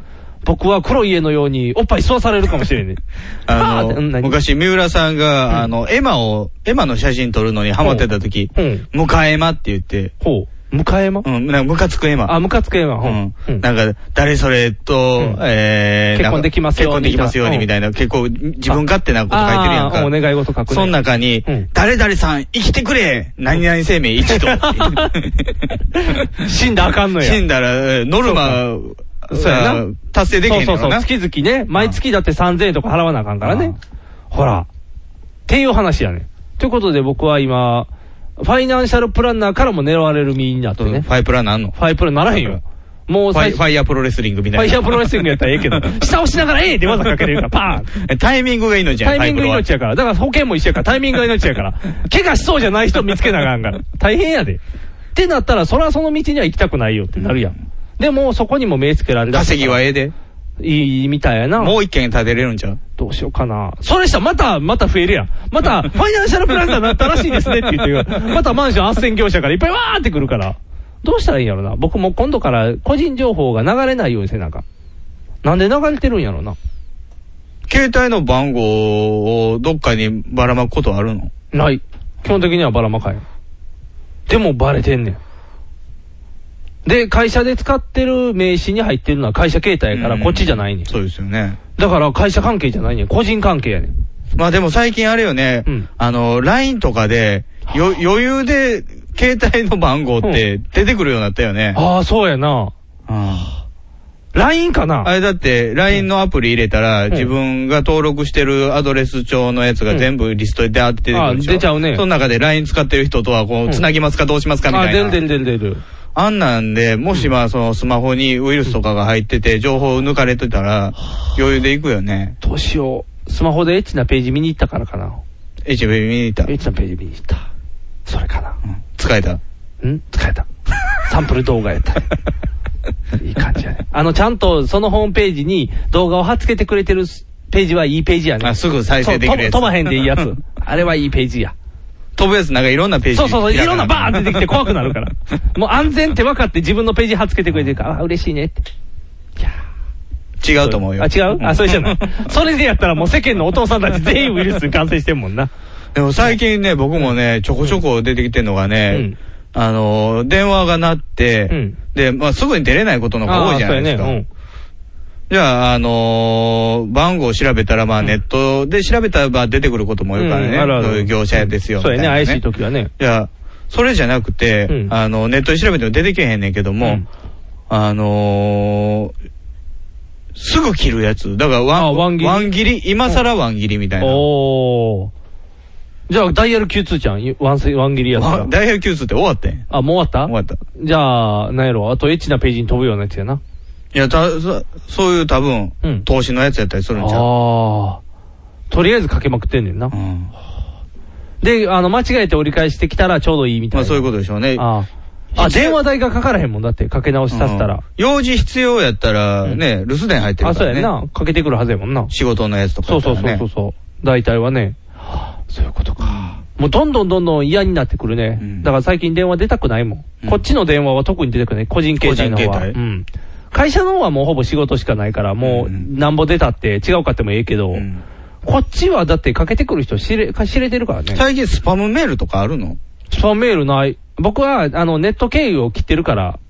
Speaker 3: 僕は黒い家のようにおっぱい吸わされるかもしれんねん。
Speaker 2: あ
Speaker 3: ーって
Speaker 2: の、
Speaker 3: うん何
Speaker 2: 昔、三浦さんが、あの、エマを、エマの写真撮るのにハマってた時、
Speaker 3: ほう
Speaker 2: ムカエマって言って、
Speaker 3: ほう、迎えま
Speaker 2: うん、なんかムカつくエマ。
Speaker 3: あ、ムカつくえま。ほ
Speaker 2: うん
Speaker 3: うん
Speaker 2: なんか、誰それと、
Speaker 3: うん
Speaker 2: えー、
Speaker 3: 結婚できますよ
Speaker 2: な
Speaker 3: うに
Speaker 2: んか結婚できますように
Speaker 3: み
Speaker 2: み
Speaker 3: た
Speaker 2: たいな、結構自分勝手なこと書いてるやん
Speaker 3: あ
Speaker 2: か。
Speaker 3: ーお願い事書くね
Speaker 2: その中に、
Speaker 3: うん
Speaker 2: 誰々さん生きてくれ何々生命 一度。
Speaker 3: 死んだらあかんのや
Speaker 2: 死んだら、えーノルマ、そうやな、達成できへん
Speaker 3: そう
Speaker 2: の
Speaker 3: そうそう。
Speaker 2: な。
Speaker 3: 月々ね、毎月だって3000円とか払わなあかんからね。ほら。っていう話やね。ということで僕は今、ファイナンシャルプランナーからも狙われる身になってね。
Speaker 2: ファイプラなんのフ
Speaker 3: ファイプランならへんよ。
Speaker 2: ァ
Speaker 3: もう
Speaker 2: イ
Speaker 3: 最
Speaker 2: フ
Speaker 3: 初、フ
Speaker 2: ァイヤープロレスリングみたいな。
Speaker 3: ァイヤープロレスリングやったらええけど、下押しながらええって技かけれるから、パーン
Speaker 2: タイミングが命や
Speaker 3: タイミング
Speaker 2: ファイ
Speaker 3: 命
Speaker 2: プロは
Speaker 3: やから。だから保険も一緒やから、タイミングが命 やから。怪我しそうじゃない人見つけなあかんから。大変やで。ってなったら、そらその道には行きたくないよってなるやん。でも、そこにも目つけられる。
Speaker 2: 稼ぎはええで。
Speaker 3: いいみたいやな。
Speaker 2: もう一軒建てれるんちゃう
Speaker 3: どうしようかな。それしたらまた、また増えるやん。また、ファイナンシャルプランナーになったらしいですねって言って、またマンション斡旋業者からいっぱいわーってくるから。どうしたらいいんやろな。僕も今度から個人情報が流れないようにせなあかん。なんで流れてるんやろな。
Speaker 2: 携帯の番号をどっかにばらまくことあるの
Speaker 3: ない。基本的にはばらまかへん。でもバレてんねん。で、会社で使ってる名刺に入ってるのは会社携帯やか
Speaker 2: うん
Speaker 3: らこっちじゃないねん。
Speaker 2: そうですよね。
Speaker 3: だから会社関係じゃないねん。個人関係やねん。
Speaker 2: まあでも最近あれよね、
Speaker 3: うん
Speaker 2: あの、LINE とかで、よ、余裕で、携帯の番号って出てくるようになったよね。
Speaker 3: ああ、そうやな。
Speaker 2: あ
Speaker 3: LINE かな
Speaker 2: あれだって、LINE のアプリ入れたら、自分が登録してるアドレス帳のやつが全部リストであって出てくるでしょ
Speaker 3: あ出ちゃうね
Speaker 2: その中で LINE 使ってる人とは、こ
Speaker 3: うん
Speaker 2: う、つなぎますかどうしますかみたいな。
Speaker 3: あ、出る出る出る出る。
Speaker 2: あんなんで、もしまあそのスマホにウイルスとかが入ってて、情報抜かれてたら、余裕で行くよね。
Speaker 3: どうしよう。スマホでエッチなページ見に行ったからかな。
Speaker 2: HV 見に行った
Speaker 3: エッ。チなページ見に行った。それかな。
Speaker 2: うん使えた。
Speaker 3: ん疲れた。サンプル動画 やった。いい感じやね。あの、ちゃんとそのホームページに動画を貼っつけてくれてるページはいいページやね。
Speaker 2: あすぐ再生できるやつ
Speaker 3: そう飛ば飛ばへんでいい やつ。あれはいいページや。
Speaker 2: 飛ぶやつなんかいろんなページ
Speaker 3: そうそうそう、いろんなバーン
Speaker 2: ン
Speaker 3: 出てきて怖くな るから。もう安全って分かって自分のページ貼っつけてくれてるから、あ、嬉しいねって。
Speaker 2: 違うと思うよ。
Speaker 3: あ、違うあ、それじゃない。 それでやったらもう世間のお父さんたち全員ウイルスに感染してんもんな。
Speaker 2: でも最近ね、僕もね、ちょこちょこ出てきてんのがね、
Speaker 3: うん
Speaker 2: あのー、電話が鳴って、
Speaker 3: うん
Speaker 2: で、まあ、すぐに出れないことの方が多いじゃないですか。
Speaker 3: あーそうやね
Speaker 2: じゃあ、あのー番号を調べたら、まあ、ネットで調べたら出てくることも
Speaker 3: う
Speaker 2: 多
Speaker 3: ん
Speaker 2: いから
Speaker 3: うんあるあ
Speaker 2: ね、
Speaker 3: る
Speaker 2: そういう業者ですよ。
Speaker 3: そうやね、
Speaker 2: みたな
Speaker 3: 怪しい時はね。
Speaker 2: いや、それじゃなくて、
Speaker 3: うん
Speaker 2: あの、ネットで調べても出てけへんねんけども、
Speaker 3: うん
Speaker 2: あのーすぐ切るやつ。だからワン
Speaker 3: あワン切り
Speaker 2: ワン切り、今更ワン切りみたいな。
Speaker 3: おー。じゃあ、ダイヤル Q2 ちゃん、ワンセワン切りやった
Speaker 2: わ
Speaker 3: ら。
Speaker 2: ダイヤルキュースって終わってん。
Speaker 3: あ、もう終わ
Speaker 2: 終わ
Speaker 3: っ
Speaker 2: った。
Speaker 3: たじゃあ、なんやろ、あとエッチなページに飛ぶようなやつやな。
Speaker 2: いや、た、そそういう多分、
Speaker 3: うん
Speaker 2: 投資のやつやったりするんちゃう
Speaker 3: あー。とりあえずかけまくってんねんな
Speaker 2: う。ん。
Speaker 3: で、あの、間違えて折り返してきたらちょうどいいみたい
Speaker 2: ま
Speaker 3: な。
Speaker 2: あそういうことでしょうね。
Speaker 3: ああ。あ、電話代がかからへんもんだって、かけ直しさせた
Speaker 2: うん
Speaker 3: ら。
Speaker 2: 用事必要やったら、
Speaker 3: うん
Speaker 2: ね、留守電入って
Speaker 3: あ、
Speaker 2: るか
Speaker 3: そう
Speaker 2: ら
Speaker 3: や
Speaker 2: ね。
Speaker 3: んな。かけてくるはずやもんな。
Speaker 2: 仕事のやつとか
Speaker 3: そ
Speaker 2: や
Speaker 3: う
Speaker 2: った
Speaker 3: そう
Speaker 2: らね、
Speaker 3: そうそうそう。大体はね。そういうことか。もうどんどんどんどん嫌になってくるね。
Speaker 2: うん
Speaker 3: だから最近電話出たくないもん,、
Speaker 2: うん
Speaker 3: こっちの電話は特に出たくない。個人携帯の方
Speaker 2: 個人
Speaker 3: は。
Speaker 2: 携帯
Speaker 3: うん。会社の方はもうほぼ仕事しかないから、もう
Speaker 2: うん
Speaker 3: なんぼ出たって違うかってもええけど、
Speaker 2: うん
Speaker 3: こっちはだってかけてくる人知れ、か知れてるからね。
Speaker 2: 最近スパムメールとかあるの
Speaker 3: スパムメールない。僕は、あの、ネット経由を切ってるから、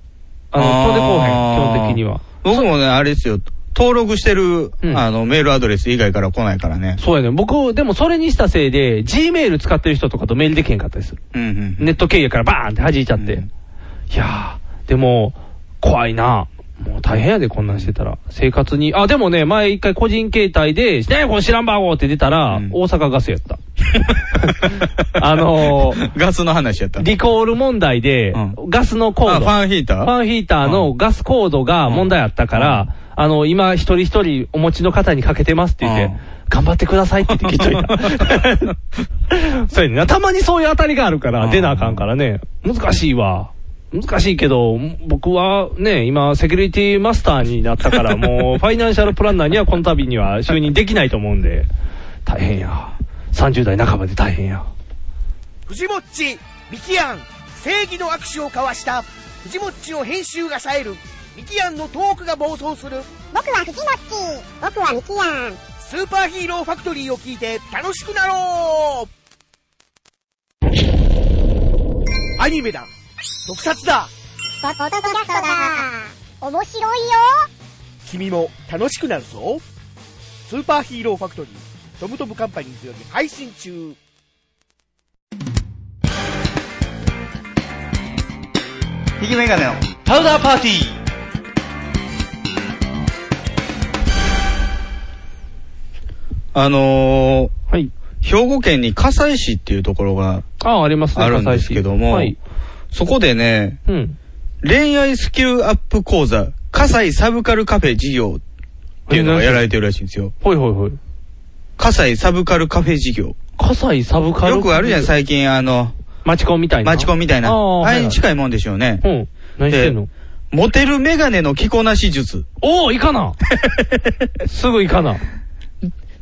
Speaker 3: あの、
Speaker 2: あー
Speaker 3: 遠出こうへん、基本的には。
Speaker 2: 僕もね、あれですよ、登録してる、
Speaker 3: うん
Speaker 2: あの、メールアドレス以外から来ないからね。
Speaker 3: そうやね。僕、でもそれにしたせいで、Gmail 使ってる人とかとメールできへんかったりする。
Speaker 2: うんうん。
Speaker 3: ネット経由からバーンって弾いちゃって。
Speaker 2: うん
Speaker 3: いやー、でも、怖いな。もう大変やで、こんなんしてたら。生活に。あ、でもね、前一回個人携帯で、ねえ、この知らん番号って出たら、
Speaker 2: うん
Speaker 3: 大阪ガスやった。 あのー、
Speaker 2: ガスの話やった。
Speaker 3: リコール問題で、
Speaker 2: う
Speaker 3: ガスのコー
Speaker 2: あ
Speaker 3: ド。
Speaker 2: ファンヒーター
Speaker 3: ファンヒーターのガスコードが問題あったから、あの、今、一人一人お持ちの方にかけてますって言って、
Speaker 2: うん
Speaker 3: 頑張ってくださいって言って聞 いといた。そうやねんな。たまにそういう当たりがあるから、
Speaker 2: うん
Speaker 3: 出なあかんからね。難しいわ。難しいけど、僕はね、今、セキュリティマスターになっ たから、もう、ファイナンシャルプランナーにはこの度には就任できないと思うんで、大変や。30代半ばで大変や。
Speaker 11: 藤もっち、ミキアン、正義の握手を交わした、藤もっちの編集が冴える、ミキアンのトークが暴走する、
Speaker 4: 僕はフジモッチ僕はミキヤン
Speaker 11: スーパーヒーローファクトリーを聞いて楽しくなろうアニメだ特撮だ
Speaker 4: ポッドキャストだ面白いよ
Speaker 11: 君も楽しくなるぞスーパーヒーローファクトリー、トムトムカンパニーズより配信中
Speaker 1: ひげメガネのパウダーパーティー
Speaker 2: あのー
Speaker 3: はい。
Speaker 2: 兵庫県に葛西市っていうところが、
Speaker 3: ああ、ありますね、
Speaker 2: あるんです
Speaker 3: 火災市
Speaker 2: けども
Speaker 3: はい。
Speaker 2: そこでね、
Speaker 3: うん。
Speaker 2: 恋愛スキルアップ講座、葛西サブカルカフェ事業っていうのがやられてるらしいんですよ。
Speaker 3: ほいほいほい。
Speaker 2: 葛西サブカルカフェ事業。
Speaker 3: 葛西サブカル
Speaker 2: よくあるじゃん、最近、あの、
Speaker 3: 町コンみたいな。
Speaker 2: マチコンみたいな。
Speaker 3: ああ、
Speaker 2: あ
Speaker 3: はい
Speaker 2: れ
Speaker 3: は
Speaker 2: に
Speaker 3: い。
Speaker 2: 近いもんでしょうね
Speaker 3: う。ん。何してんの
Speaker 2: モテるメガネの着こなし術
Speaker 3: おお行 かなすぐ行かな。
Speaker 2: っ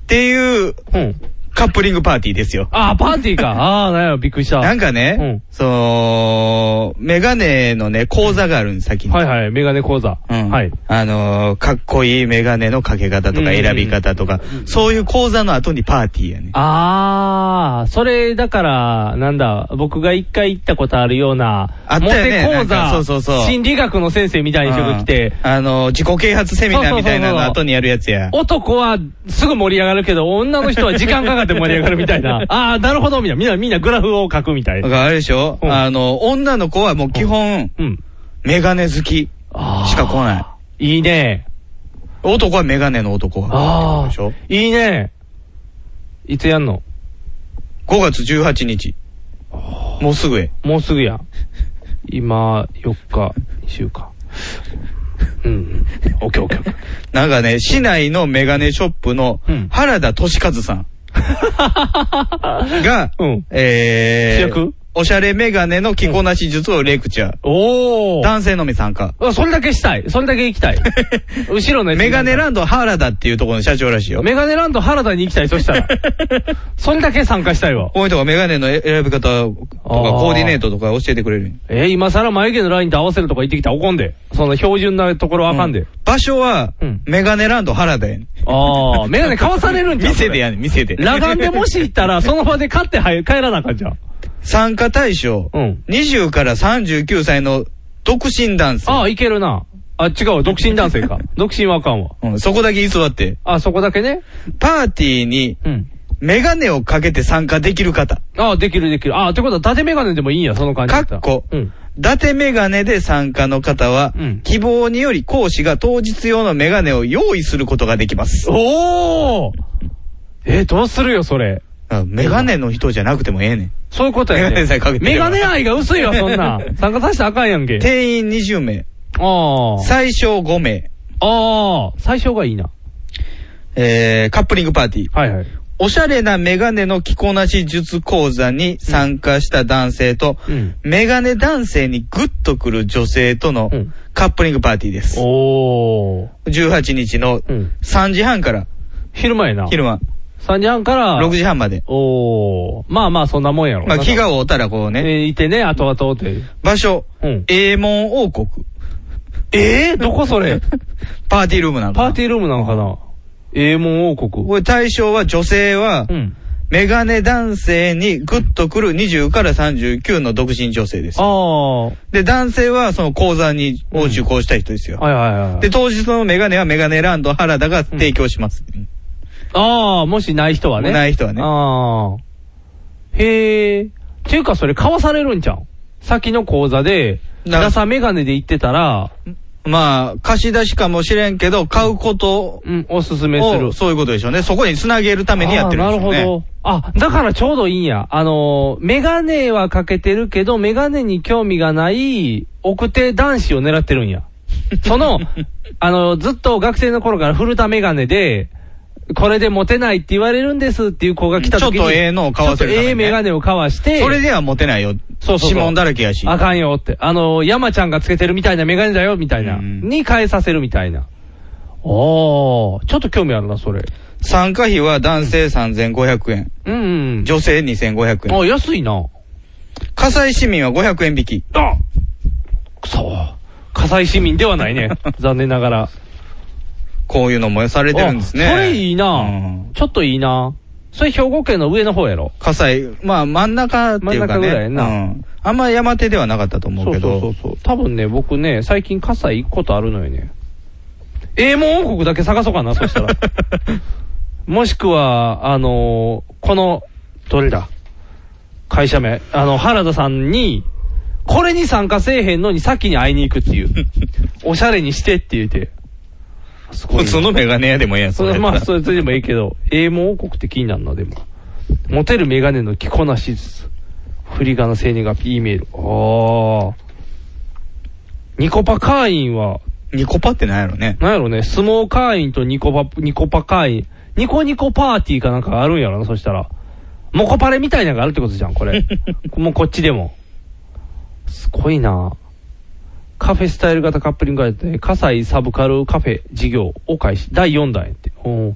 Speaker 2: ていう
Speaker 3: うん。
Speaker 2: カップリングパーティーですよ。
Speaker 3: ああ、パーティーか。 ああ、なんや、びっくりした。
Speaker 2: なん
Speaker 3: は
Speaker 2: かね、
Speaker 3: うん
Speaker 2: その、メガネのね、講座があるんです、先に。
Speaker 3: いはい、メガネ講座。
Speaker 2: うん
Speaker 3: はい。
Speaker 2: あのーかっこいいメガネのかけ方とか
Speaker 3: うん
Speaker 2: 選び方とか、そういう講座の後にパーティーやね。
Speaker 3: ああ、それ、だから、なんだ、僕が一回行ったことあるような、
Speaker 2: あった
Speaker 3: モ
Speaker 2: よね
Speaker 3: テ講
Speaker 2: なん
Speaker 3: 座
Speaker 2: かそうそうそう
Speaker 3: 心理学の先生みたいな人が来て、
Speaker 2: うんあのー自己啓発セミナーみたいなの後にやるやつや。
Speaker 3: 男はすぐ盛り上がるけど、女の人は時間かかって盛り上がるみたいな。 ああ、なるほど、みたいな。みんな、みんなグラフを書くみたい
Speaker 2: だか
Speaker 3: な。
Speaker 2: らあれでしょ、
Speaker 3: うん
Speaker 2: あの、女の子はもう基本、
Speaker 3: うん。
Speaker 2: メガネ好き
Speaker 3: あー
Speaker 2: しか来ない。
Speaker 3: いいね。
Speaker 2: 男はメガネの男が。でしょ
Speaker 3: いいね。いつやんの
Speaker 2: ?5 月18日。もうすぐへ。
Speaker 3: もうすぐや。今、4日、2週間。うん。オッケーオッケーオッケー。
Speaker 2: なんかね、市内のメガネショップの原田俊和さんが、えー
Speaker 3: 主役
Speaker 2: おしゃれメガネの着こなし術をレクチャー。
Speaker 3: お
Speaker 2: 男性のみ参加。
Speaker 3: あそれだけしたい。それだけ行き たい。後ろのやつ
Speaker 2: メガネランド原田っていうところの社長らしいよ。
Speaker 3: メガネランド原田に行きたい、そしたら。それだけ参加したいわ。
Speaker 2: こういうとこメガネの選び方とかコーディネートとか教えてくれる。
Speaker 3: えー今更眉毛のラインと合わせるとか言ってきたら怒んで。その標準なところあかんで。
Speaker 2: 場所は、メガネランド原田やねん。
Speaker 3: ああ、メガネ買わされるんじゃん。
Speaker 2: 店でやねん、店で。
Speaker 3: 裸眼でもし行ったら、その場で買って入帰らなあかんじゃん。
Speaker 2: 参加対象、20から39歳の独身男性。
Speaker 3: ああ、いけるな。あ、違うわ、独身男性 か。独身はあかんわ。
Speaker 2: うんそこだけ居座って。
Speaker 3: あ、そこだけね。
Speaker 2: パーティーに、メガネをかけて参加できる方。
Speaker 3: ああ、できるできる。ああ、ってことは、縦メガネでもいいんや、その感じだったら。
Speaker 2: こう伊達メガネで参加の方は、希望により講師が当日用のメガネを用意することができます。
Speaker 3: おおえーどうするよ、それ。
Speaker 2: メガネの人じゃなくてもええねん。
Speaker 3: そういうことやね。
Speaker 2: メガネさえかけてれ
Speaker 3: メ
Speaker 2: ば
Speaker 3: ガネ愛が薄いわ、そ んな。参加させたらあかんやんけ。
Speaker 2: 定員20名。
Speaker 3: ああ。
Speaker 2: 最小5名。
Speaker 3: ああ、最小がいいな。
Speaker 2: えー、カップリングパーティー。
Speaker 3: はいはい。
Speaker 2: おしゃれなメガネの着こなし術講座に参加した男性と、メガネ男性にグッとくる女性とのカップリングパーティーです。
Speaker 3: おー。
Speaker 2: 18日の3時半から、
Speaker 3: 昼間やな。
Speaker 2: 昼間。
Speaker 3: 3時半から。
Speaker 2: 6時半まで。
Speaker 3: おー。まあまあ、そんなもんやろ。
Speaker 2: まあ、気が合うたらこう
Speaker 3: え
Speaker 2: ね。
Speaker 3: ーいてね、後々っていう。
Speaker 2: 場所、英門王国。
Speaker 3: えー、どこそれ
Speaker 2: パーティールームなの
Speaker 3: パーティールームなのかな英門王国。
Speaker 2: これ対象は女性は、メガネ男性にグッとくる20から39の独身女性です。
Speaker 3: ああ。
Speaker 2: で、男性はその講座にを受講したい人ですよ。
Speaker 3: はいはいはい。
Speaker 2: で、当日のメガネはメガネランド原田が提供します。
Speaker 3: ああ、もしない人はね。
Speaker 2: ない人はね
Speaker 3: ああ。へえ。っていうか、それ買わされるんじゃん。先の講座で、ダサメガネで行ってたら、
Speaker 2: まあ、貸し出しかもしれんけど、買うこと
Speaker 3: うん、おすすめす
Speaker 2: を、
Speaker 3: る。
Speaker 2: そういうことでしょうね。そこにつなげるためにやってるんでしょうね。
Speaker 3: あーなるほど。あ、だからちょうどいいんや。あのー、メガネはかけてるけど、メガネに興味がない、奥手男子を狙ってる んや。その、あのー、ずっと学生の頃から古田メガネで、これでモテないって言われるんですっていう子が来た時に。
Speaker 2: ちょっとええのを買わせるためにね
Speaker 3: ちょっとええメガネを買わして。
Speaker 2: それではモテないよ。
Speaker 3: そうそうそう
Speaker 2: 指紋だらけやし。
Speaker 3: あかんよって。あのー、山ちゃんがつけてるみたいなメガネだよ、みたいな。に変えさせるみたいな。おー、ちょっと興味あるな、それ。
Speaker 2: 参加費は男性3500円、
Speaker 3: うんうん。
Speaker 2: 女性2500円。
Speaker 3: あ、安いな。
Speaker 2: 火災市民は500円引き。
Speaker 3: あくそ火災市民で はないね。残念ながら。
Speaker 2: こういうのもされてるんですね。
Speaker 3: あそれいいな、ちょっといいなそれ兵庫県の上の方やろ。
Speaker 2: 火災、まあ真ん中っていうかね。
Speaker 3: 真ん中ぐらいやな
Speaker 2: うん。あんま山手ではなかったと思うけど。
Speaker 3: そうそうそう。多分ね、僕ね、最近火災行くことあるのよね。英門王国だけ探そうかな、そした ら。もしくは、あのーこの、どれだ会社名。あの、原田さんに、これに参加せえへんのに先に会いに行 くっていう。おしゃれにしてって言うて。すご
Speaker 2: 普
Speaker 3: いな
Speaker 2: 通のメガネ屋でもええやん、
Speaker 3: そ
Speaker 2: れや
Speaker 3: れ
Speaker 2: ったら
Speaker 3: まあ、それでもいいけど、英文王国って気になるな、でも。モテるメガネの着こなし術。振り仮名生年月日、E メール。ああ。ニコパ会員は、
Speaker 2: ニコパってなんやろね。
Speaker 3: なんやろね、相撲会員とニコパ、ニコパ会員、ニコニコパーティーかなんかあるんやろな、そしたら。モコパレみたいなのがあるってことじゃん、こ れ。もうこっちでも。すごいなカフェスタイル型カップリングがやって、葛西サブカルカフェ事業を開始。第4弾やって。おー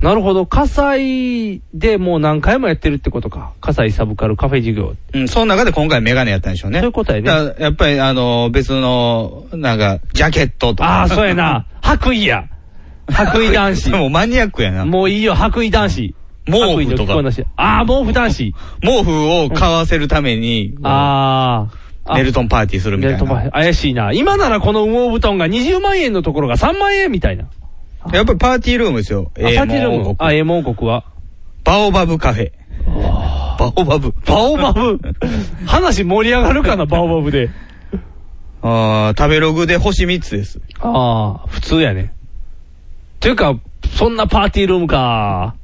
Speaker 3: なるほど。葛西でもう何回もやってるってことか。葛西サブカルカフェ事業。
Speaker 2: うん、その中で今回メガネやったんでしょうね。
Speaker 3: そういうことやね
Speaker 2: だからやっぱり、あの、別の、なんか、ジャケットとか。
Speaker 3: ああ、そうや。な。白衣や。白衣男子。
Speaker 2: もうマニアックやな。
Speaker 3: もういいよ、白衣男子。
Speaker 2: 毛布と
Speaker 3: 白衣の着こな
Speaker 2: か。
Speaker 3: しああ、毛布男子。
Speaker 2: 毛布を買わせるために、
Speaker 3: ああ。
Speaker 2: ネルトンパーティーするみたいな。
Speaker 3: ネルトンパー怪しいな。今ならこの羽毛布団が20万円のところが3万円みたいな。
Speaker 2: やっぱりパーティールームですよ。
Speaker 3: あ、パーティールーム
Speaker 2: 英語
Speaker 3: あ、エモ王国は。
Speaker 2: バオバブカフェ。バオバブ。
Speaker 3: バオ バブ。話盛り上がるかな、バオバブで。
Speaker 2: あー食べログで星3つです。
Speaker 3: ああ、普通やね。というか、そんなパーティールームか。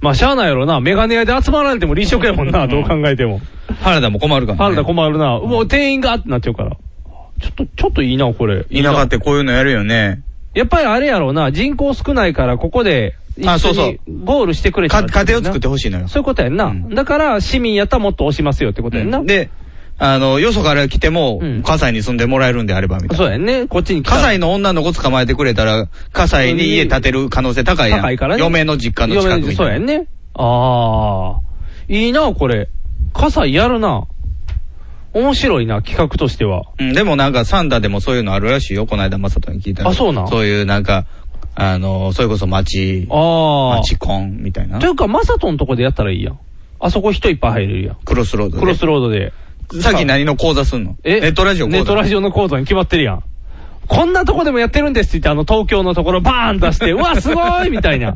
Speaker 3: まあ、しゃあないやろな。メガネ屋で集まられても立食やもんな、どう考えても。
Speaker 2: 原田も困るから、
Speaker 3: 原田困るな。もう店員がってなっちゃうから。ちょっと、ちょっといいな、これ。
Speaker 2: 田舎ってこういうのやるよね。
Speaker 3: やっぱりあれやろうな、人口少ないから、ここで、
Speaker 2: あそうそう。
Speaker 3: ゴールしてくれ
Speaker 2: か家庭を作ってほしいのよ。
Speaker 3: そういうことやんな。だから、市民やったらもっと押しますよってことやんな。
Speaker 2: で、あの、よそから来ても、葛西に住んでもらえるんであれば、みたいな。
Speaker 3: そうやね。こっちに
Speaker 2: 葛西の女の子捕まえてくれたら、葛西に家建てる可能性高いやん。
Speaker 3: 高いからね。
Speaker 2: 嫁の実家の近く
Speaker 3: 嫁
Speaker 2: に。
Speaker 3: そうやんね。ああ。いいな、これ。傘やるな。面白いな、企画としては。
Speaker 2: うん、でもなんかサンダでもそういうのあるらしいよ。この間、マサトに聞いたら
Speaker 3: あそうなん
Speaker 2: そういうなんか、あの、それこそ街、
Speaker 3: ああ。
Speaker 2: 街コンみたいな
Speaker 3: とい。うか、マサトのとこでやったらいいやん。あそこ人いっぱい入れるやん。
Speaker 2: クロスロードで
Speaker 3: クロスロードで。
Speaker 2: さっき何の講座すんの
Speaker 3: え
Speaker 2: ネットラジオ講座
Speaker 3: ネットラジオの講座に決まってるやん。こんなとこでもやってるんですって言って、あの東京のところバーン出して、うわ、すごいみた いな。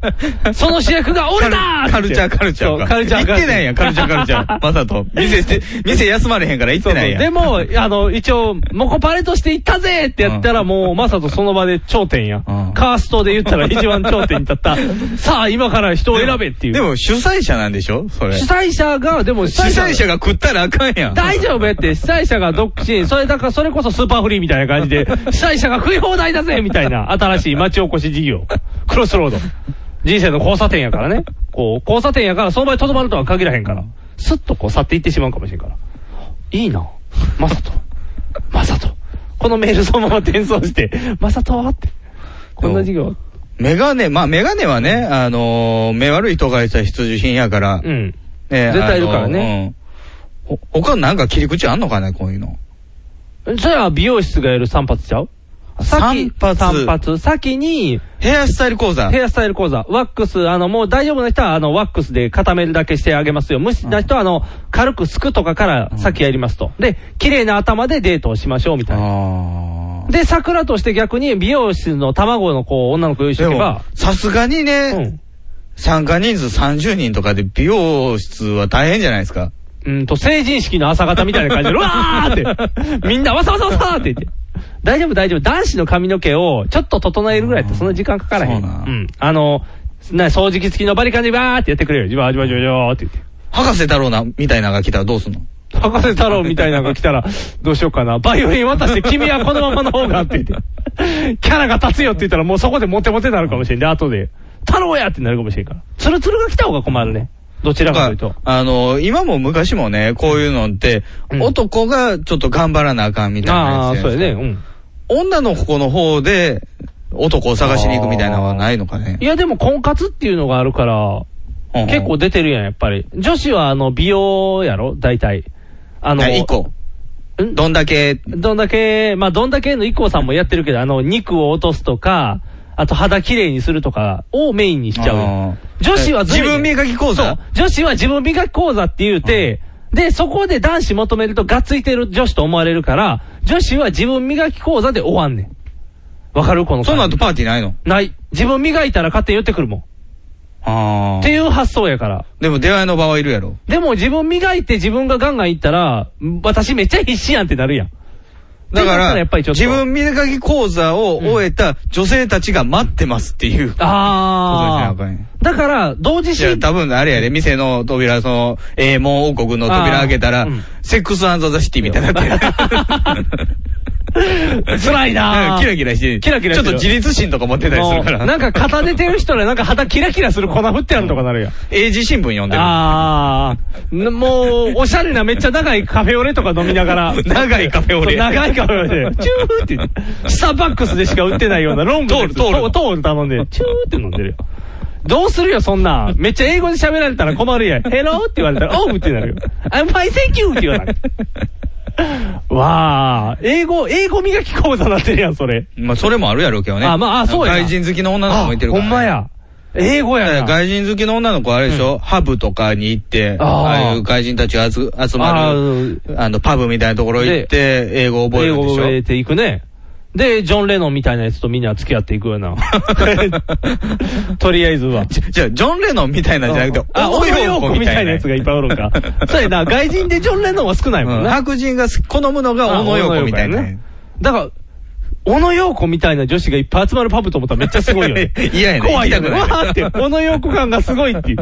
Speaker 3: その主役が俺だ
Speaker 2: カルチャーカルチャー
Speaker 3: そう
Speaker 2: か。
Speaker 3: カルチャー
Speaker 2: 行ってないやん、カルチャーカルチャ ー。 マサト。店して、店休まれへんから行ってないやん。
Speaker 3: でも、あの、一応、モコパレとして行ったぜってやったら、もう、まさとその場で頂点や。カーストで言ったら一番頂点に立った。さあ、今から人を選べっていう。
Speaker 2: でも主催者なんでしょそれ。
Speaker 3: 主催者が、でも
Speaker 2: 主催者が食ったらあかんやん。
Speaker 3: 大丈夫やって、主催者がどっち、それだからそれこそスーパーフリーみたいな感じ で、主催者が食い放題だぜみたいな、新しい町おこし事業。クロスロード。人生の交差点やからね。こう、交差点やから、その場にとどまるとは限らへんから。スッとこう去っていってしまうかもしれんから。いいな。まさと。まさと。このメールそのまま転送して、まさとって。こんな授業。
Speaker 2: メガネ、まあメガネはね、あのー目悪い人がいたら必需品やから。
Speaker 3: うん。
Speaker 2: ね
Speaker 3: 絶対いるからね。
Speaker 2: あのーうんほ他なんか切り口あんのかね、こういうの。
Speaker 3: それは美容室がやる散髪ちゃう先
Speaker 2: 髪
Speaker 3: 散髪。先に、
Speaker 2: ヘアスタイル講座。
Speaker 3: ヘアスタイル講座。ワックス、あの、もう大丈夫な人は、あの、ワックスで固めるだけしてあげますよ。無視な人は、あの、軽くすくとかから先やりますと。で、綺麗な頭でデートをしましょう、みたいな。で、桜として逆に美容室の卵のこう、女の子用意して
Speaker 2: で
Speaker 3: おけ
Speaker 2: も
Speaker 3: ば、、
Speaker 2: さすがにね、参加人数30人とかで美容室は大変じゃないですか。
Speaker 3: うんと、成人式の朝方みたいな感じ で、うわーって、みんなわさわさわさーって言って。大丈夫大丈夫。男子の髪の毛をちょっと整えるぐらいやってそんな時間かからへん。うん。あの、な掃除機付きのバリカンでわーってやってくれるよ。じわじわじわじわーって言って。
Speaker 2: 博士太郎な、みたいなのが来たらどうすんの
Speaker 3: 博士太郎みたいなのが来たら、どうしようかな。バイオリン渡して、君はこのままの方がって言って。キャラが立つよって言ったら、もうそこでモテモテになるかもしれんで、後で。太郎やってなるかもしれんから。ツルツルが来た方が困るね。どちらかというと。
Speaker 2: あの、今も昔もね、こういうのって、男がちょっと頑張らなあかんみたいな
Speaker 3: ああ
Speaker 2: や
Speaker 3: ー、
Speaker 2: つ
Speaker 3: そう
Speaker 2: や
Speaker 3: や
Speaker 2: ね
Speaker 3: ね。うん。
Speaker 2: 女の子の方で、男を探しに行くみたいなのはないのかね。
Speaker 3: いや、でも婚活っていうのがあるから、結構出てるやん、やっぱり。女子は、あの、美容やろ大体。あの、
Speaker 2: 一個。どんだけ。
Speaker 3: どんだけ、まあ、どんだけの一個さんもやってるけど、あの、肉を落とすとか、あと肌きれいにするとかをメインにしちゃうやん女子はずるい
Speaker 2: 自分磨き講座
Speaker 3: そう。女子は自分磨き講座って言うて、で、そこで男子求めるとがっついてる女子と思われるから、女子は自分磨き講座で終わんねん。わかるこの
Speaker 2: その後パーティーないの
Speaker 3: ない。自分磨いたら勝手に言ってくるもん。
Speaker 2: ああ。
Speaker 3: っていう発想やから。
Speaker 2: でも出会いの場はいるやろ。
Speaker 3: でも自分磨いて自分がガンガンいったら、私めっちゃ必死やんってなるやん。
Speaker 2: だか
Speaker 3: ってなった
Speaker 2: ら、
Speaker 3: やっぱりちょっと
Speaker 2: 自分磨き講座を終えた女性たちが待ってますっていう。
Speaker 3: あ
Speaker 2: あ。
Speaker 3: だから、同時
Speaker 2: いや、多分あれやで、店の扉、その、えー、もう王国の扉開けたら、セックスザシティみたいになってる。
Speaker 3: 辛いな
Speaker 2: う
Speaker 3: ぁ
Speaker 2: んキラキラしてる。
Speaker 3: キラキラ
Speaker 2: ち
Speaker 3: し
Speaker 2: ょってと
Speaker 3: る
Speaker 2: 自立心とか持ってたりするから。
Speaker 3: もうなんか片出てる人らなんか肌キラキラする粉振ってあるとかなるやん。
Speaker 2: 英字新聞読んでる。
Speaker 3: ああ。なもう、おしゃれなめっちゃ長いカフェオレとか飲みな がら。
Speaker 2: 長いカフェオレ
Speaker 3: そう長いカフェオレで。チューって言って。スターバックスでしか売ってないようなロングのやつ。
Speaker 2: トールトール
Speaker 3: トール頼んで、チューって飲んでるよ。どうするよ、そんなん。めっちゃ英語で喋られたら困るやん。ヘローって言われたら、オーってなるよ。I'm fine, thank you! って言われたわあ、英語、英語磨き講座になってるやん、それ。
Speaker 2: まあ、それもあるやろうけどね。
Speaker 3: あまああそうやな
Speaker 2: 外人好きの女の子もいてるから、ね。
Speaker 3: ほんまや。英語やな
Speaker 2: だから外人好きの女の子あれでしょ、ハブとかに行って、
Speaker 3: あー
Speaker 2: ああいう外人たちが集集まる、あの、パブみたいなところ行って、英語覚え
Speaker 3: 英
Speaker 2: るんで
Speaker 3: 語
Speaker 2: し
Speaker 3: を
Speaker 2: ょ
Speaker 3: 覚えていくね。で、ジョン・レノンみたいなやつとみんな付き合っていくよう な。 とりあえずは。
Speaker 2: じゃあ、ジョン・レノンみたいなんじゃなくて、
Speaker 3: あ、オ
Speaker 2: オ
Speaker 3: イ
Speaker 2: イ
Speaker 3: ヨ
Speaker 2: ヨ
Speaker 3: ー
Speaker 2: ー
Speaker 3: コ
Speaker 2: コ
Speaker 3: み
Speaker 2: み
Speaker 3: た
Speaker 2: た
Speaker 3: い
Speaker 2: いな
Speaker 3: なや
Speaker 2: や
Speaker 3: つ
Speaker 2: つ
Speaker 3: が
Speaker 2: が
Speaker 3: いっぱいおるんか。そうやな、外人でジョン・レノンは少ないもんな。
Speaker 2: 白人が好好むのがオノヨーコみたいな。。
Speaker 3: ね。だから、小野洋子みたいな女子がいっぱい集まるパブと思ったらめっちゃすごいよね
Speaker 2: 嫌やね
Speaker 3: 怖いよね。
Speaker 2: 行きたくない
Speaker 3: わーって、小野洋子感がすごいっていう。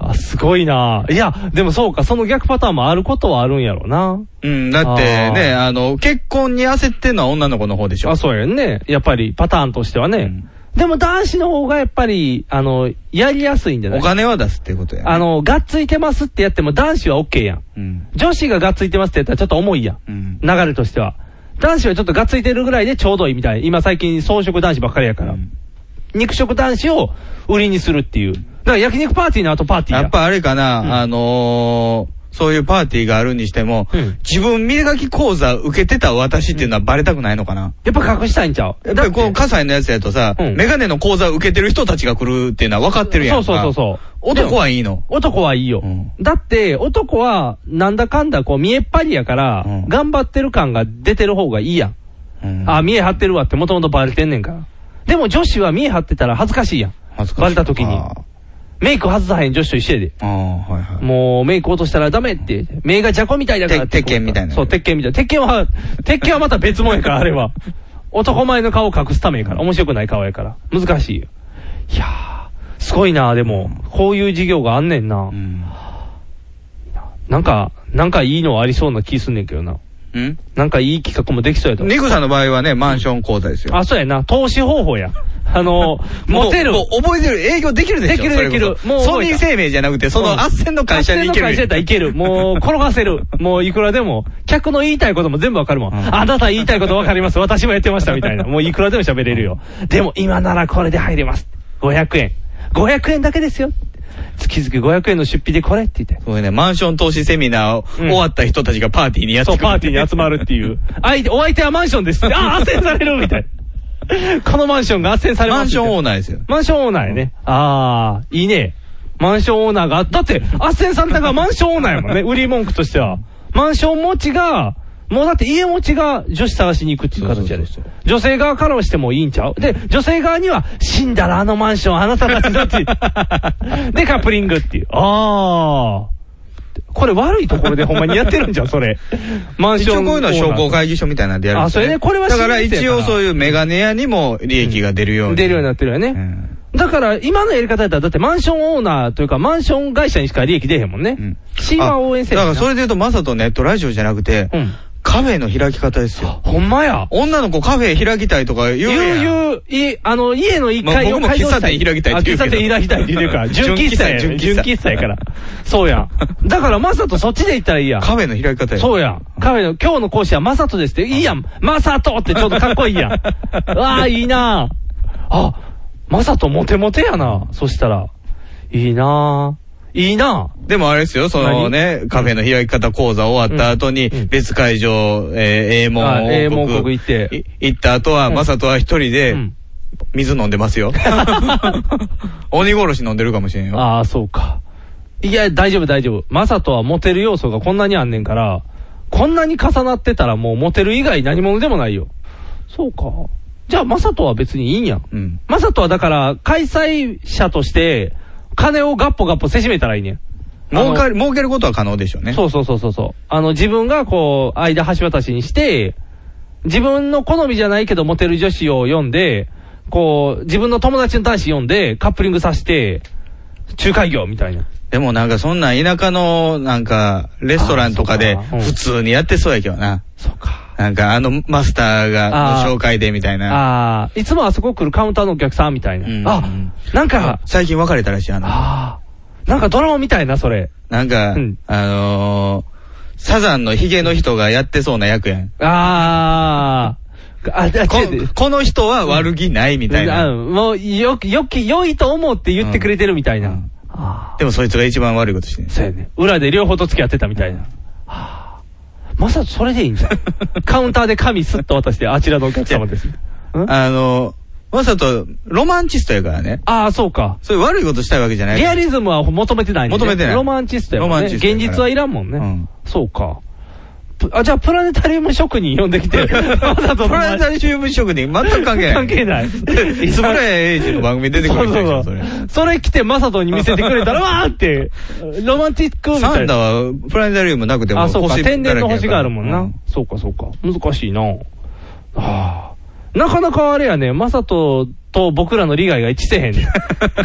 Speaker 3: あ、すごいなぁいや、でもそうか、その逆パターンもあることはあるんやろうな。
Speaker 2: うん、だってね、あの、結婚に焦ってんのは女の子の方でしょ。
Speaker 3: あ、そうやんね。やっぱりパターンとしてはね。でも男子の方がやっぱり、あの、やりやすいんじゃない
Speaker 2: お金は出すっていうことや。
Speaker 3: あの、がっついてますってやっても男子は OK やん。
Speaker 2: うん。
Speaker 3: 女子ががっついてますってやったらちょっと重いやん。
Speaker 2: うん。
Speaker 3: 流れとしては。男子はちょっとがっついてるぐらいでちょうどいいみたいな。今最近草食男子ばっかりやから。肉食男子を売りにするっていう。だから焼肉パーティーの後パーティーや。
Speaker 2: やっぱあれかな、あのー、そういうパーティーがあるにしても、自分磨き講座受けてた私っていうのはバレたくないのかな。
Speaker 3: やっぱ隠したいんちゃう
Speaker 2: やっぱりこう、葛西のやつやとさ、メガネの講座受けてる人たちが来るっていうのは分かってるやんか。
Speaker 3: そうそうそうそう
Speaker 2: 男はいいの。
Speaker 3: 男はいいよ。だって、男は、なんだかんだ、こう、見えっぱりやから、頑張ってる感が出てる方がいいやん。あ、見え張ってるわって、もともとバレてんねんから。でも女子は見え張ってたら恥ずかしいやん。バレた時に。メイク外さへん女子と一緒やで。もう、メイク落としたらダメって。目が邪ャコみたいだからって。鉄拳みたいな。そう、鉄拳みたいな。鉄拳は、鉄拳はまた別物やから、あれ は。男前の顔を隠すためやから。面白くない顔やから。難しいよ。いやー、すごいな、でも。こういう授業があんねんな。なんか、なんかいいのありそうな気すんねんけどな。
Speaker 2: うん
Speaker 3: なんかいい企画もできそうやと思う。
Speaker 2: ニクさんの場合はね、マンション講座ですよ。
Speaker 3: あ、そうやな。投資方法や。あの、モテる。
Speaker 2: もうもう覚えてる。営業できるでしょ
Speaker 3: できるできる。
Speaker 2: もう。ソニー生命じゃなくて、その斡旋の会社に行ける。
Speaker 3: 斡旋の会社やったらいける。 もう、転がせる。もう、いくらでも。客の言いたいことも全部わかるもん。あなた言いたいことわかります。私もやってました。みたいな。もう、いくらでも喋れるよ。でも、今ならこれで入れます。500円。500円だけですよ。月々500円の出費でこれって言って。
Speaker 2: そうね、マンション投資セミナー終わった人たちがパーティーにやってくる、
Speaker 3: そうパーティーに集まるっていう。 相手、お相手はマンションです。あ、斡旋されるみたいな。このマンションが斡旋されます。
Speaker 2: マンションオーナーですよ。
Speaker 3: マンションオーナーやね。ああ、いいね。マンションオーナーが、だって、斡旋されたがマンションオーナーや もんね。売り文句としては。マンション持ちが、もうだって家持ちが女子探しに行くっていう形やで。女性側からしてもいいんちゃうで、女性側には、死んだらあのマンションあなたたちどっち で、カップリングっていう。ああ。これ悪いところでほんまにやってるんじゃん、それ。マンション
Speaker 2: 一応こういうのは商工会議所みたいなんでやるんですよ、
Speaker 3: あそれねこれは
Speaker 2: だから
Speaker 3: 親切や
Speaker 2: 一
Speaker 3: から
Speaker 2: 応そういうメガネ屋にも利益が出るように。
Speaker 3: 出るようになってるよね。だから、今のやり方やったら、だってマンションオーナーというか、マンション会社にしか利益出へんもんね。市は応援せ
Speaker 2: だからそ
Speaker 3: れ、
Speaker 2: れで言うと、まさとネットラジオじゃなくて、カフェの開き方ですよ。
Speaker 3: ほんまや。
Speaker 2: 女の子カフェ開きたいとか言うやん。
Speaker 3: 言う、言う、い、あの、家の一階
Speaker 2: まあ
Speaker 3: を
Speaker 2: 僕も
Speaker 3: 開業した
Speaker 2: 喫茶店開きたいって言うけど
Speaker 3: あ喫茶店開きたいって言うてるから。純喫茶や。純
Speaker 2: 純喫茶
Speaker 3: 喫茶やから。そ うやん。だから、マサトそっちで行ったらいいやん。
Speaker 2: カフェの開き方や。
Speaker 3: そうやん。カフェの、今日の講師はマサトですって。いいやん。マサトってちょっとかっこいいやん。 うわあ、いいなあ。あ、マサトモテモテやな。そしたら。いいなあ。いいなあ。
Speaker 2: でもあれですよ、そのね、カフェの開き方講座終わった後に、別会場、えー、A
Speaker 3: あ
Speaker 2: 門
Speaker 3: ええも
Speaker 2: 王
Speaker 3: ん国
Speaker 2: 国
Speaker 3: 行って。
Speaker 2: 行った後は、まさとは一人で、水飲んでます よ。鬼殺し飲んでるかもしれんよ。
Speaker 3: ああ、そうか。いや、大丈夫大丈夫。マサトはモテる要素がこんなにあんねんから、こんなに重なってたらもうモテる以外何者でもないよ。そうか。じゃあ、マサトは別にいいんやん。
Speaker 2: うん。
Speaker 3: マサトはだから、開催者として、金をガッポガッポせしめたらいいねん。
Speaker 2: 儲か
Speaker 3: る
Speaker 2: る、儲けることは可能でしょうね。
Speaker 3: そうそうそうそうそう。あの、自分がこう、間橋渡しにして、自分の好みじゃないけどモテる女子を読んで、こう、自分の友達の男子読んで、カップリングさせて、仲介業みたいな。
Speaker 2: でもなんかそんなん田舎のなんかレストランとかで普通にやってそうやけどな。
Speaker 3: そう
Speaker 2: か。なんかあのマスターが
Speaker 3: あー
Speaker 2: の紹介でみたいな。
Speaker 3: ああ、いつもあそこ来るカウンターのお客さんみたいな。あ、なんか、
Speaker 2: 最近別れたらしいあの。
Speaker 3: なんかドラマみたいな、それ。
Speaker 2: なんか、あのー、サザンのヒゲの人がやってそうな役やん。
Speaker 3: ああ、あ、違
Speaker 2: こ
Speaker 3: う
Speaker 2: この人は悪気ないみたいな。
Speaker 3: あもう、よき、よき、良いと思って言ってくれてるみたいな。
Speaker 2: でもそいつが一番悪いことしてん
Speaker 3: そうやね。裏で両方と付き合ってたみたいな。はあまさとそれでいいん じゃん。カウンターで紙すっと渡して、あちらのお客様です。
Speaker 2: あのー、わざとロマンチストやからね。
Speaker 3: ああ、そうか。
Speaker 2: そういう悪いことしたいわけじゃない。
Speaker 3: リアリズムは求めてないね
Speaker 2: 求めてない
Speaker 3: ロマンチストやもん
Speaker 2: ロ
Speaker 3: ね。
Speaker 2: マンチストや
Speaker 3: 現
Speaker 2: から
Speaker 3: 実はいらんもんね。そうか。ぷあ、じゃあ、プラネタリウム職人呼んで きて。わざと
Speaker 2: プラネタリウム職人、全く関係ない。
Speaker 3: 関係ない。
Speaker 2: いつもね、エイジの番組出てくる人でしょそれ。
Speaker 3: それ来て、マサトに見せてくれたら、わー って、ロマンチックみたいな。
Speaker 2: サンダーはプラネタリウムなくても
Speaker 3: あ、そうか。
Speaker 2: 星
Speaker 3: 天然の星があるもんな。
Speaker 2: うん
Speaker 3: そうか、そうか。難しいな。はあ。なかなかあれやね、マサトと僕らの利害が一致せ へんね。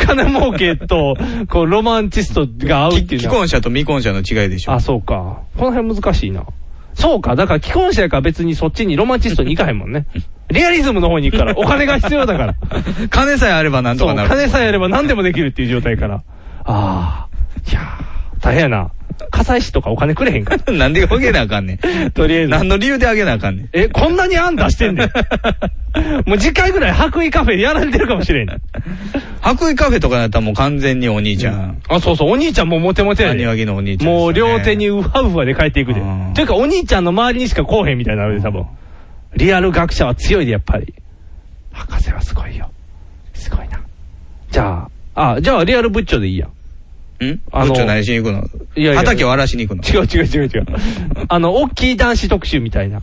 Speaker 3: 金儲けと、こう、ロマンチストが合うっていう
Speaker 2: 既
Speaker 3: のは
Speaker 2: 婚者と未婚者の違いでしょ。
Speaker 3: あ、そうか。この辺難しいな。そうか、だから既婚者やから別にそっちにロマンチストに行かへんもんね。リアリズムの方に行くから、お金が必要だ から。
Speaker 2: 金さえあればなんと
Speaker 3: そ
Speaker 2: か
Speaker 3: う、
Speaker 2: なる。
Speaker 3: 金さえあれば何でもできるっていう状態から。ああ、いやー大変やな。火災士とかお金くれへんか
Speaker 2: なんであげなあかん ねん。
Speaker 3: とりあえず
Speaker 2: 何の理由であげなあかんねん。
Speaker 3: え、こんなに案出して んねん。もう次回ぐらい白衣カフェやられてるかもしれん。
Speaker 2: 白衣カフェとかだったらもう完全にお兄ちゃん。
Speaker 3: あ、そうそう、お兄ちゃんもうモテモテや
Speaker 2: 谷
Speaker 3: ね
Speaker 2: 脇のお兄ちゃんですよね。
Speaker 3: もう両手にウハウハで帰っていくで。というかお兄ちゃんの周りにしか来おへんみたいになるで、多分。リアル学者は強いで、やっぱり。博士はすごいよ。すごいな。じゃあ、あ、じゃあリアルブッチョでいいや。
Speaker 2: ん
Speaker 3: あの
Speaker 2: どっちを何しに行くの
Speaker 3: いやいや
Speaker 2: 畑を荒らしに行くの
Speaker 3: 違う違 う違う違う。あの、大きい男子特集みたいな。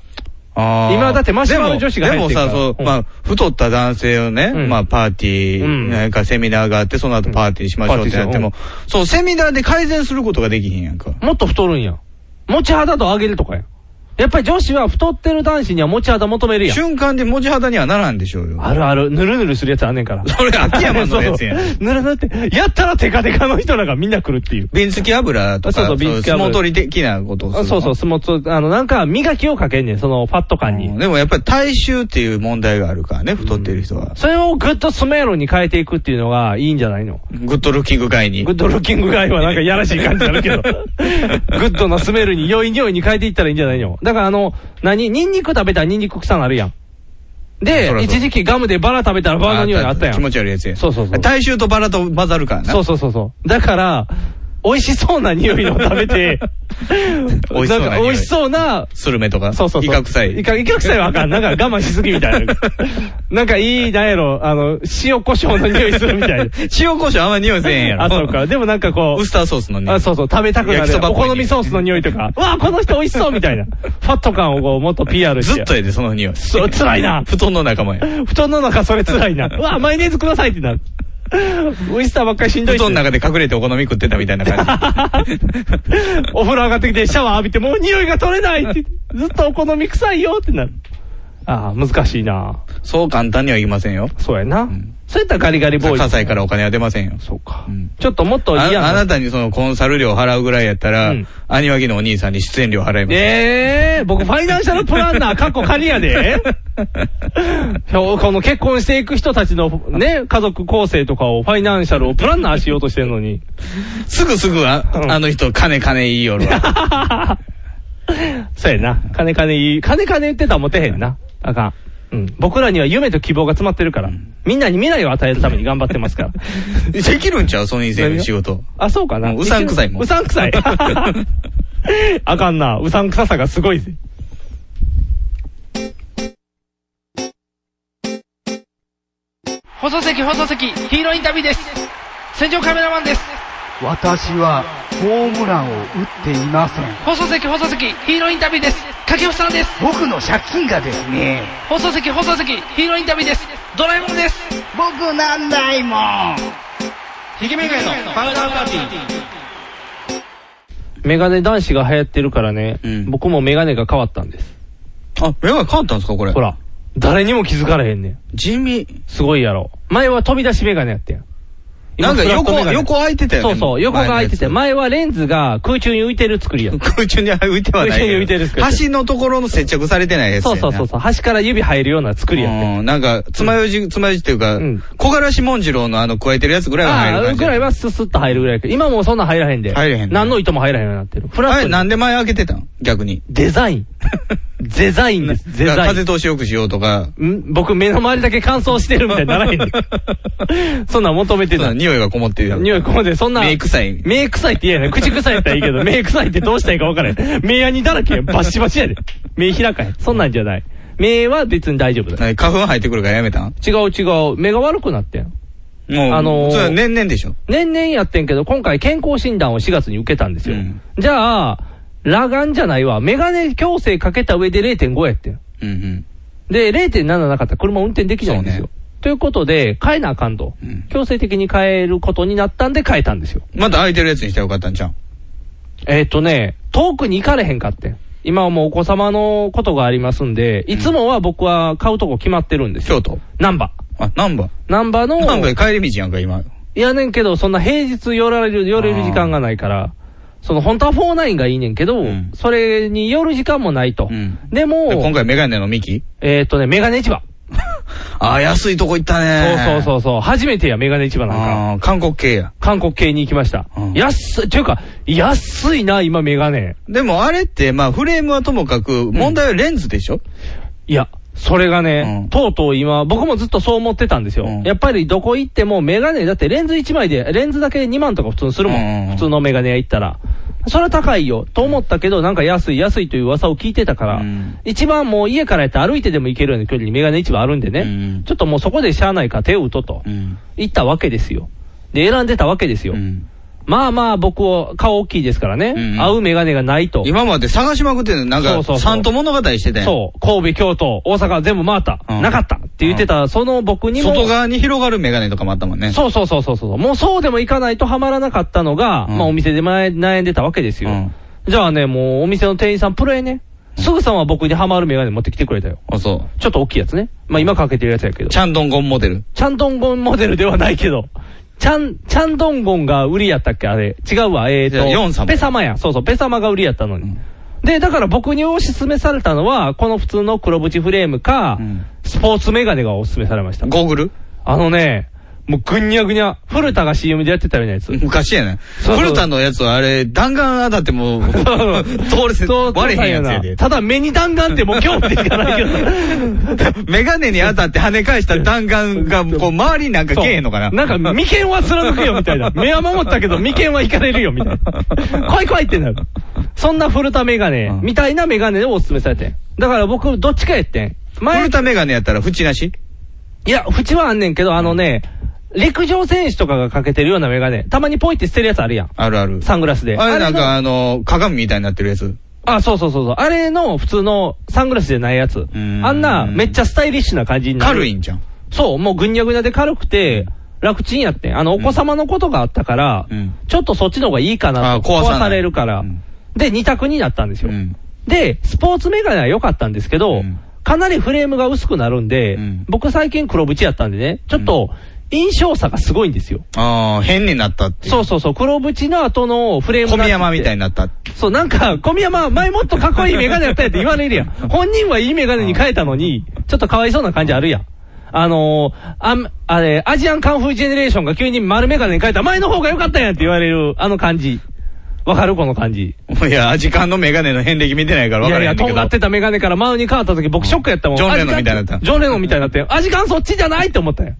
Speaker 2: あー
Speaker 3: 今だってマシュマロ女子が
Speaker 2: で
Speaker 3: 入っ
Speaker 2: も
Speaker 3: て
Speaker 2: で
Speaker 3: るから
Speaker 2: もさ、そう、
Speaker 3: うん
Speaker 2: まあ、太った男性をね、
Speaker 3: うん
Speaker 2: まあ、パーティ
Speaker 3: うん
Speaker 2: ー、なんかセミナーがあって、その後パーティーしましょうってなっても、
Speaker 3: パ
Speaker 2: そう、セミナーで改善することができひんやんか。
Speaker 3: もっと太るんや。持ち肌と上げるとかや。やっぱり女子は太ってる男子には持ち肌求めるやん。
Speaker 2: 瞬間で持ち肌にはならんでしょうよ。
Speaker 3: あるある、ぬるぬるするやつあんねんから。
Speaker 2: それ秋山のやつやん
Speaker 3: そうそうぬるぬるって、やったらテカテカの人らがみんな来るっていう。
Speaker 2: 瓶付き油とか、
Speaker 3: そうそう瓶付き油
Speaker 2: 相撲取り的なことをする
Speaker 3: あ
Speaker 2: の
Speaker 3: そうそう、スモーツ、あの、なんか磨きをかけんねん、そのファット感に。
Speaker 2: でもやっぱり体臭っていう問題があるからね、太ってる人は。
Speaker 3: それをグッとスメーロに変えていくっていうのがいいんじゃないの
Speaker 2: グッドルッキング会に。
Speaker 3: グッドルッキングガイはなんかやらしい感じになるけ ど。グッドなスメールに良い匂いに変えていったらいいんじゃないのだからあの、何ニンニク食べたらニンニク臭なるやん。で
Speaker 2: そら、そう
Speaker 3: 一時期ガムでバラ食べたらバラの匂いあったやん。
Speaker 2: 気持ち悪いやつやん。
Speaker 3: そうそうそう。
Speaker 2: 体臭とバラと混ざるからな。、
Speaker 3: そうそうそうそう。だから、美味しそうな匂いのを食べて
Speaker 2: 美味しそうな匂い
Speaker 3: んか美味しそうな、
Speaker 2: スルメとか。
Speaker 3: そうそうそう。
Speaker 2: 威嚇臭い。
Speaker 3: イカ、イカ臭いはあかん。なんか我慢しすぎみたいな。なんかいい、なんやろ、あの、塩胡椒の匂いするみたいな。
Speaker 2: 塩胡椒あんまり匂いせえへんやろ。
Speaker 3: あ、そうか。でもなんかこう
Speaker 2: ウス。ターソースのね。
Speaker 3: あそうそう、食べたくな
Speaker 2: 焼き
Speaker 3: る
Speaker 2: そ。ばっ
Speaker 3: お
Speaker 2: ぽい
Speaker 3: 好みソースの匂い とか、わあ、この人美味しそうみたいな。ファット感をこうもっと PR して。
Speaker 2: ずっとやで、その匂い。
Speaker 3: そう辛いな
Speaker 2: 布団の仲間や。
Speaker 3: 布団の中それ辛 いな。わあ、マヨネーズくださいってなる。オイスターばっかりしんど
Speaker 2: 布
Speaker 3: いって
Speaker 2: 団の中で隠れてお好み食ってたみたいな感じ。
Speaker 3: お風呂上がってきてシャワー浴びてもう匂いが取れないって。ずっとお好み臭いよってなる。ああ、難しいな。
Speaker 2: そう簡単にはいきませんよ。
Speaker 3: そうやな。そういったらガリガリボーイ。
Speaker 2: 火災からお金は出ませんよ。
Speaker 3: そうか
Speaker 2: うん。
Speaker 3: ちょっともっと
Speaker 2: あ
Speaker 3: 嫌
Speaker 2: あ
Speaker 3: な
Speaker 2: な。たにそのコンサル料払うぐらいやったら、
Speaker 3: うん
Speaker 2: 兄脇のお兄さんに出演料払います。
Speaker 3: ええ 僕ファイナンシャルプランナー、かっこ仮やで。そうこの結婚していく人たちのね、家族構成とかをファイナンシャルをプランナーしようとしてるのに。
Speaker 2: すぐすぐあ、
Speaker 3: うん
Speaker 2: あの人、金金言いよ るわ。
Speaker 3: そうやな。金金いい。金金言ってたらモテへんな。あかん。うん。僕らには夢と希望が詰まってるから。みんなに未来を与えるために頑張ってま すから。
Speaker 2: できるんちゃうその以前の仕事。
Speaker 3: あ、そうかな。
Speaker 2: うんうさんくさいもん
Speaker 3: うさん くさい。あかんな。うさんくささがすごいぜ。
Speaker 12: 放送席、放送席、ヒーローインタビューです。戦場カメラマンです。
Speaker 8: 私はホームランを打っていません。
Speaker 12: 放送席、放送席、ヒーローインタビューです。掛布さんです。
Speaker 8: 僕の借金がですね、
Speaker 12: 放送席、放送席、ヒーローインタビューです。ドラえもんです。
Speaker 8: 僕なんないもん。
Speaker 1: ひげめがねのパウダーパーティー。
Speaker 3: メガネ男子が流行ってるからね、
Speaker 2: うん
Speaker 3: 僕もメガネが変わったんです。
Speaker 2: あ、目が変わったんですかこれ。
Speaker 3: ほ。ら、誰にも気づかれへんねん。
Speaker 2: 地味。
Speaker 3: すごいやろ。前は飛び出しメガネやってん。今
Speaker 2: なんか
Speaker 3: フラット
Speaker 2: 横
Speaker 3: メガ、ネ
Speaker 2: 横開いてたよね。
Speaker 3: そうそう、横が開いてて、
Speaker 2: 前のや
Speaker 3: 前はレンズが空中に浮いてる作りやっ
Speaker 2: つ
Speaker 3: た。
Speaker 2: 空中に浮いてはないけど。
Speaker 3: 空中に浮いてる
Speaker 2: 端のところの接着されてないやつや
Speaker 3: そ
Speaker 2: な。
Speaker 3: うそうそうそう、端から指入るような作りやってん。
Speaker 2: うん、なんか、つまようじ、つまようじっていうか
Speaker 3: うん、
Speaker 2: 小柄しもんじろうのあの、加えてるやつぐらいは入る
Speaker 3: あ
Speaker 2: 感
Speaker 3: あ、
Speaker 2: じ。
Speaker 3: ぐらいはススッと入るぐらいやけど、今もうそんなん入らへんで。
Speaker 2: 入れへんね
Speaker 3: 何の糸も入らへんようになってる。フラ
Speaker 2: あ
Speaker 3: ッ
Speaker 2: れ、
Speaker 3: トに
Speaker 2: なんで前開けてたん逆に。
Speaker 3: デ ザイン。デザインです、デ
Speaker 2: だから
Speaker 3: ザイン
Speaker 2: 風。通しよくしようとか、
Speaker 3: ん僕目の周りだけ乾燥してるみたいにならへんね んそんなん求めて
Speaker 2: そうだ
Speaker 3: た。
Speaker 2: 匂いがこもってるやん。
Speaker 3: 匂いここで、そんな。
Speaker 2: 目臭い
Speaker 3: 目臭いって言えない。口臭いやったらいいけ ど、目臭いってどうしたらいいか分からへん。目やにだらけやん。バッシバシやで。目開かへん。そんなんじゃない。目は別に大丈夫だ。
Speaker 2: 何花粉入ってくるからやめたん
Speaker 3: 違う違う。目が悪くなってん。
Speaker 2: もう、
Speaker 3: あのー
Speaker 2: それは年々でしょ。
Speaker 3: 年々やってんけど、今回健康診断を4月に受けたんですよ。
Speaker 2: うん
Speaker 3: じゃあ、裸眼じゃないわ。メガネ矯正かけた上で0.5やってん。
Speaker 2: うんうん。
Speaker 3: で、0.7なかったら車運転できないんですよ。
Speaker 2: そうね
Speaker 3: ということで、変えなあかんと。
Speaker 2: うん
Speaker 3: 強制的に変えることになったんで変えたんですよ。
Speaker 2: また開いてるやつにしたらよかったんちゃう
Speaker 3: えーっ、とね、遠くに行かれへんかってん。今はもうお子様のことがありますんで、いつもは僕は買うとこ決まってるんですよ。京
Speaker 2: 都
Speaker 3: 難波。
Speaker 2: あ、難波。
Speaker 3: 難波の、
Speaker 2: なんか帰り道やんか、今。
Speaker 3: いやねんけど、そんな平日寄られる、寄れる時間がないから、その本当は49がいいねんけど、それに寄る時間もないと。でも、
Speaker 2: 今回メガネのミキ
Speaker 3: えーっとね、メガネ市場。
Speaker 2: ああ、安いとこ行ったね。
Speaker 3: そうそうそうそう。初めてや、メガネ市場なん
Speaker 2: か。韓国系や。
Speaker 3: 韓国系に行きました。安い、というか、安いな、今メガネ。
Speaker 2: でもあれって、まあフレームはともかく、問題はレンズでしょ、
Speaker 3: いや、それがね、とうとう今、僕もずっとそう思ってたんですよ。やっぱりどこ行ってもメガネ、だってレンズ1枚で、レンズだけ2万とか普通にするもん。普通のメガネ屋行ったら。それは高いよ、と思ったけど、なんか安い安いという噂を聞いてたから、一番もう家からやったら歩いてでも行けるような距離にメガネ市場あるんでね、ちょっともうそこでしゃあないから手を打とうと、行ったわけですよ。で、選んでたわけですよ。まあまあ僕は顔大きいですからね、合うメガネがないと。
Speaker 2: 今まで探しまくってんのなんか、三と物語してたやん。
Speaker 3: そう、神戸、京都、大阪全部回った、なかったって言ってた、その僕にも。
Speaker 2: 外側に広がるメガネとかもあったもんね。
Speaker 3: そうそうそうそうそう。もうそうでもいかないとハマらなかったのが、まあお店で前悩んでたわけですよ。じゃあね、もうお店の店員さん、プロやね。すぐさま僕にハマるメガネ持ってきてくれたよ。
Speaker 2: あ、そ
Speaker 3: ちょっと大きいやつね。まあ今かけてるやつやけど。
Speaker 2: チャンドンゴンモデル。
Speaker 3: チャンドンゴンモデルではないけど。チャン、チャンドンゴンが売りやったっけあれ。違うわ。えー
Speaker 2: じゃあ
Speaker 3: と、
Speaker 2: ヨン様
Speaker 3: ペ様や。そうそう、ペ様が売りやったのに。で、だから僕におすすめされたのは、この普通の黒縁フレームか、スポーツメガネがおすすめされました。
Speaker 2: ゴーグル
Speaker 3: あのね、もうぐにゃぐにゃ、古田が CM でやってたような やつ。
Speaker 2: 昔やね。古田のやつはあれ、弾丸当たって もう、通れせ、割れへんやつやで。
Speaker 3: ただ目に弾丸ってもう興味しかないけど。
Speaker 2: メガネに当たって跳ね返した弾丸が、こう、周りになんかけえへんのかな。
Speaker 3: なんか、眉間は貫くよみ たいな。目は守ったけど、眉間は引かれるよみたいな。怖い怖いってなる。そんな古田メガネ、みたいなメガネをおすすめされてん。だから僕、どっちかやってん。
Speaker 2: 古田メガネやったら縁なし
Speaker 3: いや、縁はあんねんけど、あのね、陸上選手とかがかけてるようなメガネ、たまにポイって捨てるやつあるやん。
Speaker 2: あるある。
Speaker 3: サングラスで。
Speaker 2: あれなん
Speaker 3: の
Speaker 2: かあの、鏡みたいになってるやつ。
Speaker 3: あ、そうそうそうそう。あれの普通のサングラスじゃないやつ。あんなめっちゃスタイリッシュな感じになる。軽い
Speaker 2: んじゃん。
Speaker 3: そう、もうぐにゃぐにゃで軽くて、楽ちんやってん。あの、お子様のことがあったから、ちょっとそっちの方がいいかなと。
Speaker 2: あ壊さない
Speaker 3: れるから。で、二択になったんですよ。で、スポーツメガネは良かったんですけど、かなりフレームが薄くなるんで、僕最近黒縁やったんでね、ちょっと印象差がすごいんですよ。
Speaker 2: ああ、変になったっていう。
Speaker 3: そうそうそう、黒縁の後のフレーム
Speaker 2: 小
Speaker 3: が
Speaker 2: 宮山みたいになったって。
Speaker 3: そう、なんか、小宮山、前もっとかっこいいメガネやったやんって言われる やん。本人はいいメガネに変えたのに、ちょっとかわいそうな感じあるやん。あのー、あん、あれ、アジアンカンフージェネレーションが急に丸メガネに変えた前の方が良かったやんって言われる、あの感じ。わかるこの感じ。
Speaker 2: いや、時間のメガネの遍歴見てないから
Speaker 3: い
Speaker 2: 分か
Speaker 3: やい
Speaker 2: らへ
Speaker 3: や、
Speaker 2: んねん
Speaker 3: と
Speaker 2: け
Speaker 3: んが
Speaker 2: ど
Speaker 3: っ。てたメガネからマウに変わった時、僕ショックやったもん。
Speaker 2: ジョンレノンみたいになった
Speaker 3: アジカンジョンレノンみたいになって、アジカンそっちじゃないって思ったよ。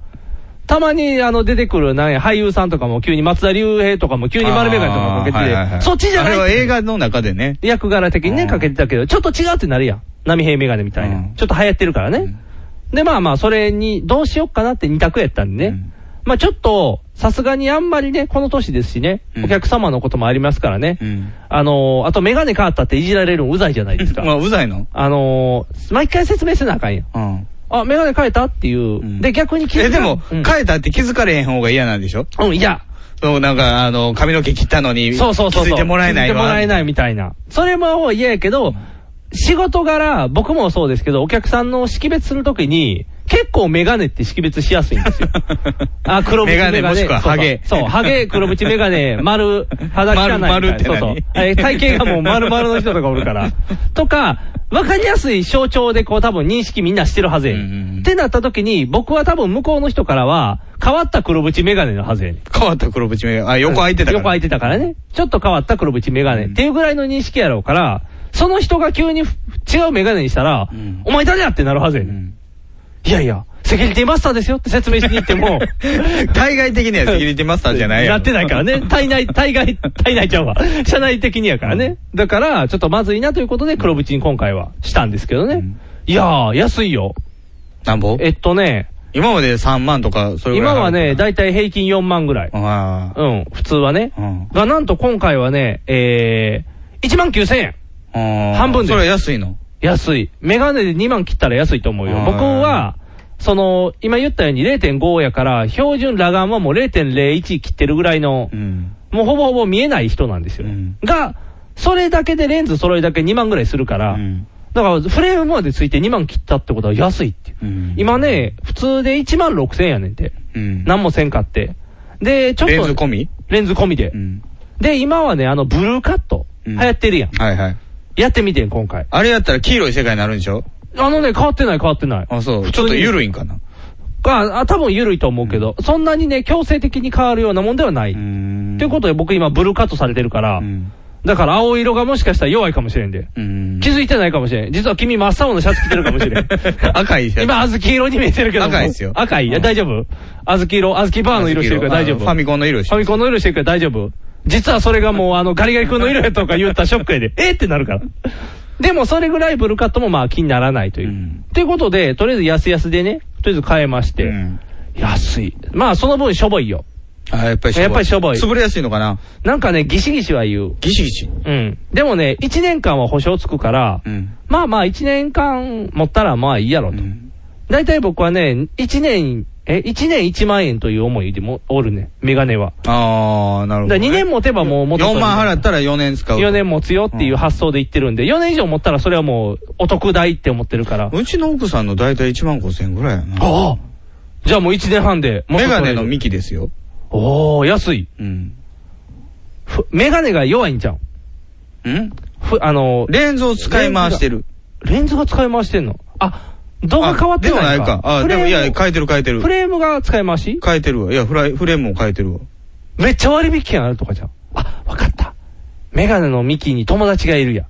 Speaker 3: たまに、あの、出てくる、なんや、俳優さんとかも急に、松田龍平とかも急に丸メガネとかかけて、
Speaker 2: あーはいはいはい
Speaker 3: そっちじゃない
Speaker 2: あ
Speaker 3: っ
Speaker 2: れ
Speaker 3: て
Speaker 2: は映画の中でね。
Speaker 3: 役柄的にね、かけてたけど、ちょっと違うってなるやん。波平メガネみたいな。ちょっと流行ってるからね。で、まあまあ、それに、どうしよっかなって二択やったんでね。まあちょっと、さすがにあんまりね、この年ですしね、お客様のこともありますからね。あのー、あとメガネ変わったっていじられるのうざいじゃないですか。
Speaker 2: まあ、うざいの
Speaker 3: あのー、毎回説明せなあかんやん。あ、メガネ変えたっていう。で、逆に気づか
Speaker 2: え、でも、
Speaker 3: うん
Speaker 2: 変えたって気づかれへん方が嫌なんでしょ
Speaker 3: うん、嫌。
Speaker 2: そう、なんか、あの、髪の毛切ったのに、
Speaker 3: そうそうそうそう。
Speaker 2: 気づいてもらえない
Speaker 3: 気づ
Speaker 2: わ。
Speaker 3: てもらえないみたいな。それも嫌やけど、仕事柄、僕もそうですけど、お客さんの識別するときに、結構メガネって識別しやすい んですよ。あ、黒縁メガネ。
Speaker 2: メガネもしくはハゲ
Speaker 3: そうそう、そうハ ゲ、黒縁メガネ、丸、肌汚いみたいな。
Speaker 2: 丸丸って何
Speaker 3: そうそう。え体型がもう丸々の人とかおる から。とか、わかりやすい象徴でこう多分認識みんなしてるはずやねんってなったときに、僕は多分向こうの人からは、変わった黒縁メガネのはずやねん
Speaker 2: 変わった黒縁メガネ。あ、横開いてたから。
Speaker 3: 横空いてたからね。ちょっと変わった黒縁メガネっていうぐらいの認識やろうから、その人が急にふ違うメガネにしたら、お前誰やってなるはずやねん。いやいや、セキュリティマスターですよって説明しに行って も、
Speaker 2: 対外的にはセキュリティマスターじゃないや
Speaker 3: な
Speaker 2: ろ
Speaker 3: ってないか らね。体内、体外、体内ちゃうわ。社内的にやからね。だから、ちょっとまずいなということで黒縁に今回はしたんですけどね。いやー、安いよ。
Speaker 2: なんぼ
Speaker 3: えっとね、
Speaker 2: 今まで3万とか、それぐらい。
Speaker 3: 今は、ね、だいたい平均4万ぐらい。
Speaker 2: あ
Speaker 3: うん、普通はね。が、なんと今回はね、えー、1万9000円。
Speaker 2: あ。
Speaker 3: 半分です
Speaker 2: それは安いの。
Speaker 3: 安い。メガネで2万切ったら安いと思うよ。僕は、その、今言ったように0.5やから、標準裸眼はもう0.01切ってるぐらいの、もうほぼほぼ見えない人なんですよ。が、それだけでレンズ揃えだけ2万ぐらいするから、だからフレームまでついて2万切ったってことは安いっていう。今ね、普通で1万6千円やねんて。何もせんかって。で、ちょっと。レンズ込
Speaker 2: み
Speaker 3: レンズ込みで。で、今はね、あの、ブルーカット。流行ってるやん。
Speaker 2: はいはい。
Speaker 3: やってみてん、今回。
Speaker 2: あれやったら黄色い世界になるんでしょ
Speaker 3: あのね、変わってない変わってない。
Speaker 2: あ、そう。ちょっと緩いんかな。
Speaker 3: あ、あ多分緩いと思うけど、そんなにね、強制的に変わるようなもんではない。ということで、僕今、ブルーカットされてるから、だから青色がもしかしたら弱いかもしれんで。気づいてないかもしれん。実は君、真っ青のシャツ着てるかもし れん。
Speaker 2: 赤いシャツ
Speaker 3: 今、小豆色に見えてるけども。
Speaker 2: 赤いですよ
Speaker 3: 赤い。いや、大丈夫。小豆色、小豆バーの色してるから大丈夫。
Speaker 2: あファミコンの色
Speaker 3: ファミコンの色してるから大丈夫。実はそれがもう、あの、ガリガリ君の色やとか言ったらショック やで、えーってなるから。でも、それぐらいブルーカットもまあ気にならないという。ということで、とりあえず安々でね、とりあえず変えまして。安い。まあ、その分しょぼいよ。
Speaker 2: あ、やっぱりしょぼい
Speaker 3: やっぱりしょぼい。
Speaker 2: 潰れやすいのかな
Speaker 3: なんかね、ギシギシは言う。
Speaker 2: ギシギシ
Speaker 3: うん。でもね、1年間は保証つくから、まあまあ1年間持ったらまあいいやろと。大体僕はね、1年、え、1年1万円という思いでもおるね、メガネは。
Speaker 2: あー、なるほど。
Speaker 3: だ2年持てばもう元
Speaker 2: 4
Speaker 3: 取れる
Speaker 2: 万払ったら4年使う。
Speaker 3: 4年持つよっていう発想で言ってるんで、4年以上持ったらそれはもうお得代って思ってるから。
Speaker 2: うちの奥さんの大体1万5千円ぐらいやな。
Speaker 3: ああじゃあもう1年半で。
Speaker 2: メガネの幹ですよ。
Speaker 3: おー、安い。
Speaker 2: うん。
Speaker 3: ふメガネが弱いんじゃん。
Speaker 2: ん
Speaker 3: ふ、あの、
Speaker 2: レンズを使い回してる。
Speaker 3: レンズが使い回してんのあ、動画変わってない
Speaker 2: でも
Speaker 3: か
Speaker 2: ないか。。あ、
Speaker 3: フ
Speaker 2: で
Speaker 3: レーム
Speaker 2: もいや、変えてる変えてる。
Speaker 3: フレームが使い回し
Speaker 2: 変えてるわ。いや、フライ、フレームも変えてるわ。
Speaker 3: めっちゃ割引券あるとかじゃん。あ、わかった。メガネのミキに友達がいるやん。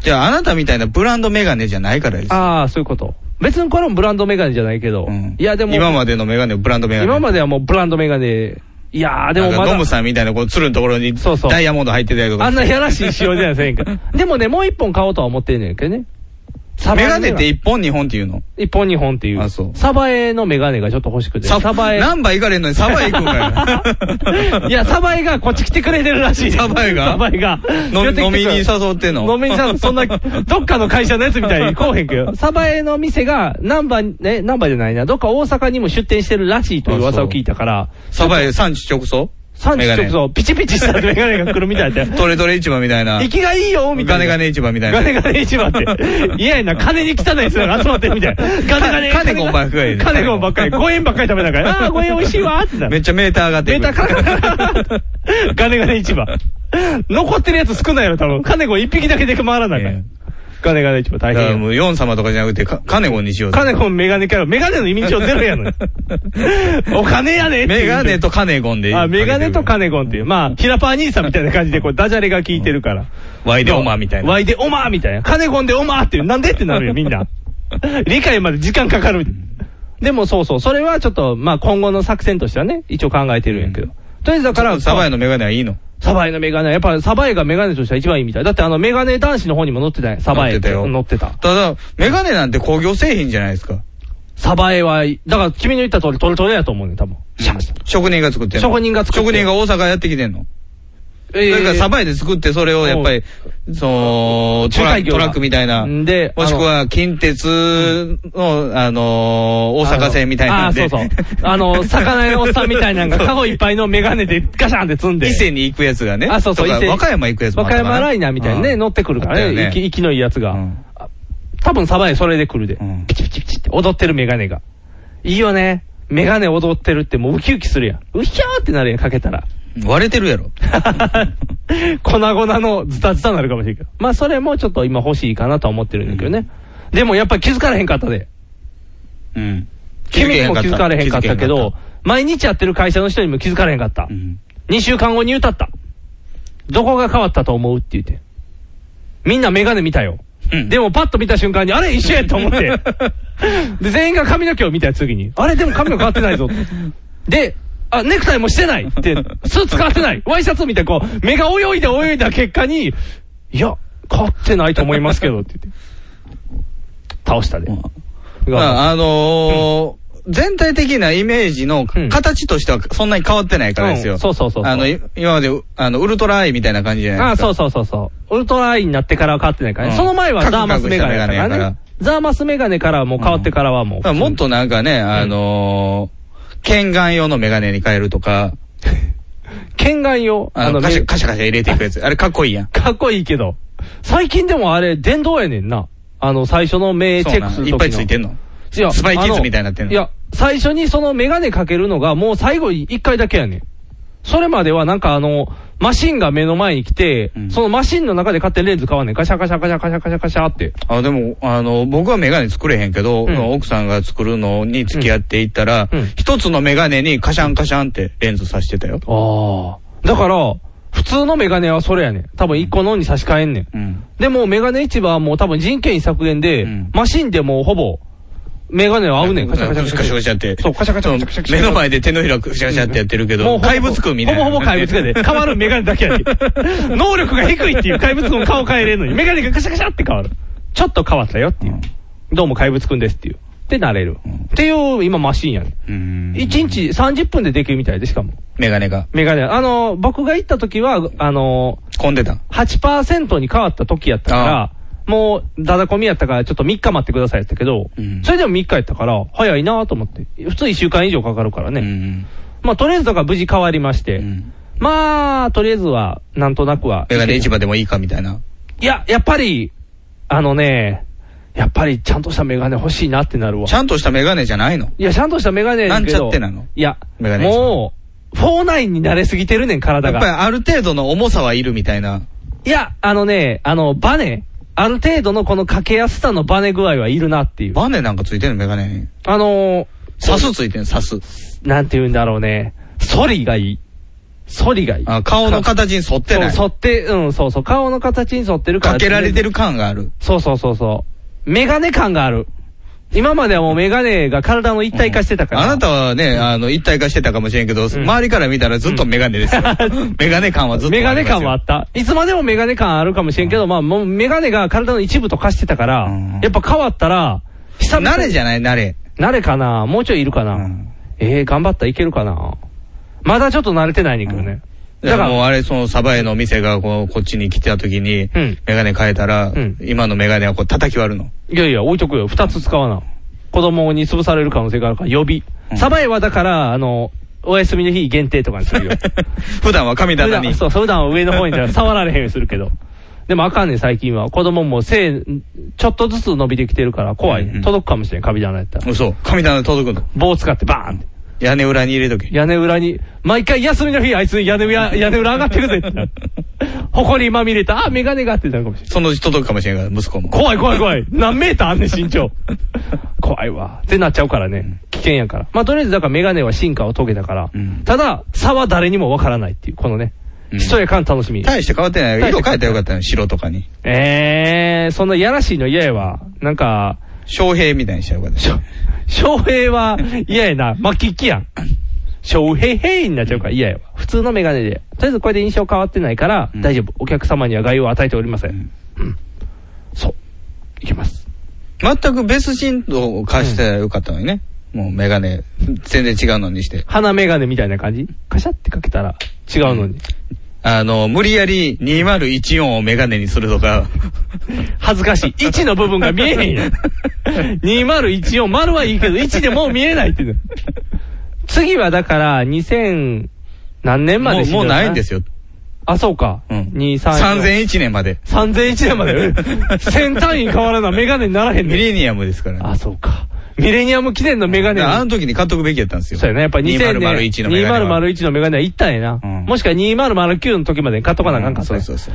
Speaker 2: じゃあ、あなたみたいなブランドメガネじゃないからです。
Speaker 3: ああ、そういうこと。別にこれもブランドメガネじゃないけど。いや、でも、
Speaker 2: 今までのメガネ、ブランドメガネ。
Speaker 3: 今まではもうブランドメガネ。いやー、でも
Speaker 2: なん
Speaker 3: ま
Speaker 2: かノ
Speaker 3: だ
Speaker 2: ム。さんみたいな、こう、つるのところに、ダイヤモンド入ってたりとか。
Speaker 3: あんなやらしい仕様じゃないせんか。でもね、もう一本買おうとは思ってんねんけどね。サバ
Speaker 2: メ
Speaker 3: エの
Speaker 2: ガネって1本2本っていうの
Speaker 3: 一本二本っていう。サバエのメガネがちょっと欲しくて。
Speaker 2: サ
Speaker 3: エ。
Speaker 2: ナンバー行かれんのにサバエ行くんかいな。
Speaker 3: いや、サバエがこっち来てくれてるらしい。
Speaker 2: サバエが
Speaker 3: サバエが。
Speaker 2: の飲みに
Speaker 3: う
Speaker 2: 誘ってんの
Speaker 3: 飲みに誘う、そ んな、どっかの会社のやつみたいにこうへんけど。サバエの店が、ナンバー、え、ナンバーじゃないな、どっか大阪にも出店してるらしいという噂を聞いたから。
Speaker 2: サバエ産地直送
Speaker 3: 産地直送、ピチピチしたメガネが来るみたい で。
Speaker 2: トレトレ市場みたいな。
Speaker 3: 生きがいいよみたいな
Speaker 2: ガネガネ市場みたいな。
Speaker 3: ガネガネ市場って。嫌やな、金に汚いやつらが集まってるみたいな。ガネガネ。
Speaker 2: カネゴンばっかり。
Speaker 3: カネゴンばっかり。5円ばっかり食べながら、ああー、5円美味しいわーってなる
Speaker 2: めっちゃメーター上がって
Speaker 3: メ
Speaker 2: い
Speaker 3: ー
Speaker 2: く
Speaker 3: ターかかる。 ガネガネ市場。残ってるやつ少ないの多分。カネゴン1匹だけで回らないから。ガネガネ市場大
Speaker 2: だから
Speaker 3: 変よ。
Speaker 2: もう、ヨン様とかじゃなくて、カカネゴンにしようぜ
Speaker 3: カネゴンメガネキャラ、メガネの意味帳ゼロ やのに。お金やね
Speaker 2: メガネとカネゴンでいい
Speaker 3: あ、メガネとカネゴンっていう。まあ、平パー兄さんみたいな感じで、こう、ダジャレが効いてるから。
Speaker 2: ワイでオマーみたいな。
Speaker 3: ワイでオマーみたいな。カネゴンでオマーっていう。なんでってなるよ、みんな。理解まで時間かかる。でもそうそう。それはちょっと、まあ今後の作戦としてはね、一応考えてるんやけど。とりあえずだから、
Speaker 2: サバエのメガネはいいの
Speaker 3: サバエのメガネ、やっぱサバエがメガネとしては一番いいみたい。だってあのメガネ男子の方にも載ってたやん、サバエ。
Speaker 2: 乗ってたよ
Speaker 3: 載ってた。
Speaker 2: ただ、メガネなんて工業製品じゃないですか。
Speaker 3: サバエは、だから君の言った通りトレトレやと思うねん、多分。
Speaker 2: 職人が作ってんの
Speaker 3: 職人が作って
Speaker 2: 職人が大阪やってきてんの
Speaker 3: ええ
Speaker 2: だからサバイで作ってそれをやっぱり、そのト
Speaker 3: 仲
Speaker 2: ラ
Speaker 3: 介業が
Speaker 2: トラックみたいな。
Speaker 3: で
Speaker 2: もしくは近鉄の、あのー、大阪線みたいなんで。
Speaker 3: あのあーそうそう。あ の、魚屋おっさんみたいなのが、カゴいっぱいのメガネでガシャンって積んで。
Speaker 2: 伊勢に行くやつがね。
Speaker 3: あ、そうそう、
Speaker 2: とか
Speaker 3: 伊勢
Speaker 2: 和歌山行くやつもあ
Speaker 3: 和
Speaker 2: った
Speaker 3: 歌
Speaker 2: かな
Speaker 3: 山ライナーみたいなね、
Speaker 2: うん
Speaker 3: 乗ってくるから
Speaker 2: あったよね
Speaker 3: ね、息息のいいやつが。あ多分サバエそれで来るで。ピチピチピチって踊ってるメガネが。いいよね。メガネ踊ってるってもうウキウキするやん。ウヒャーってなるやん、かけたら。
Speaker 2: 割れてるやろ。
Speaker 3: 粉々のズタズタになるかもしれんけど。まあそれもちょっと今欲しいかなとは思ってるんだけどね。でもやっぱり気づかれへんかったで。
Speaker 2: うん。
Speaker 3: 君にも気づかれへんかったけど、毎日やってる会社の人にも気づかれへんかった。2週間後に歌った。どこが変わったと思うって言って。みんなメガネ見たよ。でもパッと見た瞬間に、あれ一緒やと 思って。で、全員が髪の毛を見たよ、次に。あれでも髪の毛変わってないぞ。で、あ、ネクタイもしてないって、スーツ変わってないワイシャツみたいにこう、目が泳いで泳いだ結果に、いや、変わってないと思いますけど、って言って。倒したで。
Speaker 2: まあ、あのー全体的なイメージの形としてはそんなに変わってないからですよ。
Speaker 3: うんそうそうそうそう
Speaker 2: あの、い今まで、あの、ウルトラアイみたいな感じじゃない
Speaker 3: あ
Speaker 2: で
Speaker 3: あ、
Speaker 2: すか。
Speaker 3: そうそうそうそう。ウルトラアイになってからは変わってないからね。
Speaker 2: うん
Speaker 3: その前はザーマスメガネ
Speaker 2: カクカクしたメガ
Speaker 3: だから
Speaker 2: ネや
Speaker 3: ね
Speaker 2: か。
Speaker 3: ザーマスメガネからもう変わってからはもう。
Speaker 2: だからもっとなんかね、あのー、剣眼用のメガネに変えるとか、
Speaker 3: 県外用。
Speaker 2: あの、カシャカシャカシャ入れていくやつ。あれかっこいいやん。
Speaker 3: かっこいいけど。最近でもあれ、電動やねんな。あの、最初の目チェックする時
Speaker 2: そうなんい
Speaker 3: の
Speaker 2: っぱいついてんの
Speaker 3: いや
Speaker 2: スパイキッズみたいになってんの
Speaker 3: あいや、最初にそのメガネかけるのが、もう最後一回だけやねん。それまではなんかあの、マシンが目の前に来て、そのマシンの中で勝手にレンズ買わんねん。カシャカシャカシャカシャカシャカシャって。
Speaker 2: あ、でも、あの、僕はメガネ作れへんけど、奥さんが作るのに付き合っていったら、一つのメガネにカシャンカシャンってレンズさしてたよ。
Speaker 3: ああ。だから、普通のメガネはそれやねん。多分一個のに差し替えんねん。でもメガネ市場はもう多分人件費削減で、マシンでもうほぼ、メガネは合うねん。カシャカシャカシャ
Speaker 2: カシャカシャって。
Speaker 3: そう、カシャカシャカシャカシャカシャ
Speaker 2: 目の前で手のひらカシャカシャってやってるけ
Speaker 3: も
Speaker 2: ど、
Speaker 3: うほぼ
Speaker 2: 怪物くんみたいな。
Speaker 3: ほぼほぼ怪物やで。変わるメガネだけやで。 能力が低いっていう怪物くん顔変えれんのに、メガネがカシャカシャって変わる。ちょっと変わったよっていう。どうも怪物くんですっていう。で、なれる。っていう、今マシンやねん。1日30分でできるみたいで、しかも。
Speaker 2: メガネが。
Speaker 3: メガネ。あの、僕が行った時は、あの、
Speaker 2: 混んでた。
Speaker 3: 8%に変わった時やったから、もう、ダダ込みやったから、ちょっと3日待ってくださいやったけど、それでも3日やったから、早いなと思って。普通1週間以上かかるからね。まあ、とりあえずだから無事変わりまして、まあ、とりあえずは、なんとなくは。
Speaker 2: メガネ市場でもいいかみたいな。
Speaker 3: いや、やっぱり、あのね、やっぱりちゃんとしたメガネ欲しいなってなるわ。
Speaker 2: ちゃんとしたメガネじゃないの
Speaker 3: いや、ちゃんとしたメガネやけど
Speaker 2: なんちゃってなの
Speaker 3: いや、
Speaker 2: メガネ市場
Speaker 3: もう、49に慣れすぎてるねん、体
Speaker 2: やっ
Speaker 3: が。
Speaker 2: ぱりある程度の重さはいるみたいな。
Speaker 3: いや、あのね、あの、バネ。ある程度のこのかけやすさのバネ具合はいるなっていう。
Speaker 2: バネなんかついてるメガネに。
Speaker 3: あのー、
Speaker 2: サスついてるサス。
Speaker 3: なんて言うんだろうね。反りがいい。反りがいい。
Speaker 2: あ顔の形に沿ってない
Speaker 3: そう、反って、うん、そうそう。顔の形に沿ってるから。
Speaker 2: かけられてる
Speaker 3: る。
Speaker 2: 感がある。
Speaker 3: そうそうそうそう。メガネ感がある。今まではもうメガネが体の一体化してたから。
Speaker 2: あなたはね、あの、一体化してたかもしれんけど、周りから見たらずっとメガネですよ。メガネ感はずっと。
Speaker 3: メガネ感はあった。いつまでもメガネ感あるかもしれんけど、まあもうメガネが体の一部と化してたから、やっぱ変わったら、久々に
Speaker 2: 慣れじゃない慣れ。
Speaker 3: 慣れかなもうちょいいるかな、えー、頑張ったいけるかなまだちょっと慣れてないねんけどね。
Speaker 2: だからもうあれ、そのサバエのお店がこうこっちに来てた時に、メガネ変えたら、今のメガネはこう叩き割るの。
Speaker 3: いやいや、置いとくよ。二つ使わな。子供に潰される可能性があるから、予備。サバエはだから、あの、お休みの日限定とかにす るよ。
Speaker 2: 普段は神棚に
Speaker 3: 普段そう、そう普段は上の方にじゃ触られへんようにするけど。でもあかんねん、最近は。子供も背、ちょっとずつ伸びてきてるから怖い。届くかもしれん、神棚やったら。
Speaker 2: 嘘。神棚届くの。
Speaker 3: 棒使ってバーンって。
Speaker 2: 屋根裏に入れとけ。
Speaker 3: 屋根裏に、毎回休みの日、あいつ屋根裏、屋根裏上がってるぜって なる。埃まみれた、あ、メガネがってなるかもしれん。
Speaker 2: そのうち届くかもしれんから、息子も。
Speaker 3: 怖い怖い怖い。何メーターあんねん、身長。怖いわ。ってなっちゃうからね。危険やから。まあ、とりあえず、だからメガネは進化を遂げたから。ただ、差は誰にもわからないっていう、このね。ひとやかん楽しみ。
Speaker 2: 大して変わってない。
Speaker 3: 大して
Speaker 2: 色変えたらよかったの白とかに。
Speaker 3: えー、そんなやらしいの嫌やわ。なんか、
Speaker 2: 翔平みたいにしちゃうから。
Speaker 3: 翔平は嫌やな。巻きっきやん。翔平平になっちゃうから嫌やわ。普通のメガネで。とりあえずこれで印象変わってないから、大丈夫。お客様には害を与えておりません。うん。そう。いきます。
Speaker 2: 全く別人と貸したらよかったのにね。もうメガネ、全然違うのにして。
Speaker 3: 鼻メガネみたいな感じカシャってかけたら違うのに。
Speaker 2: あの、無理やり2014をメガネにするとか。
Speaker 3: 恥ずかしい。1の部分が見えへ んやん。2014、丸はいいけど、1でもう見えないっていうの。次はだから、2000、何年まで
Speaker 2: もうもうないんです
Speaker 3: よ。
Speaker 2: よ。
Speaker 3: あ、そうか。うん。2、3、4
Speaker 2: 3001年まで。
Speaker 3: 3001年まで。先単位変わらな、メガネにならへんね
Speaker 2: ミレニアムですからね。
Speaker 3: あ、そうか。ミレニアム記念のメガネ。
Speaker 2: あの時に買っとくべきやったんですよ。
Speaker 3: そうやな、やっぱ2000年。
Speaker 2: 2001のメガネは。
Speaker 3: 2001のメガネは行ったんやな。もしくは2009の時までに買っとかなあかんかった、そうそうそう。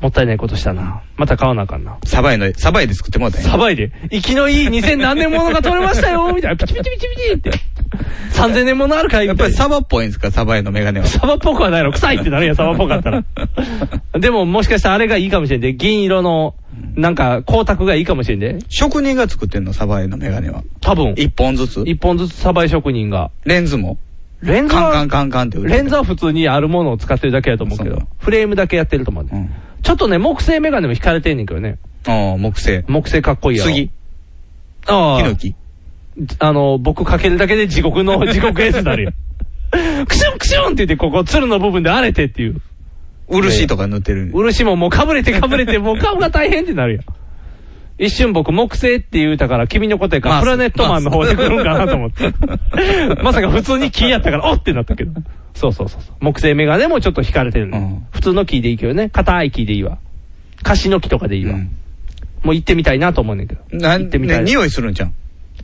Speaker 3: もったいないことしたな。また買わなあかんな。
Speaker 2: サバイの、サバイで作ってもらったんや
Speaker 3: サバイで、生きのいい2000何年ものが取れましたよみたいな。ピチピチピチピチって。3000年ものあるかいやっぱり
Speaker 2: サバっぽいんですか、サバイのメガネは。
Speaker 3: サバっぽくはないの。臭いってなるやん、サバっぽかったら。でももしかしたらあれがいいかもしれんで。銀色の、なんか光沢がいいかもしれんで。
Speaker 2: 職人が作ってんの、サバイのメガネは。
Speaker 3: 多分。
Speaker 2: 一本ずつ
Speaker 3: 一本ずつサバイ職人が。
Speaker 2: レンズも。
Speaker 3: レンズ
Speaker 2: カン
Speaker 3: は
Speaker 2: カンカンカンって売る。
Speaker 3: レンズは普通にあるものを使ってるだけやと思うけど、フレームだけやってると思うね。ちょっとね、木製メガネも惹かれてんねんけどね。
Speaker 2: ああ、木製。
Speaker 3: 木製かっこいいやろ。
Speaker 2: 杉。
Speaker 3: ああ。
Speaker 2: ヒノキ。
Speaker 3: あの、僕かけるだけで地獄の、 地獄絵図になるよ。クシュンクシュンって言って、ここ、鶴の部分で荒れてっていう。
Speaker 2: 漆とか塗ってる。
Speaker 3: 漆ももうかぶれてかぶれて、もう顔が大変ってなるやん。一瞬僕、木星って言うたから、君の答え
Speaker 2: ま
Speaker 3: か、
Speaker 2: あ
Speaker 3: プラネットマンの方で来るんかなと思って。まさか普通に金やったから、おってなったけど。そうそうそうそう。木製メガネもちょっと惹かれてるの、普通の木でいいけどね。硬い木でいいわ。カシの木とかでいいわ。もう行ってみたいなと思うねんけど。
Speaker 2: なん
Speaker 3: 行ってみたいな。
Speaker 2: ね匂いするんじゃん。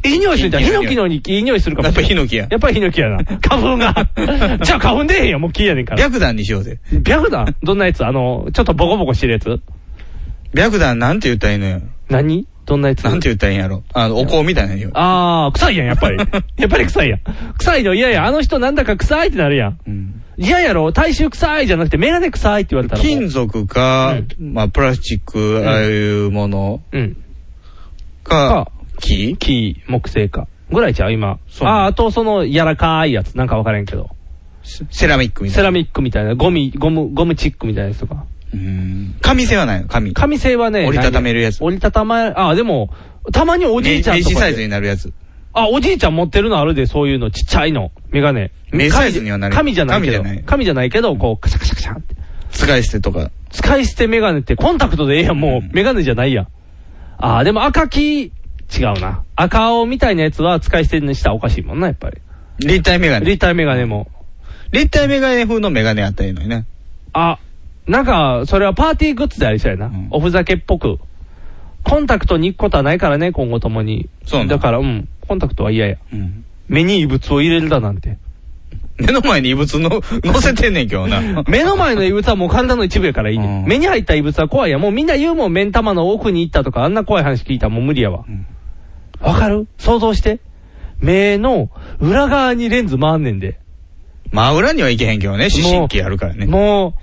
Speaker 3: いい匂いするんじゃん。
Speaker 2: いい
Speaker 3: ヒ
Speaker 2: 匂
Speaker 3: ノ
Speaker 2: い
Speaker 3: キのにいい匂いするかも
Speaker 2: やっぱヒノ
Speaker 3: キ。
Speaker 2: キや。
Speaker 3: やっぱりヒノキ やな。花粉が。じゃあ花粉出えへんよ。もう木やねんから。
Speaker 2: 白弾にしようぜ。
Speaker 3: 白弾どんなやつあの、ちょっとボコボコしてるやつ
Speaker 2: 白弾なんて言ったらいいのよ。
Speaker 3: 何どんなやつ
Speaker 2: なんて言ったらいいんやろ。あの、お香みたいな匂い。
Speaker 3: あー、臭いやん、やっぱ り。やっぱり臭いやん。臭いの嫌や。あの人なんだか臭いってなるやん。嫌やろ体臭臭いじゃなくて、メガネ臭いって言われたらもう。
Speaker 2: 金属か、まあ、プラスチック、ああいうもの
Speaker 3: うん。
Speaker 2: か、
Speaker 3: 木木、木製か。ぐらいちゃう今。あー、あとその柔らかいやつ。なんかわからんけど。
Speaker 2: セラミックみたい
Speaker 3: セラミックみたいな。ゴミ、ゴム、ゴムチックみたいなやつとか。
Speaker 2: うん。紙製はないの紙。
Speaker 3: 紙製はね、
Speaker 2: 折りたためるやつ。
Speaker 3: 折りたたま、あ、でも、たまにおじいちゃん
Speaker 2: 名
Speaker 3: と
Speaker 2: 刺
Speaker 3: か
Speaker 2: サ
Speaker 3: で
Speaker 2: イズになるやつ。
Speaker 3: あ、おじいちゃん持ってるのあるで、そういうの、ちっちゃいの。メガネ。
Speaker 2: メサイズにはなる
Speaker 3: 紙じゃないけど。
Speaker 2: 紙じゃな
Speaker 3: 紙
Speaker 2: い
Speaker 3: じゃないけど、こう、カシャカシャカシャって。
Speaker 2: 使い捨てとか。
Speaker 3: 使い捨てメガネってコンタクトでええやん、もう、メガネじゃないやん。あー、でも赤き、違うな。赤青みたいなやつは使い捨てにしたらおかしいもんな、やっぱり。
Speaker 2: 立体メガネ。
Speaker 3: 立体メガネも。
Speaker 2: 立体メガネ風のメガネあったらいいのにね。
Speaker 3: あ、なんか、それはパーティーグッズでありそうやな。おふざけっぽく。コンタクトに行くことはないからね、今後ともに。そうだから、うん。コンタクトは嫌や。目に異物を入れるだなんて。
Speaker 2: 目の前に異物の、乗せてんねんけどな。
Speaker 3: 目の前の異物はもう体の一部やからいいね、目に入った異物は怖いや。もうみんな言うもん、目ん玉の奥に行ったとか、あんな怖い話聞いたらもう無理やわ。わ、かる想像して。目の裏側にレンズ回んねんで。
Speaker 2: 真裏にはいけへんけどね、視神経あるからね。
Speaker 3: も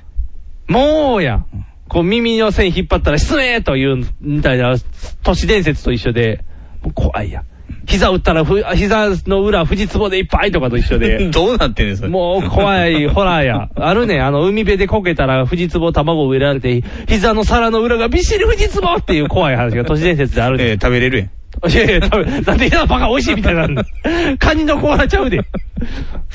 Speaker 3: う、もうやん。こう耳の線引っ張ったら失礼というみたいな都市伝説と一緒で、もう怖いやん。膝打ったらふ、膝の裏、富士壺でいっぱいとかと一緒で。
Speaker 2: どうなってんねん、それ。
Speaker 3: もう怖い、ホラー や。あるね、あの、海辺でこけたら、富士壺卵を植えられて、膝の皿の裏がびっしり富士壺っていう怖い話が都市伝説であるね。
Speaker 2: え食べれるやん。
Speaker 3: いやいや、食べ、なんで膝バカ美味しいみたいなんだ。 カニのコーラちゃうで。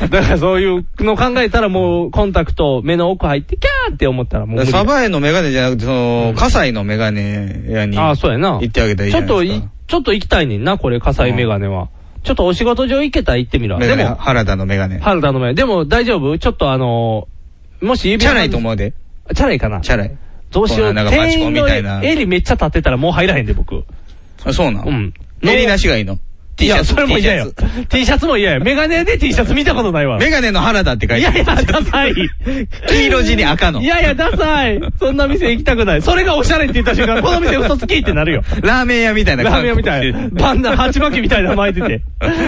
Speaker 3: だからそういうの考えたらもう、コンタクト、目の奥入って、キャーって思ったらもう無理や。
Speaker 2: サバエのメガネじゃなくて、その、葛西のメガネ屋に。
Speaker 3: ああ、そうやな。
Speaker 2: 行ってあげたらいい
Speaker 3: ち
Speaker 2: じ
Speaker 3: ょ
Speaker 2: ゃ
Speaker 3: っ
Speaker 2: ないです
Speaker 3: と
Speaker 2: か。
Speaker 3: い、ちょっと行きたいねんな、これ、火災メガネは。ちょっとお仕事上行けたら行ってみろ。
Speaker 2: メ
Speaker 3: で
Speaker 2: ガネ
Speaker 3: も、
Speaker 2: 原田のメガネ。
Speaker 3: 原田の前。でも大丈夫ちょっとあのー、もし指輪
Speaker 2: チャラいと思うで。
Speaker 3: チャラいかな
Speaker 2: チャラい。
Speaker 3: どうしよ
Speaker 2: こ
Speaker 3: う。
Speaker 2: んななんかマチ
Speaker 3: 店
Speaker 2: コ
Speaker 3: 員
Speaker 2: ンみ
Speaker 3: の
Speaker 2: たいな
Speaker 3: 襟めっちゃ立ってたらもう入らへんで、僕。
Speaker 2: あ、そうなの
Speaker 3: うん。
Speaker 2: 襟なしがいいの。
Speaker 3: い
Speaker 2: T シャ
Speaker 3: や、
Speaker 2: ツ。
Speaker 3: それも嫌よ
Speaker 2: T シャツ。
Speaker 3: T シャツも嫌よ。メガネで T シャツ見たことないわ。
Speaker 2: メガネの原田って書い
Speaker 3: い
Speaker 2: てあ
Speaker 3: や
Speaker 2: る
Speaker 3: いや、ダサい。
Speaker 2: 黄色地に赤の
Speaker 3: い。やいや、ダサい。そんな店行きたくない。それがオシャレって言った瞬間、この店嘘つきってなるよ。
Speaker 2: ラーメン屋みたいな
Speaker 3: ラーメン屋みたい
Speaker 2: 韓
Speaker 3: な。
Speaker 2: 国
Speaker 3: バンダ、鉢巻きみたいなの巻い てて。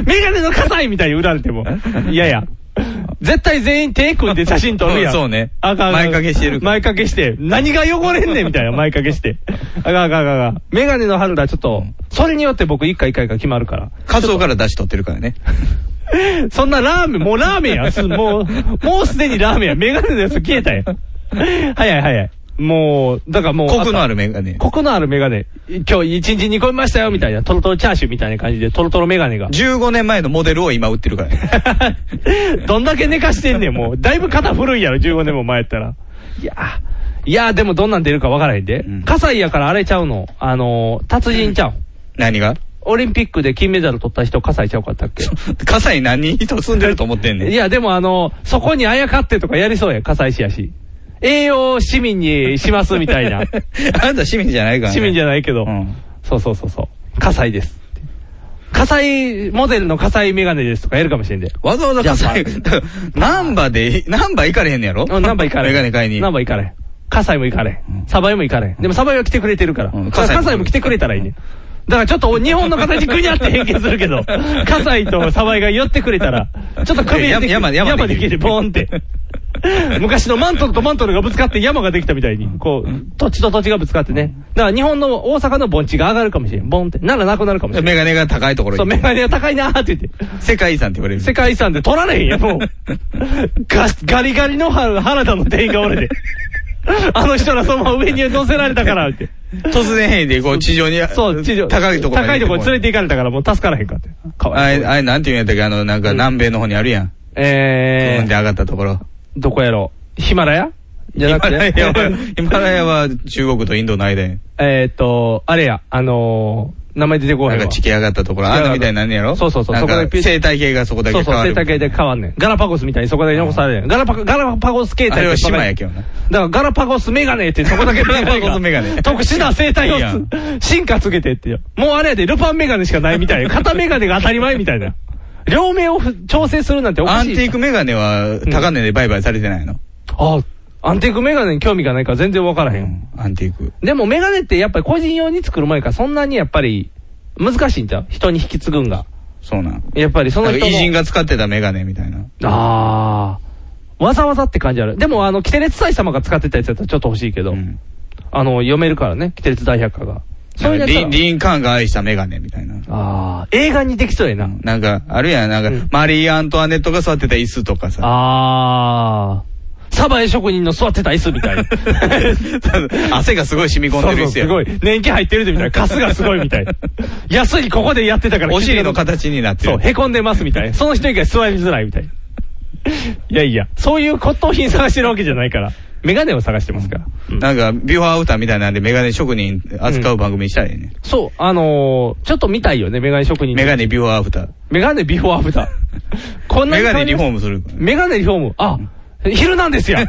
Speaker 3: メガネの火災みたいに売られても。いやいや。絶対全員手組んで写真撮るやん。
Speaker 2: そうね
Speaker 3: あかんあかん
Speaker 2: 前掛けしてる
Speaker 3: 前掛けして。何が汚れんねんみたいな、前掛けして。あかんあかんあかんあかん。メガネの春だ、ちょっと、それによって僕一回一回が決まるから。
Speaker 2: カツオから出し取ってるからね。
Speaker 3: そんなラーメン、もうラーメンや。す もう、もうすでにラーメンや。メガネのやつ消えたやん。早い早い。もう、だからもう。
Speaker 2: コクのあるメガネ。
Speaker 3: コクのあるメガネ。今日一日煮込みましたよ、みたいな。トロトロチャーシューみたいな感じで、トロトロメガネが。
Speaker 2: 15年前のモデルを今売ってるからね。
Speaker 3: どんだけ寝かしてんねん、もう。だいぶ肩古いやろ、15年も前やったら。いやー、いやーでもどんなん出るかわからへんで。葛西やからあれちゃうの。あのー、達人ちゃう。
Speaker 2: 何が
Speaker 3: オリンピックで金メダル取った人、葛西ちゃうかったっけ
Speaker 2: 葛西何人住んでると思ってんねん。
Speaker 3: いや、でもあの、そこにあやかってとかやりそうや、葛西市やし。栄養を市民にしますみた いな。
Speaker 2: あんた市民じゃないからね。
Speaker 3: 市民じ
Speaker 2: ゃ
Speaker 3: ゃないけど。そうそうそうそう。火災です。火災、モデルの火災メガネですとかやるかもしれんで。
Speaker 2: わざわざ葛西、 ナンバで、ナンバ行かれへんねやろ
Speaker 3: うん、ナンバー行かれへん。
Speaker 2: メガネ買いに。
Speaker 3: ナンバー行かれへん。火災も行かれへん。サバイも行かれへん。でもサバイは来てくれてるから。
Speaker 2: 葛西も
Speaker 3: 火災も来てくれたらいいね。だからちょっと日本の形ぐにゃって変形する けど、火災とサバイが寄ってくれたら、ちょっと首
Speaker 2: 山山山
Speaker 3: 山できる、ボーン って。昔のマントルとマントルがぶつかって山ができたみたいに、こう、土地と土地がぶつかってね。だから日本の大阪の盆地が上がるかもしれん。ボーンって。ならなくなるかもしれん。
Speaker 2: メガネが高いところ
Speaker 3: そう、
Speaker 2: に。
Speaker 3: メガネが高いなーって言って。
Speaker 2: 世界遺産って言われる。
Speaker 3: 世界遺産で取られへん や、もう。ガガリガリの原原田の店員が俺 で。あの人らそのまま上に乗せられたからって。
Speaker 2: 突然変異で、こう、地上に、
Speaker 3: そう、地上。
Speaker 2: 高いところ
Speaker 3: 高いところに連れ
Speaker 2: て。
Speaker 3: て行かれたからもう助からへんかって。
Speaker 2: あれ、あれ、なんて言うんやったっけあの、なんか、南米の方にあるやん。
Speaker 3: え
Speaker 2: 飛んで上がったところ。
Speaker 3: ー、どこやろうヒマラヤじゃなくて。
Speaker 2: ヒ マラヤはヒマラヤは中国とインドの間やん。
Speaker 3: えーっと、あれや、あのー、名前出てこへ
Speaker 2: な
Speaker 3: んわ
Speaker 2: んか地形上がったところ、
Speaker 3: 地
Speaker 2: あ
Speaker 3: 形上
Speaker 2: ん
Speaker 3: がった
Speaker 2: なみたいになんねやろ
Speaker 3: そうそうそう
Speaker 2: なん
Speaker 3: そこ
Speaker 2: か
Speaker 3: だけ
Speaker 2: 生態系がそこだけ
Speaker 3: そう
Speaker 2: 変
Speaker 3: そう、
Speaker 2: わ
Speaker 3: 生
Speaker 2: る。
Speaker 3: 態系で変わんねん。ガラパゴスみたいにそこだけ残されん。ガラパ、ガラパゴス形態
Speaker 2: あれは
Speaker 3: ってバカ
Speaker 2: 島やけどな。
Speaker 3: だからガラパゴスメガネってそこだけ
Speaker 2: ガラパゴスメガ ネ
Speaker 3: 特殊な生態
Speaker 2: いいや
Speaker 3: を
Speaker 2: ん
Speaker 3: つ進化つけてってよ。もうあれやで、ルパンメガネしかないみたいな。片メガネが当たり前みたいな。両面をふ調整するなんておか
Speaker 2: ア
Speaker 3: し
Speaker 2: ン
Speaker 3: い。
Speaker 2: ティークメガネは高値で売買されてないの
Speaker 3: あ、アンティークメガネに興味がないから全然わからへん。
Speaker 2: アンティーク。
Speaker 3: でもメガネってやっぱり個人用に作る前からそんなにやっぱり難しいんちゃう人に引き継ぐんが。
Speaker 2: そうなん。
Speaker 3: やっぱりその
Speaker 2: なん
Speaker 3: 人
Speaker 2: か偉
Speaker 3: の
Speaker 2: 人が使ってたメガネみたいな。
Speaker 3: ああ。わざわざって感じある。でも、あの、キテレツ大様が使ってたやつだったらちょっと欲しいけど。あの、読めるからね、キテレツ大百科が。そういうやつ
Speaker 2: リン、
Speaker 3: は。
Speaker 2: リンカーンが愛したメガネみたいな。
Speaker 3: ああ、映画にできそうやな。
Speaker 2: なんか、あるやん、なんか、マリー・アントワネットが座ってた椅子とかさ。
Speaker 3: ああ。サバエ職人の座ってた椅子 みたいな。
Speaker 2: 汗がすごい染み込んでる椅子やん
Speaker 3: そうそうすごい。年季入ってるでみたいな。カスがすごいみ たいな。安いここでやってたから。
Speaker 2: お尻の形になってる。
Speaker 3: そう、へこんでますみたいな。その人以外座りづらいみ たいな。いやいや、そういう骨董品探してるわけじゃないから。メガネを探してますから。
Speaker 2: なんか、ビフォーアウターみたいなんでメガネ職人扱う番組にしたらいいね。
Speaker 3: そう、あのー、ちょっと見たいよね、メガネ職人。
Speaker 2: メガネビフォーアフター。
Speaker 3: メガネビフォーアフ ター。こんなに
Speaker 2: メガネリフォー
Speaker 3: ム。
Speaker 2: ムする。
Speaker 3: メガネリフォーム。あ、ヒルナンデ スや。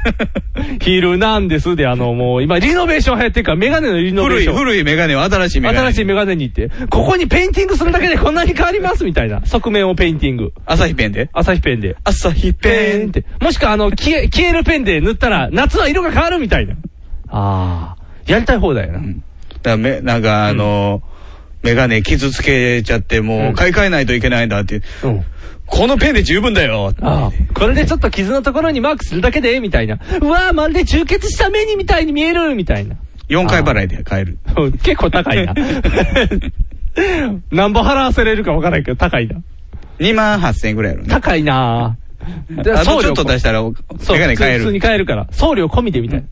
Speaker 3: ヒルナンデスで、あの、もう今、リノベーション流行ってるから、メガネのリノベー
Speaker 2: 古い、
Speaker 3: ション。
Speaker 2: 古いメガネを新しいメガネ。
Speaker 3: 新しいメガネに行って、ここにペインティングするだけでこんなに変わりますみたいな。側面をペインティング。
Speaker 2: 朝日ペンで
Speaker 3: 朝日ペンで。
Speaker 2: 朝日
Speaker 3: ペンって。もしくは、あの、消え、消えるペンで塗ったら、夏は色が変わるみたいな。ああ。やりたい放題やな。
Speaker 2: だからめなんか、あの、メガネ傷つけちゃって、もう買い替えないといけないんだって。このペンで十分だよ。
Speaker 3: ああこれでちょっと傷のところにマークするだけで、みたいな。うわーまるで充血した目にみたいに見える、みたいな。
Speaker 2: 4回払いで買える。
Speaker 3: うん結構高いな。 なんぼ払わせれるかわからないけど、高いな。
Speaker 2: 2万8000円ぐらいやろね。
Speaker 3: 高いなで
Speaker 2: あと
Speaker 3: 送
Speaker 2: ち
Speaker 3: 料
Speaker 2: ょっと出したら、メガネ買え
Speaker 3: 普通に
Speaker 2: る。
Speaker 3: 買えるから。送料込みでみたいな。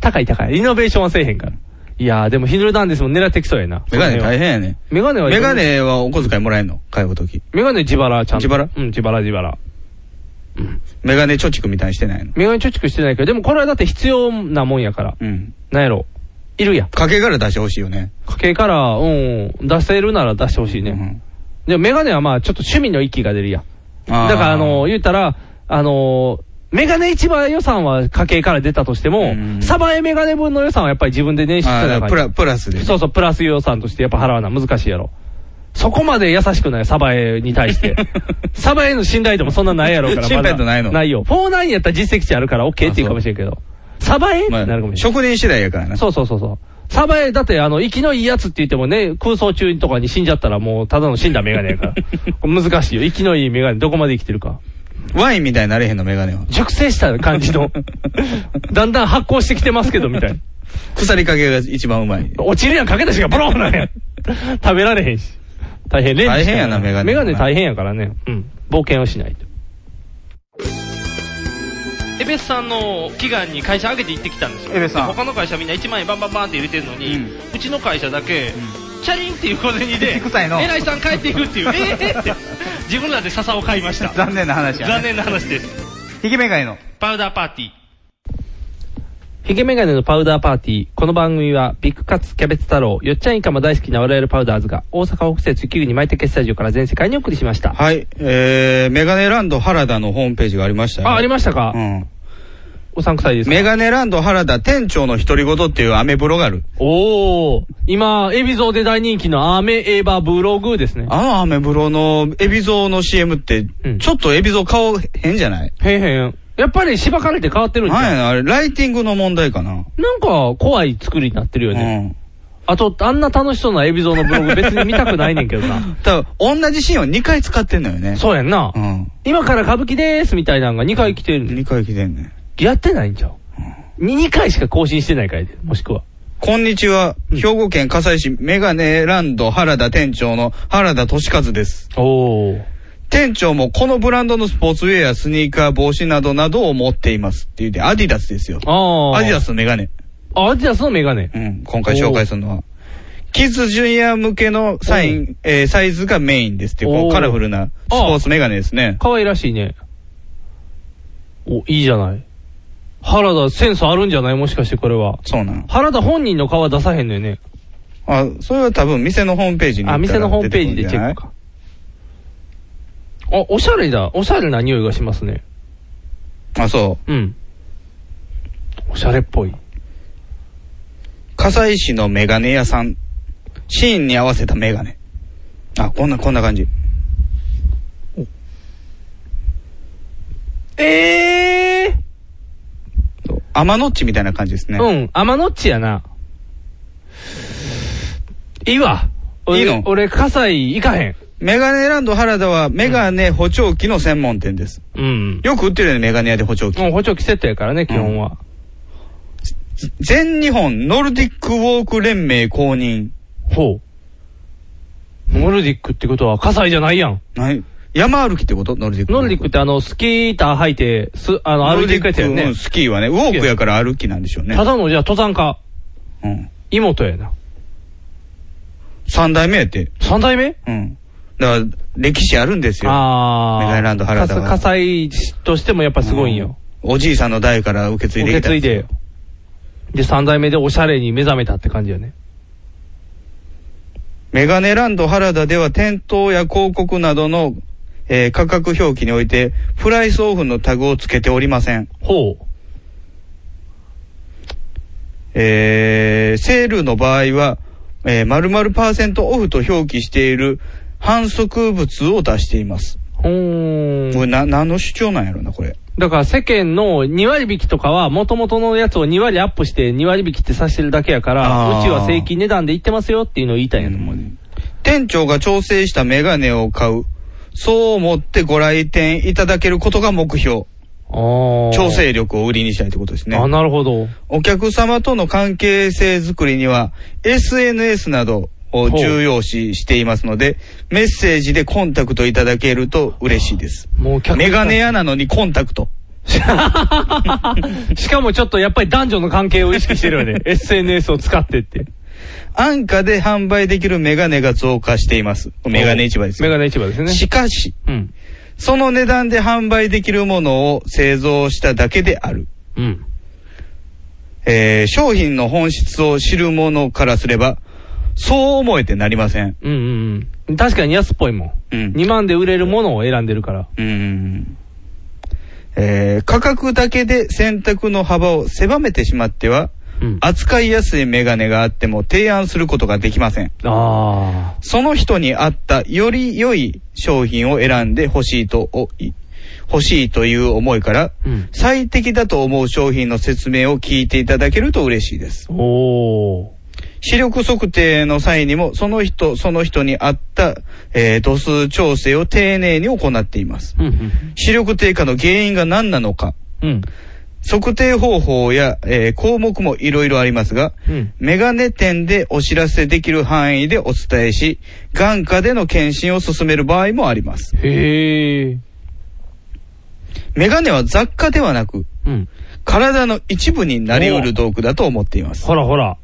Speaker 3: 高い高い。リノベーションはせえへんから。いやー、でもヒルダンデスも狙ってきそうやな。
Speaker 2: メガネ大変やね。
Speaker 3: メガネは
Speaker 2: メガネはお小遣いもらえんの買うとき。
Speaker 3: メガネ自腹ちゃん
Speaker 2: 自
Speaker 3: と。
Speaker 2: 腹
Speaker 3: うん、自腹自腹。
Speaker 2: メガネ貯蓄みたいにしてないの。
Speaker 3: メガネ貯蓄してないけど、でもこれはだって必要なもんやから。
Speaker 2: うん。
Speaker 3: なんやろ。いるやん。
Speaker 2: 家計から出してほしいよね。
Speaker 3: 家計から、うん、出せるなら出してほしいね。でもメガネはまあちょっと趣味の域が出るやん。
Speaker 2: あー
Speaker 3: だからあの、言うたら、あの、メガネ一番予算は家計から出たとしても、サバエメガネ分の予算はやっぱり自分で捻出
Speaker 2: あ
Speaker 3: せなあ
Speaker 2: ー
Speaker 3: かん
Speaker 2: プラ、プラスで。
Speaker 3: そうそう、プラス予算としてやっぱ払わな難しいやろ。そこまで優しくない、サバエに対 して。サバエの信頼度もそんなないやろうから、まだ
Speaker 2: 信頼度ないの
Speaker 3: ないよ。49やったら実績値あるから OK って言うかもしれんけど。サバエってなるかもしれん。
Speaker 2: 職人次第やからな。
Speaker 3: そうそうそうそう。サバエ、だって、あの、生きのいいやつって言ってもね、空想中とかに死んじゃったらもう、ただの死んだメガネやから。難しいよ。生きのいいメガネ、どこまで生きてるか。
Speaker 2: ワインみたいになれへんの、メガネは。
Speaker 3: 熟成した感じの。だんだん発酵してきてますけど、みたいな。
Speaker 2: 腐りかけが一番うまい。
Speaker 3: 落ちるやん、かけたしがボロンなんやん。 食べられへんし。大変、レンジしか
Speaker 2: 大変やなメガネ
Speaker 3: メガネ大変やからね。うん。冒険をしないと。エベスさんの祈願に会社上げて行ってきたんですよ。
Speaker 13: エベスさん
Speaker 3: で他の会社みんな1万円バンバンバンって入れてるのに、うちの会社だけ、チャリンっていう小銭で、
Speaker 13: 臭いの
Speaker 3: 偉いさん帰っていくっていう、えーって、自分らで笹を買 いました。
Speaker 13: 残念な話やね
Speaker 3: 残念な話です。
Speaker 13: ひげメガネの。
Speaker 3: パウダーパーティー。ヒゲメガネのパウダーパーティー。この番組は、ビッグカツ、キャベツ太郎、よっちゃんイカも大好きな我々パウダーズが、大阪北節9にマイタケスタジオから全世界にお送りしました。
Speaker 2: はい、えー、メガネランド原田のホームページがありましたよ。
Speaker 3: あ、ありましたか
Speaker 2: うん。
Speaker 3: おさんくさいです
Speaker 2: メガネランド原田店長の独り言っていうアメブロがある。
Speaker 3: おお、今、エビゾーで大人気のアメエバブログですね。
Speaker 2: あのアメブロのエビゾーの CM って、ちょっとエビゾー顔変じゃない
Speaker 3: 変変。やっぱり芝かれて変わってるんじゃん
Speaker 2: はい、あれ、ライティングの問題かな。
Speaker 3: なんか、怖い作りになってるよね。あと、あんな楽しそうなエビゾーのブログ別に見たくないねんけどな。
Speaker 2: 多分、同じシーンを2回使ってんのよね。
Speaker 3: そうやんな。
Speaker 2: うん。
Speaker 3: 今から歌舞伎でーすみたいなのが2回来てる。2
Speaker 2: 回来てんね。
Speaker 3: やってないんちゃう ?2 回しか更新してないからやで、もしくは。
Speaker 2: こんにちは。兵庫県加西市メガネランド原田店長の原田俊和です。
Speaker 3: お
Speaker 2: 店長もこのブランドのスポーツウェア、スニーカー、帽子などなどを持っています。っていうて、アディダスですよ。
Speaker 3: ああ。
Speaker 2: アディダスのメガネ。
Speaker 3: あ、アディダスのメガネ。
Speaker 2: うん、今回紹介するのは。キッズジュニア向けのサイン、えーサイズがメインですっていう、こ
Speaker 3: お
Speaker 2: う
Speaker 3: ー
Speaker 2: カラフルなスポーツメガネですね。
Speaker 3: 可愛らしいね。お、いいじゃない。原田センスあるんじゃないもしかしてこれは。
Speaker 2: そうなの。
Speaker 3: 原田本人の顔は出さへんのよね。
Speaker 2: あ、それは多分店のホームページに行っ
Speaker 3: あ、
Speaker 2: た
Speaker 3: 店
Speaker 2: ら
Speaker 3: のホームページでチェックか。あ、おしゃれだ。おしゃれな匂いがしますね。
Speaker 2: あ、そう。
Speaker 3: うん。おしゃれっぽい。
Speaker 2: 葛西市のメガネ屋さん。シーンに合わせたメガネ。あ、こんな、こんな感じ。
Speaker 3: ええ
Speaker 2: ー、天のっちみたいな感じですね。
Speaker 3: うん、天のっちやな。いいわ。
Speaker 2: いいの
Speaker 3: 俺、葛西行かへん。
Speaker 2: メガネランド原田はメガネ補聴器の専門店です。
Speaker 3: うん。
Speaker 2: よく売ってるよね、メガネ屋で補聴器。
Speaker 3: もう補聴器セットやからね、基本は。
Speaker 2: 全日本ノルディックウォーク連盟公認。
Speaker 3: ほう。ノルディックってことは、葛西じゃないやん。
Speaker 2: ない。山歩きってことノルディック。
Speaker 3: ノルディックってあの、スキー板履いて、す、あの、
Speaker 2: ノル
Speaker 3: 歩いて
Speaker 2: ディ
Speaker 3: いくやつやん
Speaker 2: ックう
Speaker 3: ね
Speaker 2: ん。スキーはね、ウォークやから歩きなんでしょうね。
Speaker 3: ただの、じゃあ、登山家。
Speaker 2: うん。
Speaker 3: 妹やな。
Speaker 2: 三代目やって。
Speaker 3: 三代目
Speaker 2: うん。だから、歴史あるんですよ。
Speaker 3: あー。
Speaker 2: メガネランド原田は
Speaker 3: かす葛西市としてもやっぱすごいんよ。
Speaker 2: おじいさんの代から受け継いで
Speaker 3: 受
Speaker 2: き
Speaker 3: け
Speaker 2: た
Speaker 3: 継いで。で、三代目でおしゃれに目覚めたって感じよね。
Speaker 2: メガネランド原田では店頭や広告などの、えー価格表記において、プライスオフのタグをつけておりません。
Speaker 3: ほう。
Speaker 2: えー、セールの場合は、えー、〇〇パーセントオフと表記している反則物を出しています。
Speaker 3: ほーん。
Speaker 2: これな、何の主張なんやろな、これ。
Speaker 3: だから世間の2割引きとかは、元々のやつを2割アップして2割引きってさしてるだけやから、
Speaker 2: あー
Speaker 3: うちは正規値段で言ってますよっていうのを言いたいんやと思うね。
Speaker 2: 店長が調整したメガネを買う。そう思ってご来店いただけることが目標。
Speaker 3: あー
Speaker 2: 調整力を売りにしたいってことですね。
Speaker 3: あ、なるほど。
Speaker 2: お客様との関係性づくりには SNS などを重要視していますので、メッセージでコンタクトいただけると嬉しいです。
Speaker 3: もう客
Speaker 2: メガネ屋なのにコンタクト。
Speaker 3: しかもちょっとやっぱり男女の関係を意識してる よね。SNS を使ってって。
Speaker 2: 安価で販売できるメガネが増加しています。メガネ市場です。
Speaker 3: メガネ市場ですね。
Speaker 2: しかし、
Speaker 3: うん。
Speaker 2: その値段で販売できるものを製造しただけである。
Speaker 3: うん。
Speaker 2: えー商品の本質を知る者からすれば、そう思えてなりません。
Speaker 3: うんうんうん。確かに安っぽいもん。
Speaker 2: うん
Speaker 3: 2万で売れるものを選んでるから。
Speaker 2: うん。えー価格だけで選択の幅を狭めてしまっては、扱いやすいメガネがあっても提案することができません。
Speaker 3: あ
Speaker 2: その人に合ったより良い商品を選んでほしいとお、い欲しいという思いから、最適だと思う商品の説明を聞いていただけると嬉しいです。
Speaker 3: あ。おー。
Speaker 2: 視力測定の際にも、その人、その人に合った、えー度数調整を丁寧に行っています。視力低下の原因が何なのか、
Speaker 3: うん。
Speaker 2: 測定方法や、えー項目もいろいろありますが、
Speaker 3: うん。
Speaker 2: メガネ店でお知らせできる範囲でお伝えし、眼科での検診を進める場合もあります。
Speaker 3: へえ。
Speaker 2: メガネは雑貨ではなく、
Speaker 3: うん。
Speaker 2: 体の一部になり得る道具だと思っています。
Speaker 3: ほらほら。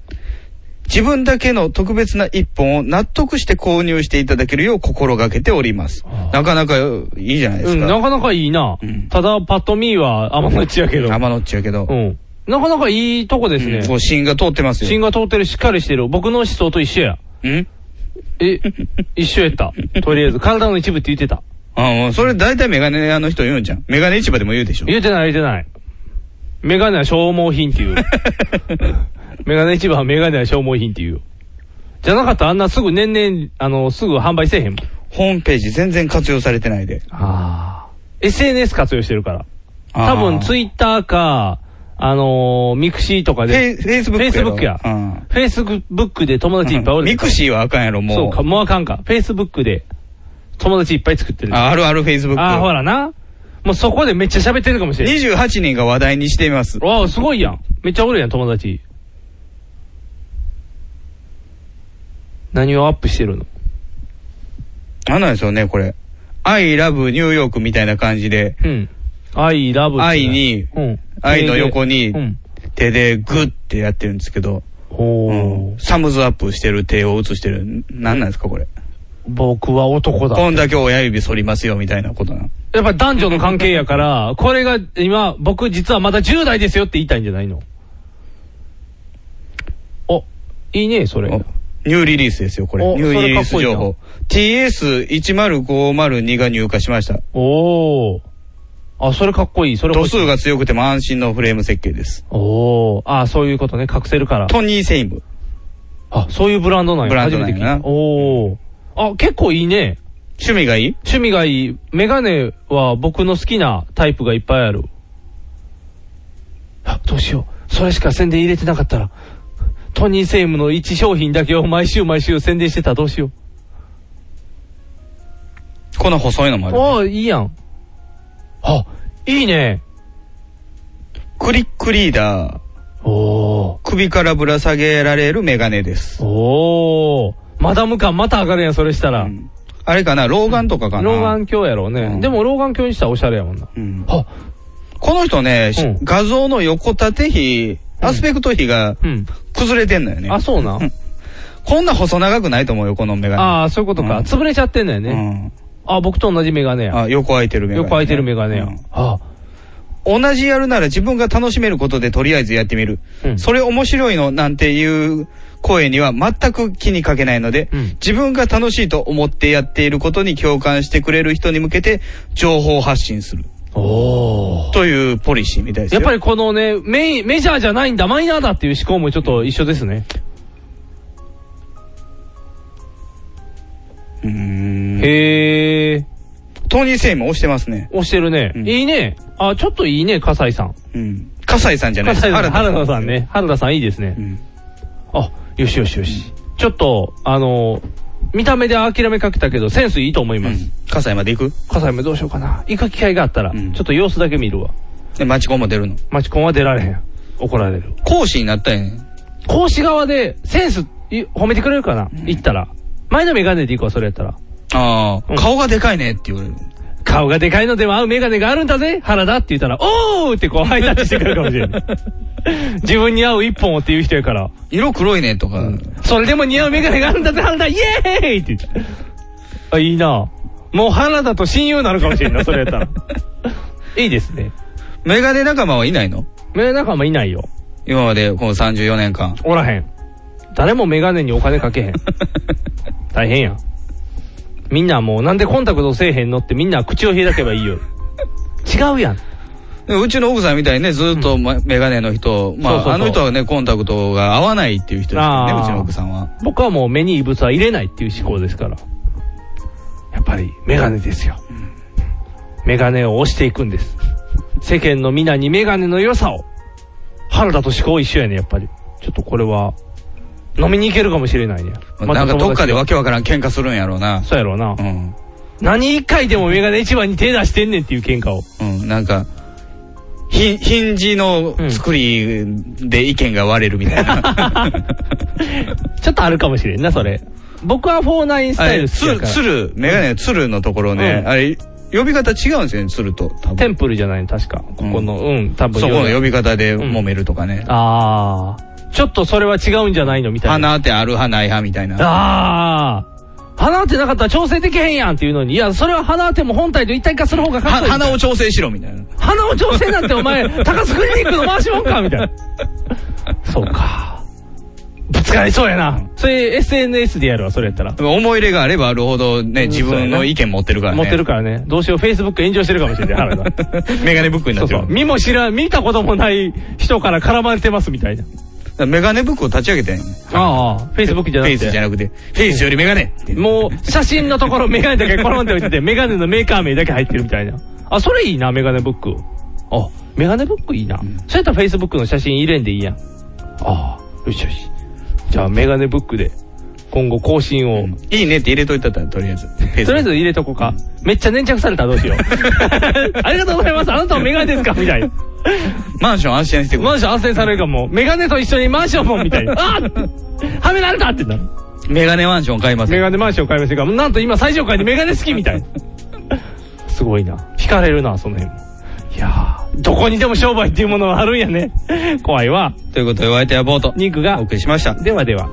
Speaker 2: 自分だけの特別な一本を納得して購入していただけるよう心がけております。なかなかいいじゃないで
Speaker 3: う
Speaker 2: す
Speaker 3: ん、
Speaker 2: か。
Speaker 3: なかなかいいな。ただ、パッと見は天のっちやけど。
Speaker 2: 天のっちやけど。
Speaker 3: うん。なかなかいいとこですね。
Speaker 2: こう芯が通ってますよ。
Speaker 3: 芯が通ってる、しっかりしてる。僕の思想と一緒や。
Speaker 2: ん
Speaker 3: え、一緒やった。とりあえず、体の一部って言ってた。
Speaker 2: ああ、それ大体メガネ屋の人言うんじゃん。メガネ市場でも言うでしょ。
Speaker 3: 言うてない言うてない。メガネは消耗品っ ていう。メガネ市場はメガネは消耗品っていう。じゃなかったらあんなすぐ年々、あの、すぐ販売せえへんもん。
Speaker 2: ホームページ全然活用されてないで。
Speaker 3: ああ。SNS 活用してるから。
Speaker 2: あー
Speaker 3: 多分、ツイッターか、あのー、ミクシーとかで。
Speaker 2: フェイスブック
Speaker 3: フェ
Speaker 2: や
Speaker 3: イスブッ
Speaker 2: ろ
Speaker 3: クや。
Speaker 2: うん
Speaker 3: フェイスブックで友達いっぱいおる。
Speaker 2: ミクシーはあかんやろ、もう。
Speaker 3: そうか、もうあかんか。フェイスブックで友達いっぱい作ってる。
Speaker 2: ああるある Facebook
Speaker 3: ああ、ほらな。もうそこでめっちゃ喋ってるかもしれない。
Speaker 2: 28人が話題にしています。
Speaker 3: わあ、すごいやん。めっちゃおるやん、友達。何をアップしてるの
Speaker 2: なんなんでしょうね、これ。I love New York みたいな感じで、
Speaker 3: うん。I love.
Speaker 2: 愛に
Speaker 3: うん。
Speaker 2: 愛の横に
Speaker 3: うん。
Speaker 2: 手でグッてやってるんですけど、
Speaker 3: ほ
Speaker 2: うんサムズアップしてる手を映してる。なんなんですか、これ。
Speaker 3: 僕は男だ。
Speaker 2: こんだけ親指反りますよ、みたいなことなの。
Speaker 3: やっぱ男女の関係やから、これが今、僕実はまだ10代ですよって言いたいんじゃないのお、いいね、それ。
Speaker 2: ニューリリースですよ、これ。
Speaker 3: お
Speaker 2: ニューリリース
Speaker 3: それかっこいいな
Speaker 2: 情報。TS10502 が入荷しました。
Speaker 3: おー。あ、それかっこいい。それ
Speaker 2: 度数が強くても安心のフレーム設計です。
Speaker 3: おー。あ、そういうことね。隠せるから。
Speaker 2: トニー・セイム。
Speaker 3: あ、そういうブランドなんや。
Speaker 2: ブランドなんやな
Speaker 3: 初めて聞いたおー。あ、結構いいね。
Speaker 2: 趣味がいい
Speaker 3: 趣味がいい。メガネは僕の好きなタイプがいっぱいある。あ、どうしよう。それしか宣伝入れてなかったら。トニーセイムの一商品だけを毎週毎週宣伝してたらどうしよう。
Speaker 2: この細いのもある。
Speaker 3: ああ、いいやん。あ、いいね。
Speaker 2: クリックリーダ
Speaker 3: ー。お
Speaker 2: 首からぶら下げられるメガネです。
Speaker 3: おー。マダム感また上がるやん、それしたら。
Speaker 2: あれかな、老眼とかかな。
Speaker 3: 老眼鏡やろうね。でも老眼鏡にしたらおしゃれやもんな。あ、
Speaker 2: この人ね、し画像の横縦比、アスペクト比が崩れてんのよね。あ、
Speaker 3: そう な。
Speaker 2: こんな細長くないと思うよ、このメガネ。
Speaker 3: ああ、そういうことか。潰れちゃってんだよね。あ、僕と同じメガネや。
Speaker 2: あ、横空いてるメガネ、
Speaker 3: 横空いてるメガネや。あ
Speaker 2: 同じやるなら自分が楽しめることでとりあえずやってみる。それ面白いのなんていう声には全く気にかけないので、自分が楽しいと思ってやっていることに共感してくれる人に向けて情報発信する。というポリシーみたいです
Speaker 3: や
Speaker 2: よ。
Speaker 3: っぱりこのね、メイン、メジャーじゃないんだ、マイナーだっていう思考もちょっと一緒ですね。へえ。
Speaker 2: トニー・セイム押してますね。
Speaker 3: 押してるね。いいね。あ、ちょっといいね、笠井さん。
Speaker 2: うん。笠井さんじゃないです
Speaker 3: 笠井さ
Speaker 2: 原
Speaker 3: ん原
Speaker 2: 田
Speaker 3: 田
Speaker 2: さ
Speaker 3: さ
Speaker 2: ん
Speaker 3: んね。原田さんいいですね。あ、よしよしよし。ちょっと、あの、見た目で諦めかけたけど、センスいいと思います。
Speaker 2: 葛西まで行く
Speaker 3: 葛西までどうしようかな。行く機会があったら、ちょっと様子だけ見るわ。
Speaker 2: で、マチコンも出るの
Speaker 3: マチコンは出られへん。怒られる。
Speaker 2: 講師になったんやね。
Speaker 3: 講師側で、センスい褒めてくれるかな行ったら。前のメガネで行くわ、それやったら。
Speaker 2: ああ、顔がでかいねって言われる。
Speaker 3: 顔がでかいのでも合うメガネがあるんだぜ原田って言ったら、おーってこうハイタッチしてくるかもしれない。自分に合う一本をっていう人やから。
Speaker 2: 色黒いねとか、
Speaker 3: それでも似合うメガネがあるんだぜ原田イエーイって言って。あ、いいなもう原田と親友になるかもしれんない、それやったら。いいですね。
Speaker 2: メガネ仲間はいないの
Speaker 3: メガネ仲間いないよ。
Speaker 2: 今までこの34年 間。
Speaker 3: おらへん。誰もメガネにお金かけへん。大変やん。みんなもうなんでコンタクトせえへんのってみんな口を開けばいい よ。違うやん。
Speaker 2: でうちの奥さんみたいにね、ずーっとまメガネの人、ま
Speaker 3: そうそうそう
Speaker 2: あ、あの人はね、コンタクトが合わないっていう人ですよね、
Speaker 3: あー
Speaker 2: うちの奥さんは。
Speaker 3: 僕はもう目に異物は入れないっていう思考ですから。やっぱりメガネですよ。メガネを押していくんです。世間の皆にメガネの良さを。原田と思考一緒やね、やっぱり。ちょっとこれは、飲みに行けるかもしれないね。
Speaker 2: なんかどっかでわ
Speaker 3: 分
Speaker 2: けわからん喧嘩するんやろうな。
Speaker 3: そうやろうな。
Speaker 2: うん。
Speaker 3: 何一回でもメガネ一番に手出してんねんっていう喧嘩を。
Speaker 2: うん、なんか、ヒヒンジの作りで意見が割れるみたいな。
Speaker 3: ちょっとあるかもしれんな、それ。僕は49ス
Speaker 2: あ
Speaker 3: タイ
Speaker 2: れ、
Speaker 3: ル好きや
Speaker 2: 鶴、
Speaker 3: から。
Speaker 2: 鶴、メガネの鶴のところね、
Speaker 3: うん
Speaker 2: あれ、呼び方違うんですよね、鶴と。多分
Speaker 3: テンプルじゃないの確か。ここの、うん、多分。
Speaker 2: そこの呼び方で揉めるとかね。
Speaker 3: ああ。ちょっとそれは違うんじゃないのみたいな。
Speaker 2: 花ってある派ない派みたいな。
Speaker 3: ああ。鼻当てなかったら調整できへんやんっていうのに、いや、それは鼻当ても本体と一体化する方がかっこいい。
Speaker 2: 花を調整しろみたいな。
Speaker 3: 鼻を調整なんてお 前、高須クリニックの回しもんかみたいな。そうか。ぶつかりそうやな。それ SNS でやるわ、それやったら。
Speaker 2: 思い入れがあればあるほどね、自分の意見持ってるからね。
Speaker 3: 持ってるからね。どうしよう、Facebook 炎上してるかもしれない、 原田。
Speaker 2: メガネブックになってる。
Speaker 3: 見も知らん、見たこともない人から絡まれてますみたいな。
Speaker 2: メガネブックを立ち上げてん
Speaker 3: ああ、Facebook じゃな
Speaker 2: フェ
Speaker 3: く
Speaker 2: イスじ
Speaker 3: て。
Speaker 2: ゃなくて、フェイスよりメガネ
Speaker 3: もう、写真のところメガネだけコロンって置いてて、メガネのメーカー名だけ入ってるみたいな。あ、それいいな、メガネブック。あ、メガネブックいいな。そうやったら Facebook の写真入れんでいいやん。ああ、よしよし。じゃあ、メガネブックで、今後更新を。
Speaker 2: いいねって入れといたったら、とりあえず。
Speaker 3: とりあえず入れとこうか。めっちゃ粘着されたらどうしよ う。ありがとうございます。あなたはメガネですかみたいな。
Speaker 2: マンション安心してく
Speaker 3: マンション安定されるかも。メガネと一緒にマンションもみたいな。あーはめられたってなる。
Speaker 2: メガネマンション買います。
Speaker 3: メガネマンション買いましたが、なんと今最上階でメガネ好きみたいな。すごいな。惹かれるな、その辺も。いやー、どこにでも商売っていうものはあるんやね。怖いわ。
Speaker 2: ということで、お相手はボート。
Speaker 3: ニックが。
Speaker 2: お送りしました。
Speaker 3: ではでは。